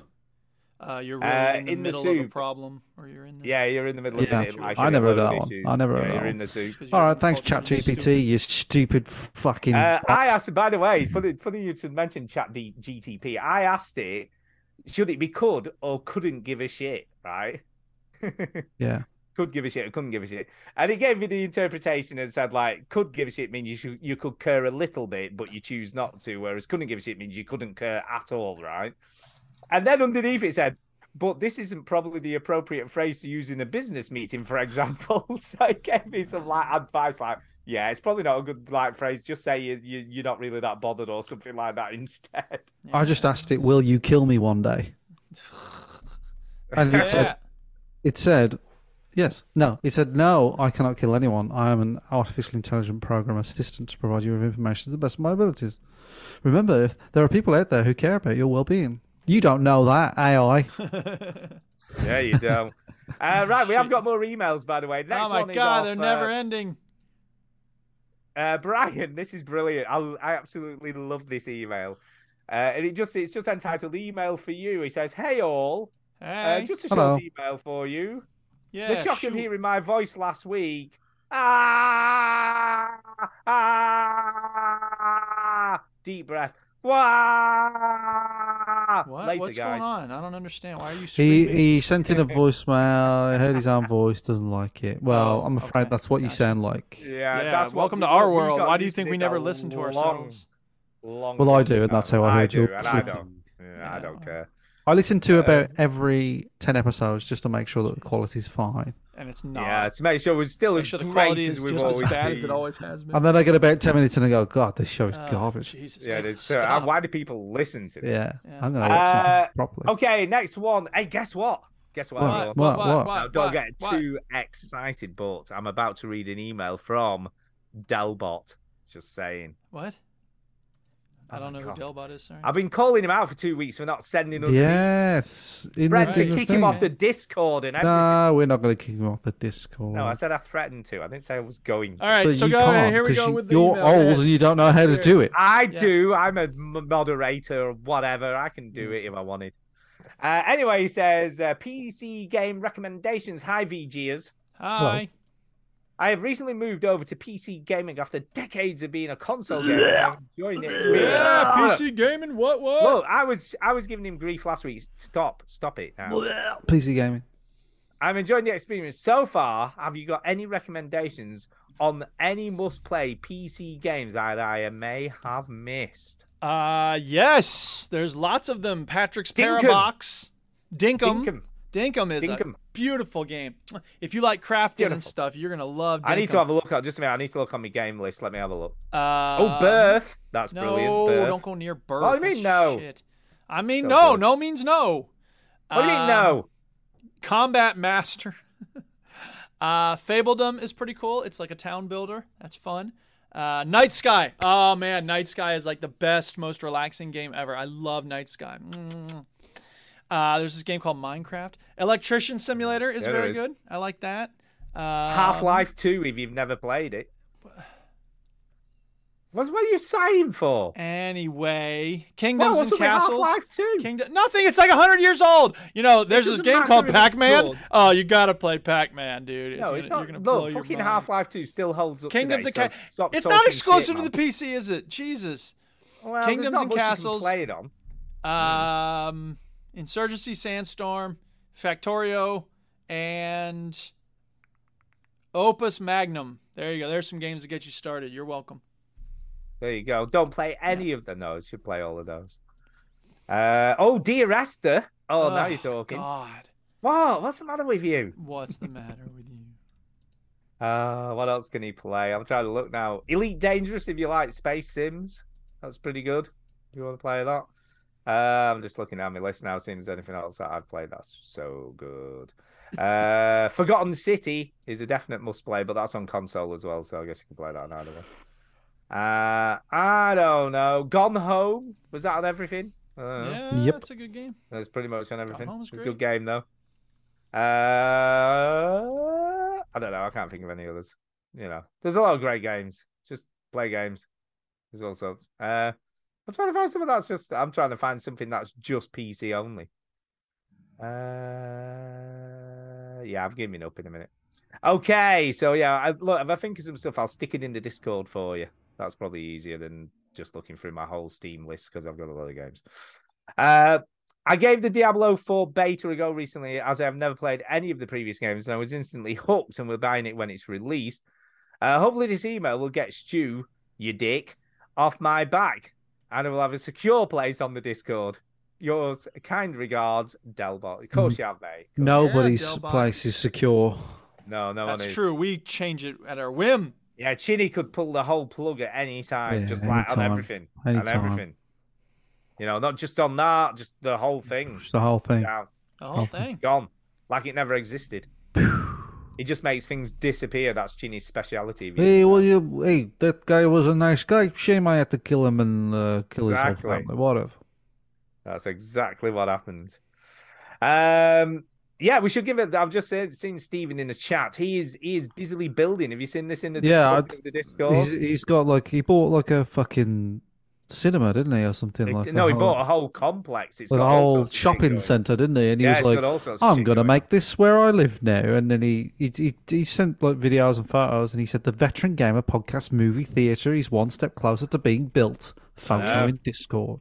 Uh, you're really Uh, in the in the middle of a soup. problem, or you're in the Yeah, you're in the middle of Yeah. it. Like, I you're in a never load heard of that one. issues. I never heard yeah, that You're in one. the zoo. All right, thanks, ChatGPT. You stupid fucking. Uh, I asked, by the way, funny, funny you should mention Chat D- GTP. I asked it, should it be could or couldn't give a shit, right? yeah. Could give a shit or couldn't give a shit. And it gave me the interpretation and said, like, could give a shit means you should, you could care a little bit, but you choose not to, whereas couldn't give a shit means you couldn't care at all, right? And then underneath it said, but this isn't probably the appropriate phrase to use in a business meeting, for example. so it gave me some like advice, like, yeah, it's probably not a good like phrase. Just say you, you you're not really that bothered or something like that instead. I just asked it, "Will you kill me one day?" And it Yeah. said, "It said, yes, no." It said, "No, I cannot kill anyone. I am an artificial intelligent program assistant to provide you with information to the best of my abilities. Remember, if there are people out there who care about your well-being, you don't know that AI. Yeah, you don't. uh, right, we have got more emails by the way. Next Oh my one is god, off, they're never uh, ending. Uh, Brian, this is brilliant. I, I absolutely love this email. Uh, and it just it's just entitled "Email for You." He says, "Hey all, uh, Hey. just a Hello. short email for you. Yeah, the shock of shoot. hearing my voice last week. Ah, ah, deep breath. Wah. What? Later, What's guys. going on? I don't understand. Why are you He screaming? he sent in a voicemail. I heard his own voice. Doesn't like it. Well, Oh, I'm afraid that's what you sound like. Yeah, Yeah, that's what welcome to we- what our we world. got Why do you used think we this never a listen to long, ourselves? Long, Well, I do, and that's how I heard do, your and I clip. don't. Yeah, I don't care. I listen to about every ten episodes just to make sure that the quality's fine. And it's not. Yeah, to make sure we're still as sure the great quality as is we've just as always bad as it been. always has been. And then I get about ten minutes in and I go, God, this show is Oh, garbage. Jesus. Yeah, it is. So, Stop. uh, why do people listen to this? Yeah, I'm gonna watch Uh, something properly. Okay, next one. Hey, guess what? Guess what? What? everyone? What? What? What? Now, don't What? get What? too excited, but I'm about to read an email from Delbot. Just saying. What? I don't know God. who Delbot is. Sorry. I've been calling him out for two weeks for not sending us. an email. Yes. in Threatened the to kick thing. him off the Discord and everything. No, we're not going to kick him off the Discord. No, I said I threatened to. I didn't say I was going to. All right, But so you go ahead. can't, Here we 'cause go you- with the you're email. old Go ahead. and you don't know how to do it. I do. I'm a m- moderator or whatever. I can do it if I wanted. Uh, anyway, he says uh, PC game recommendations. Hi, VGers. Hi. Hello. I have recently moved over to PC gaming after decades of being a console gamer. and I'm Enjoying the experience. Uh, gaming. What? What? Look, I was I was giving him grief last week. Stop, stop it now. PC gaming. I'm enjoying the experience so far. Have you got any recommendations on any must-play PC games that I may have missed? Uh yes, there's lots of them. Patrick's Dinkum. Parabox, Dinkum. Dinkum. Dinkum, is Dinkum. a beautiful game. If you like crafting and stuff, you're gonna love. Dinkum. I need to have a look. at Just a minute. I need to look on my game list. Let me have a look. Um, oh, birth. That's no, brilliant. Birth. don't go near birth. What do you mean That's no? shit. I mean So no. close. No means no. What do you mean no? Combat Master. uh, Fabledom is pretty cool. It's like a town builder. That's fun. Uh, Night Sky. Oh man, Night Sky is like the best, most relaxing game ever. I love Night Sky. Mm. Uh, there's this game called Minecraft. Electrician Simulator is Yeah, there very is. good. I like that. Um, Half Life Two. If you've never played it. What's what are you sighing for? Anyway, Kingdoms what's and up with Castles. Half-Life 2? Kingdom- nothing. It's like hundred years old. You know, there's this doesn't game matter called if it's Pac-Man. old. Oh, you gotta play Pac-Man, dude. No, it's gonna- not. You're gonna blow Look, your fucking mind. Half Life Two still holds up. Kingdoms today, and Ca- so stop It's talking not shit, exclusive man. to the PC, is it? Jesus. Well, there's Kingdoms not and much you can Castles. play it on. Um, Insurgency, Sandstorm, Factorio, and Opus Magnum. There you go. There's some games to get you started. You're welcome. There you go. Don't play any of them. No, you should play all of those. Uh, oh, dear Esther. Oh, now Ugh, you're talking. God, What? What's the matter with you? what's the matter with you? Uh, what else can he play? I'm trying to look now. Elite Dangerous, if you like Space Sims. That's pretty good. If you want to play that. Uh, I'm just looking at my list now, seeing if there's anything else that I've played. That's so good. Uh, Forgotten City is a definite must play, but that's on console as well, so I guess you can play that on either one. Uh, I don't know. Gone Home was that on everything? Uh, I don't know. Yeah, Yep. that's a good game. That's pretty much on everything. Home was It's a good game though. Uh, I don't know. I can't think of any others. You know, there's a lot of great games. Just play games. There's all sorts. Uh, I'm trying to find something that's just. I'm trying to find something that's just PC only. Uh, yeah, I've given up in a minute. Okay, so yeah, I, look, if I think of some stuff, I'll stick it in the Discord for you. That's probably easier than just looking through my whole Steam list because I've got a lot of games. Uh, I gave the Diablo 4 beta a go recently, as I have never played any of the previous games, and I was instantly hooked and we're buying it when it's released. Uh, hopefully, this email will get Stu, you dick, off my back, and I will have a secure place on the Discord. Yours, kind regards, Delbot. Of course, you have, mate. Nobody's Delbot. place is secure. No, no one That's is. true. We change it at our whim. Yeah, Chinny could pull the whole plug at any time, Yeah, just any like time. on everything, Any on time. everything. You know, not just on that, just the whole thing. Just the whole thing. Down. The whole thing. Gone. Like it never existed. He just makes things disappear. That's Chinny's speciality. Hey, well, you, hey, that guy was a nice guy. Shame I had to kill him and uh, kill his Exactly. whole family. Whatever. That's exactly what happened. Um, yeah, we should give it. I've just said, seen Stephen in the chat. He is he is busily building. Have you seen this in the Yeah, Discord? I'd- in the Discord? He's, he's got like he bought like a fucking cinema, didn't he, or something like It- that? no, he bought a whole complex. It's with got a all whole sorts of shit shopping going. center, didn't he? And he Yeah, was it's got all like, sorts of "I'm shit gonna going make this where I live now." And then he he, he he sent like videos and photos, and he said, "The veteran gamer podcast movie theater is one step closer to being built." Photo Yeah. in Discord.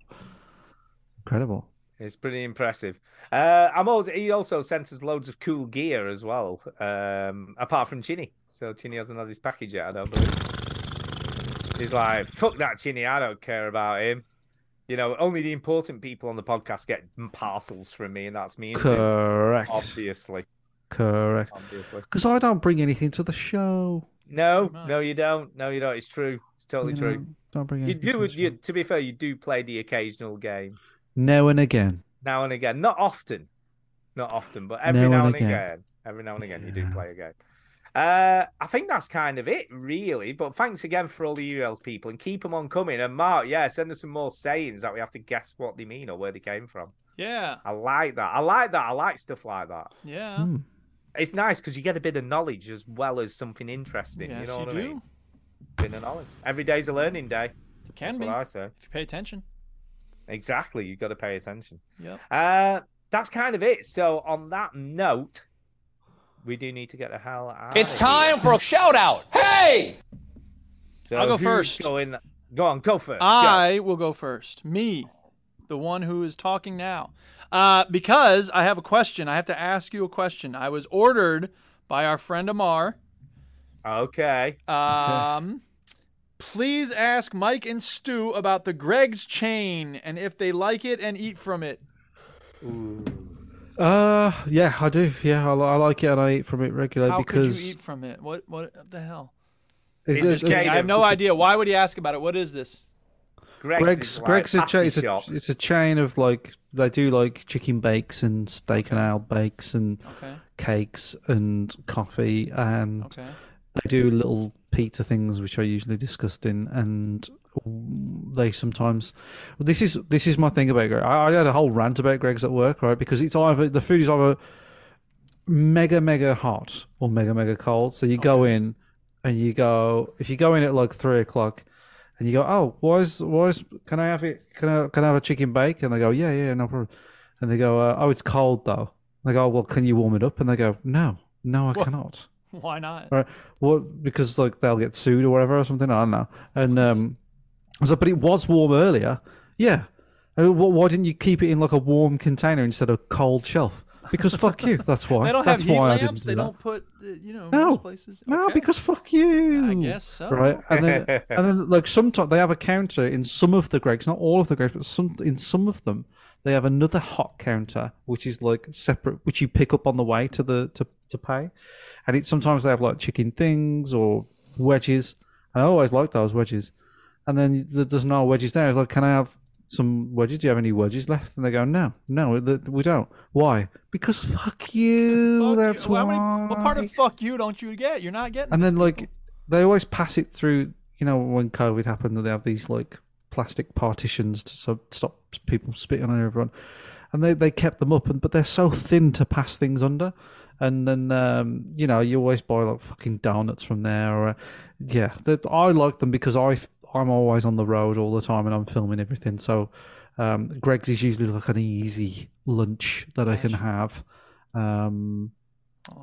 Incredible. It's pretty impressive. Uh, I'm also he also sent us loads of cool gear as well. Um, apart from Chinny, so Chinny hasn't had his package yet. I don't believe. He's like, fuck that Chinny. I don't care about him. You know, only the important people on the podcast get parcels from me, and that's me. and him. Correct. Obviously, Correct. obviously. Because I don't bring anything to the show. No, no, you don't. No, you don't. It's true. It's totally You true. know, don't bring You anything to do. the show. You, to be fair, you do play the occasional game Now and again. now and again. Not often. Not often, but every Now now and and again. again. Every now and again, you do play a game. Uh, I think that's kind of it, really. But thanks again for all the emails, people, and keep them on coming. And Mark, yeah, send us some more sayings that we have to guess what they mean or where they came from. Yeah. I like that. I like that. I like stuff like that. Yeah. It's nice because you get a bit of knowledge as well as something interesting. you Yes, know you what I do. mean? Bit of knowledge. Every day's a learning day. Can That's be. what I say. If you pay attention. Exactly. You've got to pay attention. Yep. Uh, that's kind of it. So on that note, we do need to get the hell out. It's of here. time for a shout out. Hey! So I'll go who's first. Going... Go on, go first. I will go first. Me, the one who is talking now. Uh, because I have a question. I have to ask you a question. I was ordered by our friend Amar. Okay. Um, please ask Mike and Stu about the Greg's chain and if they like it and eat from it. Uh, yeah, I do. Yeah, I, li- I like it and I eat from it regularly How because could you eat from it? What? What the hell? It's It's just just kidding. I have Jaden. no idea. Why would he ask about it? What is this? Greg's, Greg's Greg's a chain. It's a, it's a chain of like they do like chicken bakes and steak and ale bakes and Okay. cakes and coffee and Okay. they do little pizza things which are usually disgusting and they sometimes this is this is my thing about Greg. I, I had a whole rant about Greg's at work right because it's either the food is either mega mega hot or mega mega cold. So you go in and you go if you go in at like three o'clock and you go, oh, why is why is can I have it? Can I can I have a chicken bake? And they go, yeah, yeah, no problem. And they go, uh, oh, it's cold though. And they go, oh, well, can you warm it up? And they go, no, no, I What? cannot. Why not? Right? What? Because like they'll get sued or whatever or something. I don't know. And um, I was like, but it was warm earlier. Yeah. Uh, wh- Why didn't you keep it in like a warm container instead of cold shelf? Because fuck you. That's why. They don't that's have heat why I lamps. didn't do They that. don't put, uh, you know, No. most places. No, because fuck you. I guess so. Right, and then and then like sometimes they have a counter in some of the Gregs, not all of the Gregs, but some in some of them they have another hot counter which is like separate, which you pick up on the way to the to to pay, and it sometimes they have like chicken things or wedges. I always like those wedges, and then th- there's no wedges there. It's like, can I have some wedges? Do you have any wedges left? And they go, no, no, th- we don't. Why? Because fuck you. that's Well, how why. many, what part of fuck you don't you get? You're not getting. And then like they always pass it through. You know when COVID happened, they have these like plastic partitions to so, stop people spitting on everyone, and they they kept them up, and but they're so thin to pass things under. And then um, you know you always buy like fucking donuts from there, or uh, yeah, that I like them because I I'm always on the road all the time and I'm filming everything. So um, Greg's is usually like an easy lunch that I can have. Um,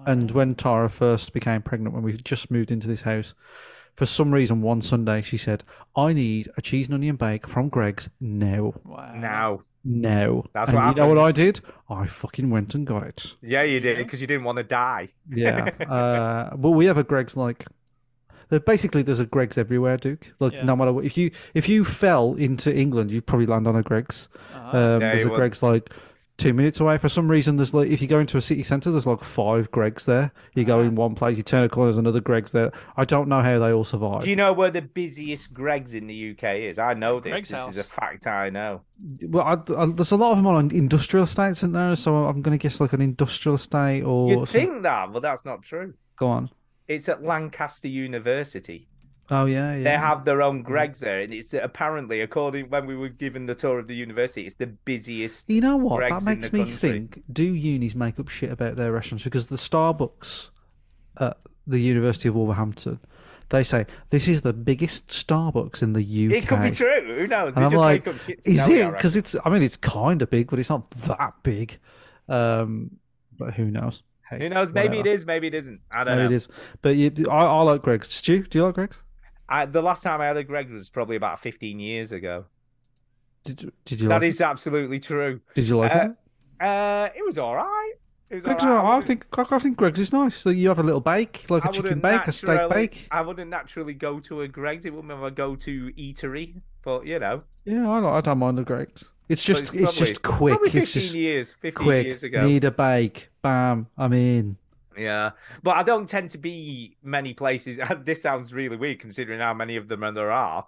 and when Tara first became pregnant, when we just moved into this house, for some reason one Sunday she said, "I need a cheese and onion bake from Greg's now." Now. No, That's and what you know what I did? happens. I fucking went and got it. Yeah, you did because you didn't want to die. Yeah, uh, but we have a Greg's like. there- Basically, there's a Greg's everywhere, Duke. Like Yeah. no matter what, if you if you fell into England, you'd probably land on a Greg's. Um, Yeah, there's you a would. Greg's like two minutes away. For some reason, there's like if you go into a city centre, there's like five Greg's there. You Uh-huh. go in one place, you turn a corner, there's another Greg's there. I don't know how they all survive. Do you know where the busiest Greg's in the UK is? I know this. Greg's this House. is a fact I know. Well, I, I- there's a lot of them on industrial estates in there, so I'm going to guess like an industrial estate or. You'd some- think that, but that's not true. Go on. It's at Lancaster University. Oh yeah, yeah. They have their own Greg's there, and it's apparently, according when we were given the tour of the university, it's the busiest. You know what? Greg's that in makes the me country. think: Do unis make up shit about their restaurants? Because the Starbucks at the University of Wolverhampton, they say this is the biggest Starbucks in the UK. It could be true. Who knows? And They I'm just like, make up shit. to is sell you, I it? Because it's. I mean, it's kind of big, but it's not that big. Um, but who knows? Hey, reckon. Who knows? Maybe whatever. it is. Maybe it isn't. I don't Maybe know. it is. But you, I, I like Greg's. Stu, do you like Greg's? I, the last time I had a Greg's was probably about 15 years ago. Did you, did you That like it? is absolutely true. Did you like Uh, it? Uh, it was all right. It was all Greg's, right. I think I think Greg's is nice. So you have a little bake, like a I chicken wouldn't bake, a steak naturally- bake. I wouldn't naturally go to a Greg's. It wouldn't be my go-to eatery, but you know. Yeah, I, like- I don't mind the Greg's. It's just it's it's, probably- just quick. probably it's 15 just years- 15 quick. years ago. Need a bake. Bam. I'm in. Yeah, but I don't tend to be many places. This sounds really weird considering how many of them there are,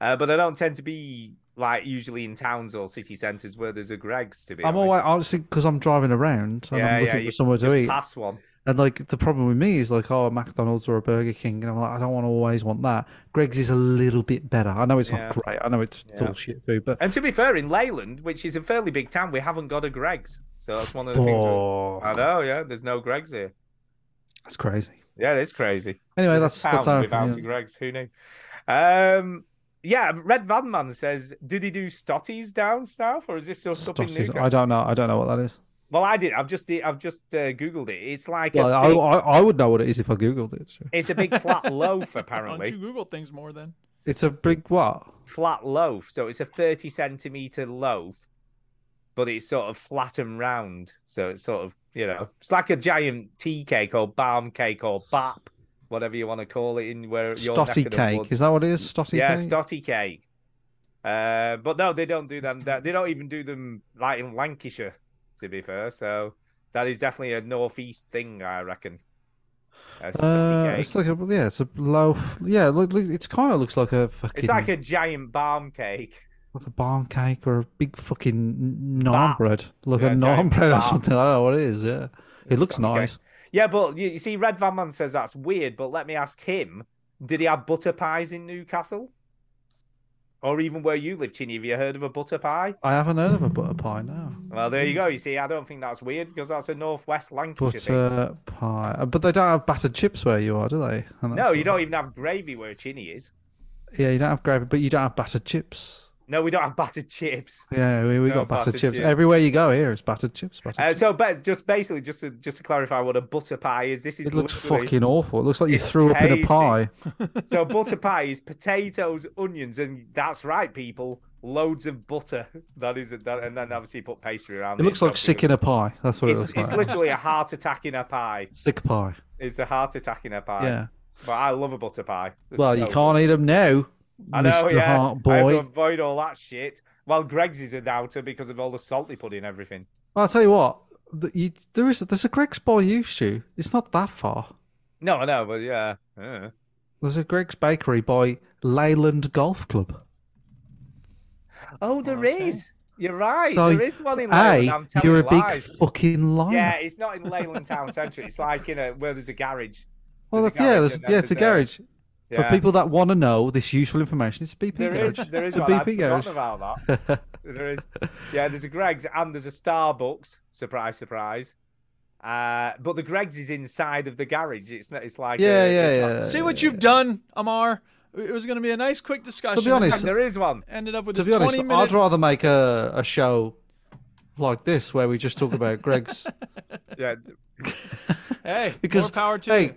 uh, but I don't tend to be like usually in towns or city centres where there's a Greg's. To be I'm honest. always honestly because I'm driving around and Yeah, I'm yeah, looking you for somewhere just to eat. pass one. And like the problem with me is like, oh, a McDonald's or a Burger King, and I'm like, I don't want to always want that. Greg's is a little bit better. I know it's Yeah. not great. I know it's, it's Yeah. all shit food, but And to be fair, in Leyland, which is a fairly big town, we haven't got a Greg's. So that's one of the things. Fuck. We... I know, yeah. There's no Greg's here. that's crazy. Yeah, it is crazy. Anyway, There's a that's- that's town our without opinion. a Greg's. Who knew? Um, yeah, Red Van Man says, do they do stotties down south, or is this sort of up in Stotties. Newcastle? I don't know. I don't know what that is. Well, I did. I've just I've just uh, googled it. It's like Well, a I, big, I, I would know what it is if I googled it. so. it's a big flat loaf Why don't you apparently. Google things more then? It's a big what? flat loaf. So it's a thirty centimeter loaf, but it's sort of flat and round. So it's sort of you know it's like a giant tea cake or balm cake or bap, whatever you want to call it in where your neck Stotty of the cake. woods. Is that what it is? Stotty yeah, cake. stotty cake. Uh, but no, they don't do them. They don't even do them like in Lancashire, to be fair. So that is definitely a northeast thing, I reckon. A stotty Uh, cake. it's like a yeah, it's a loaf. Yeah, look, look it's kind of looks like a fucking It's like a giant balm cake. like a barn cake or a big fucking naan Bap. bread, like Yeah, a naan giant bread or bap. something. I don't know what it is. Yeah, it looks nice. Yeah, but you, you see, Red Van Man says that's weird. But let me ask him: Did he have butter pies in Newcastle, or even where you live, Chinny? Have you heard of a butter pie? I haven't heard of a butter pie now. Well, there you go. You see, I don't think that's weird because that's a northwest Lancashire thing. Butter pie, Uh, but they don't have battered chips where you are, do they? And that's No, you what- don't even have gravy where Chinny is. Yeah, you don't have gravy, but you don't have battered chips. No, we don't have battered chips. Yeah, we, we No got battered, battered chips. chips. everywhere you go. Here, it's battered chips. Battered Uh, so, but just basically, just to, just to clarify, what a butter pie is. This is It looks literally- fucking awful. It looks like you It's threw up in a tasty. pie. so butter pie is potatoes, onions, and that's right, people. Loads of butter. That is it. That, and then obviously put pastry around. It looks like Don't sick give in a pie. That's what It's, it looks it's like. literally a heart attack in a pie. Sick pie. It's a heart attack in a pie. Yeah. But I love a butter pie. They're Well, so you good. can't eat them now, I know, Mr. yeah. Hart I have to boy. avoid all that shit. Well, Greg's is a doubter because of all the salt they put in everything. I'll tell you what. th- You, there is there's a Greg's by you, Stu. It's not that far. No, I know, but yeah. Uh. There's a Greg's bakery by Leyland Golf Club. Oh, there is. You're right. So, there is one in Leyland. A, I'm telling you're a big lies. fucking liar. Yeah, it's not in Leyland Town Centre. It's like in a where there's a garage. well, there's a that's yeah, garage there's, and then yeah, it's a there's garage. a- For Yeah. people that want to know this useful information, it's a BP There is, garage. there is it's a one. I'd BP forgotten garage. about that. there is. Yeah, there's a Greg's and there's a Starbucks. Surprise, surprise. Uh, but the Greg's is inside of the garage. It's not. It's like Yeah, a, yeah, it's yeah. Not, See what you've done, Amar. It was going to be a nice, quick discussion. be honest- and there is one. Ended up with To this be honest, twenty-minute. I'd rather make a, a show like this where we just talk about Greg's. Yeah. Hey, because more power to hey, you.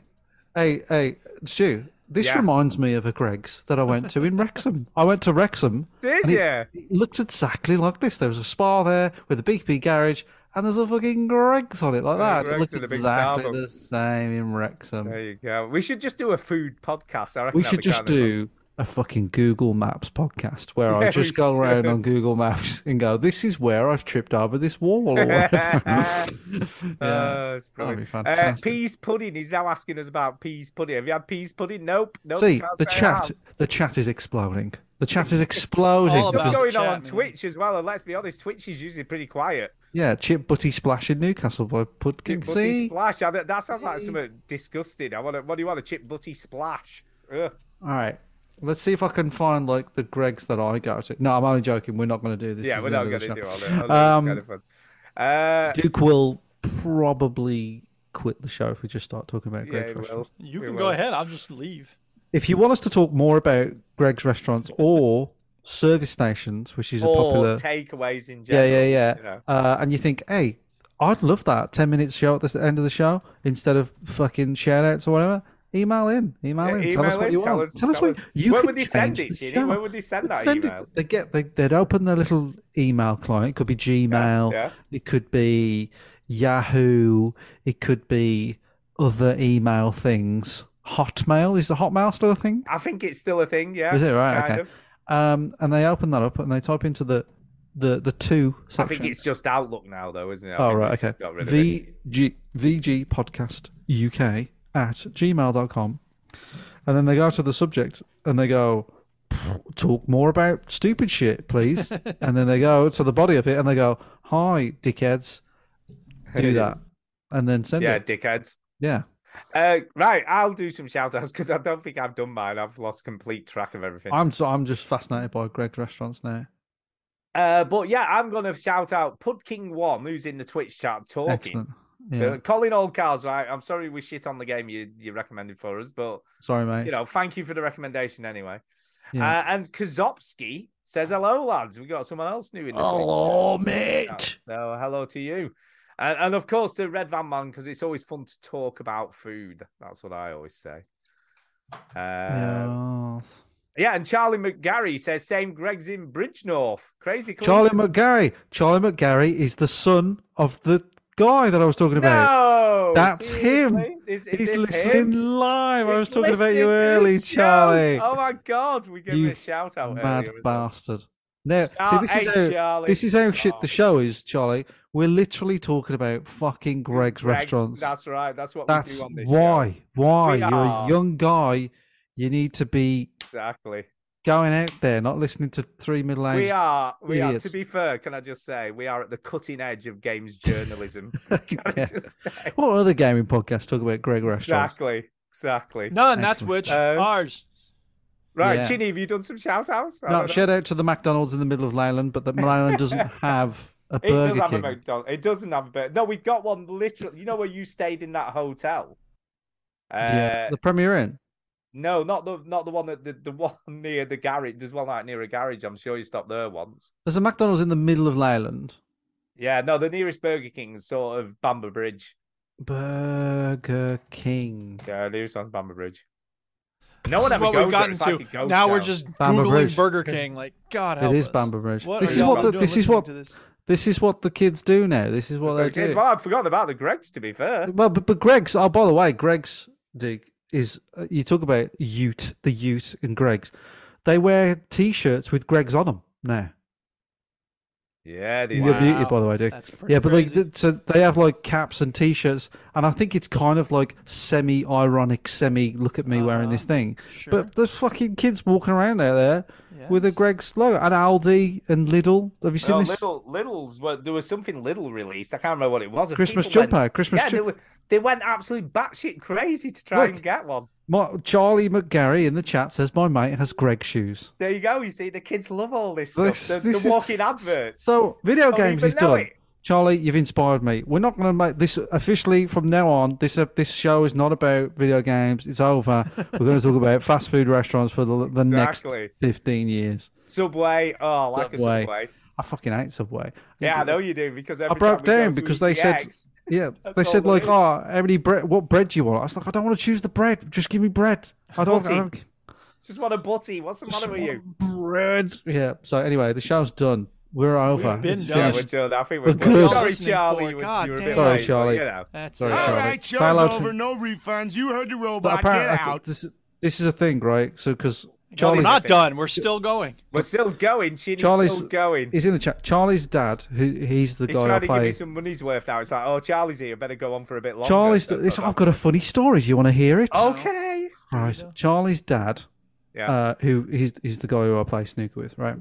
hey, hey, Stu. This Yeah. reminds me of a Greg's that I went to in Wrexham. I went to Wrexham. Did and it- ya? It looked exactly like this. There was a spa there with a BP garage, and there's a fucking Greg's on it like Yeah, that. It Greggs looked and a big exactly the Starbucks. same in Wrexham. There you go. We should just do a food podcast. I reckon We should that'd be just kinda fun. do a fucking Google Maps podcast where I Yeah, just we go around should. on Google Maps and go, "This is where I've tripped over this wall or whatever." yeah, Uh, Oh, that'd it's be brilliant. Uh, fantastic. peas pudding. He's now asking us about peas pudding. Have you had peas pudding? Nope. Nope. See, can't the say I chat, have. the chat is exploding. The chat is exploding. all about because- What's going on chat, on Twitch as well? And let's be honest, Twitch is usually pretty quiet. yeah, Chip Butty Splash in Newcastle by Pudkin. Butty See, splash. I, that sounds like something disgusting. I want to. What do you want? A chip butty splash. Ugh. all right. Let's see if I can find like the Gregs that I go to. No, I'm only joking. We're not going to do this. yeah, is we're the not end going of the to do show. all that. Um, kind of fun. Uh, Duke will probably quit the show if we just start talking about yeah, Greg's we restaurants. will. You We can will. go ahead. I'll just leave. If you want us to talk more about Greg's restaurants or service stations, which is a Or popular takeaways in Yeah, general. yeah, yeah. you know. uh, and you think, hey, I'd love that 10 minutes show at the end of the show instead of fucking shout outs or whatever. Email in, email in, tell us email what in, you tell want. us- tell us tell what us- you Where could would they send change it, the Ginny? show. Where would they send They'd that send it- email? They get they they'd open their little email client. It could be Gmail. yeah. It could be Yahoo. It could be other email things. Hotmail is the Hotmail still a thing? I think it's still a thing. Yeah. Is it right? kind Okay. of. Um, and they open that up and they type into the the the two I section. think it's just Outlook now, though, isn't it? I Oh, think right. they've Okay. got rid of it. VG, VG podcast UK at gmail.com. And then they go to the subject and they go, talk more about stupid shit, please. and then they go to the body of it and they go, hi, dickheads, do that. And then send yeah, it. dickheads. Yeah. Uh, right, I'll do some shout outs because I don't think I've done mine. I've lost complete track of everything. I'm so, I'm just fascinated by Greg's restaurants now. Uh, but yeah, I'm going to shout out Pudking One, who's in the Twitch chat talking. Excellent. Yeah. Uh, Colin Oldcars, right? I'm sorry we shit on the game you, you recommended for us, but Sorry, mate. you know, thank you for the recommendation anyway. Yeah. Uh, and Kozopski says, "Hello, lads. We got someone else new in the Hello, Twitch. mate. So hello to you, and, and of course to Red Van Man because it's always fun to talk about food. That's what I always say. Um, Yes. Yeah, and Charlie McGarry says, "Same Greg's in Bridgenorth. Crazy, Charlie coincidence." McGarry. Charlie McGarry is the son of the guy that I was talking No, about. That's seriously? him. Is- is He's this listening him? live. I was He's talking about listening you to the early, show. Charlie. Oh my God, we gave him You a shout out. mad earlier. bastard. No, see, Char- this is hey, how Charlie. this is how shit the show is, Charlie. We're literally talking about fucking Greg's, Greg's- restaurants. That's right. That's what we That's do on this. why. Why We you're are. a young guy. You need to be Exactly. going out there, not listening to three middle-aged. We are. We are. idiots. To be fair, can I just say we are at the cutting edge of games journalism. Can I Yeah. just- What other gaming podcasts talk about Greg restaurants? exactly. Exactly. None. That's which Uh, Um, ours. Right, Yeah. Chinny, have you done some shout outs? No, shout out to the McDonald's in the middle of Leyland, but that Leyland doesn't have a It does Burger have a King. McDonald's. It doesn't have a Burger. No, we got one literally. You know where you stayed in that hotel? Uh, yeah, the Premier Inn. No, not the not the one that the, the one near the garage. There's one like near a garage. I'm sure you stopped there once. There's a McDonald's in the middle of Leyland. Yeah, no, the nearest Burger King is sort of Bamber Bridge. Burger King. Yeah, nearest one's Bamber Bridge. No This one is ever what goes we've there. gotten It's to. like a ghost now we're town. just Bamber googling Bridge. Burger King. Like God help it is us. Bamber Bridge. What This are is y'all what the, doing this is what listening to this? this is what the kids do now. This is what So they it is. do. Well, I'd forgotten about the Gregs. To be fair, Well, but, but Greg's. Oh, by the way, Greg's dig is uh, you talk about Ute, the Ute, and Greg's. They wear T-shirts with Greg's on them now. yeah, they You're do. muted, by the way, Dick. That's pretty Yeah, but they, crazy. th- so they have like caps and t-shirts, and I think it's kind of like semi-ironic, semi look at me Uh-huh. wearing this thing. But there's fucking kids walking around out there with a Greg's logo and Aldi and Lidl. Have you seen No, this? little littles. Well, there was something little released. I can't remember what it was. and Christmas people went- jumper, Christmas Yeah, they, ju- were, they went absolutely batshit crazy to try and get one. My, Charlie McGarry in the chat says my mate has Greg shoes. There you go. You see, the kids love all this stuff. This- the, this the is- walking adverts. So video Don't games even is know done. it. Charlie, you've inspired me. We're not going to make this officially from now on. This uh, this show is not about video games. It's over. We're going to talk about fast food restaurants for the, the Exactly. next fifteen years. Subway. Oh, I like a Subway. subway. I fucking hate Subway. Yeah, I know you do because every I broke time we go down to because they said, ETX, yeah, That's they all said there like, is. oh, how many bread? What bread do you want? I was like, I don't want to choose the bread. Just give me bread. I don't. I Butty. don't just want a butty. What's the matter with you? bread. Yeah. So anyway, the show's done. We're over. been It's done. Yeah, Yes. we're finished. done. I think We're we're done. good. Sorry, Listening for- Charlie. you were- God you were a damn bit it. Sorry, late, but, Charlie. You know. That's Sorry, it. Charlie. Say show's hello to- over. No refunds. You heard the But robot. apparently, Get I think out. this, this is a thing, right? So because Well, we're Charlie's not done. We're still going. We're still going. Chinny's Charlie's still going. He's in the chat. Charlie's dad, who he's the He's guy I trying to give play. you some money's worth now. It's like, oh, Charlie's here. Better go on for a bit longer. Charlie's. That's It's, what I've got a funny story. Do you want to hear it? that- Okay. Right. Charlie's dad, Yeah. uh, who he's, he's the guy who I play snooker with, right?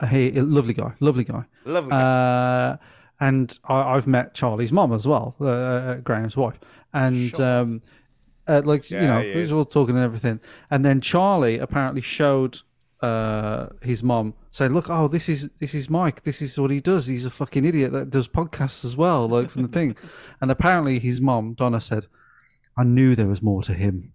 Uh, He a lovely guy, lovely guy. Lovely Uh, and I, I've met Charlie's mom as well, uh, Graham's wife, and um, uh, like you Yeah, know, he we was is. all talking and everything. And then Charlie apparently showed uh, his mom, said, "Look, oh, this is this is Mike. This is what he does. He's a fucking idiot that does podcasts as well, like from the thing." and apparently, his mom Donna said, "I knew there was more to him."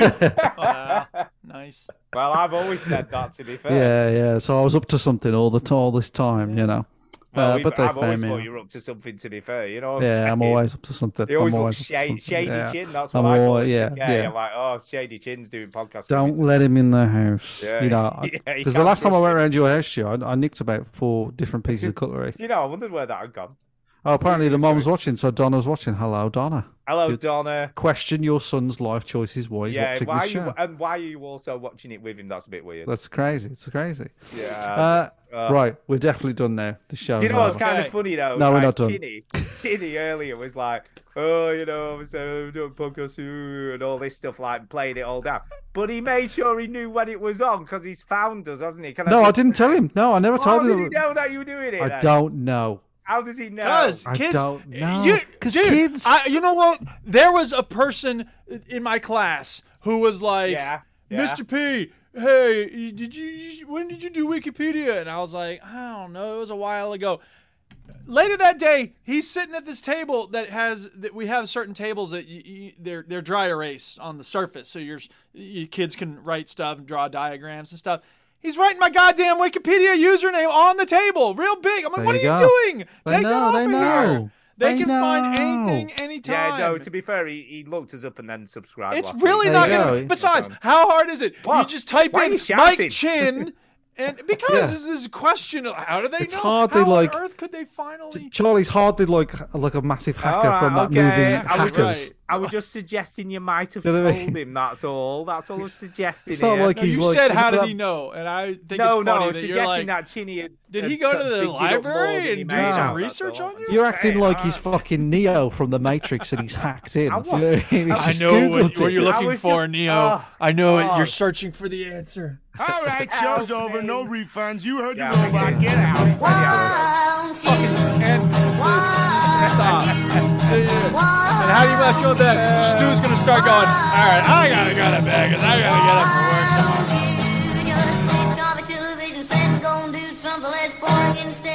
Wow. nice. Well, I've always said that, to be fair. Yeah, yeah. So I was up to something all the all this time, you know. Well, uh, we- but they I've always found me. thought out. you were up to something, to be fair. You know what I'm Yeah, saying? I'm always up to something. You always I'm look always up to shady, something, shady yeah. chin. That's what I'm i call always- it. yeah, Yeah, yeah. I'm like, oh, shady chin's doing podcast. Don't let him in the house. Yeah, You know, yeah, you because the can't last time I trust went around your house, you, I, I nicked about four different pieces of cutlery. Do you know? I wondered where that had gone. Oh, apparently the mom's watching, so Donna's watching. Hello, Donna. Hello, You'd Donna. Question your son's life choices while he's Yeah, watching why are this you show. and why are you also watching it with him? That's a bit weird. That's crazy. It's crazy. Yeah, Uh, just- uh, right, we're definitely done now. The show. Do you know what's kind of funny though? No, we're Like, not done. Chinny, Chinny earlier was like, oh, you know, so we're doing podcast ooh," and all this stuff, like playing it all down. But he made sure he knew when it was on because he's found us, hasn't he? Can No, I just- didn't tell him. No, I never How told Oh, did he him. know that you were doing it? I then? don't know. How does he know? Because kids, eh, I don't know. You, Because dude, kids. I, you know what? There was a person in my class who was like, Yeah, yeah. "Mr. P, hey, did you? When did you do Wikipedia?" And I was like, "I don't know. It was a while ago." Later that day, he's sitting at this table that has that we have certain tables that you, you, they're they're dry erase on the surface, so your you kids can write stuff and draw diagrams and stuff. He's writing my goddamn Wikipedia username on the table, real big. I'm like, There "What are you you go. doing? They Take that know, off they of know. yours. They, They can find know. anything anytime. Yeah, no, to be fair, he, he looked us up and then subscribed. it's last really week. not gonna. Besides, how hard is it? What? You just type Why are in you shouting? Mike Chin, and because Yeah. this is a question of how do they It's know? hardly how like- on earth could they finally? Charlie's hard did like like a massive All hacker right, from that okay. movie I was, Hackers. just, I was just suggesting you might have You know told what I mean? him. That's all. That's all I'm suggesting. It's not here. like No, he's you like- said how did that- he know? And I think no, it's no, funny I'm that suggesting you're like, that Chinny. had- did had he go to sort of the bigged it up more library than he and made do out, some that's research all. on you? You're acting like he's fucking Neo from the Matrix and he's hacked in. uh, I Do you know was- what I mean? He's I just know what, Googled what it. you're I looking was for, just- Neo. oh, I know it. God. You're searching for the answer. All right, show's over. No refunds. You heard Yeah, the robot. Get out. And stop. And how do you not feel that? Stu's gonna start going. All right, I gotta go to bed 'cause I gotta get up for Oh, work.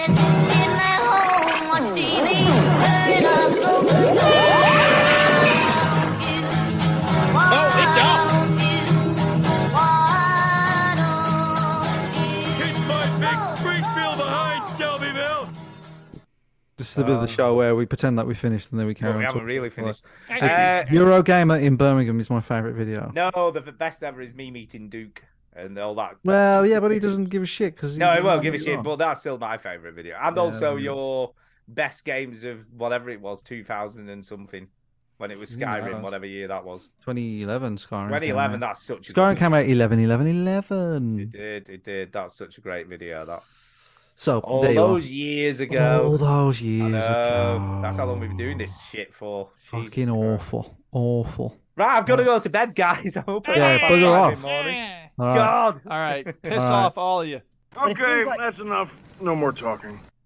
This is the bit of the show where we pretend that we finished and then we carry Um, Well, we on. haven't talking. really finished. Like, Uh, Eurogamer in Birmingham is my favourite video. No, the best ever is me meeting Duke and all that. Well, yeah, but he doesn't give a shit because No, it won't give a shit, but that's still my favorite video. And Yeah, also yeah. your best games of whatever it was, 2000 and something, when it was Yeah, Skyrim, that's- whatever year that was. 2011 Skyrim. 2011, came out. that's such a Skyrim good came out 11, 11, 11. It did, it did. That's such a great video. That So all there you those are. years ago. All those I years know. ago. That's how long we've been doing this shit for. Jesus Fucking Christ. awful, awful. Right, I've got to go to bed, guys. I hope I Yeah, have a bugger Friday off. morning. All right. God. All right, piss All right. off, all of you. Okay, that's enough. No more talking.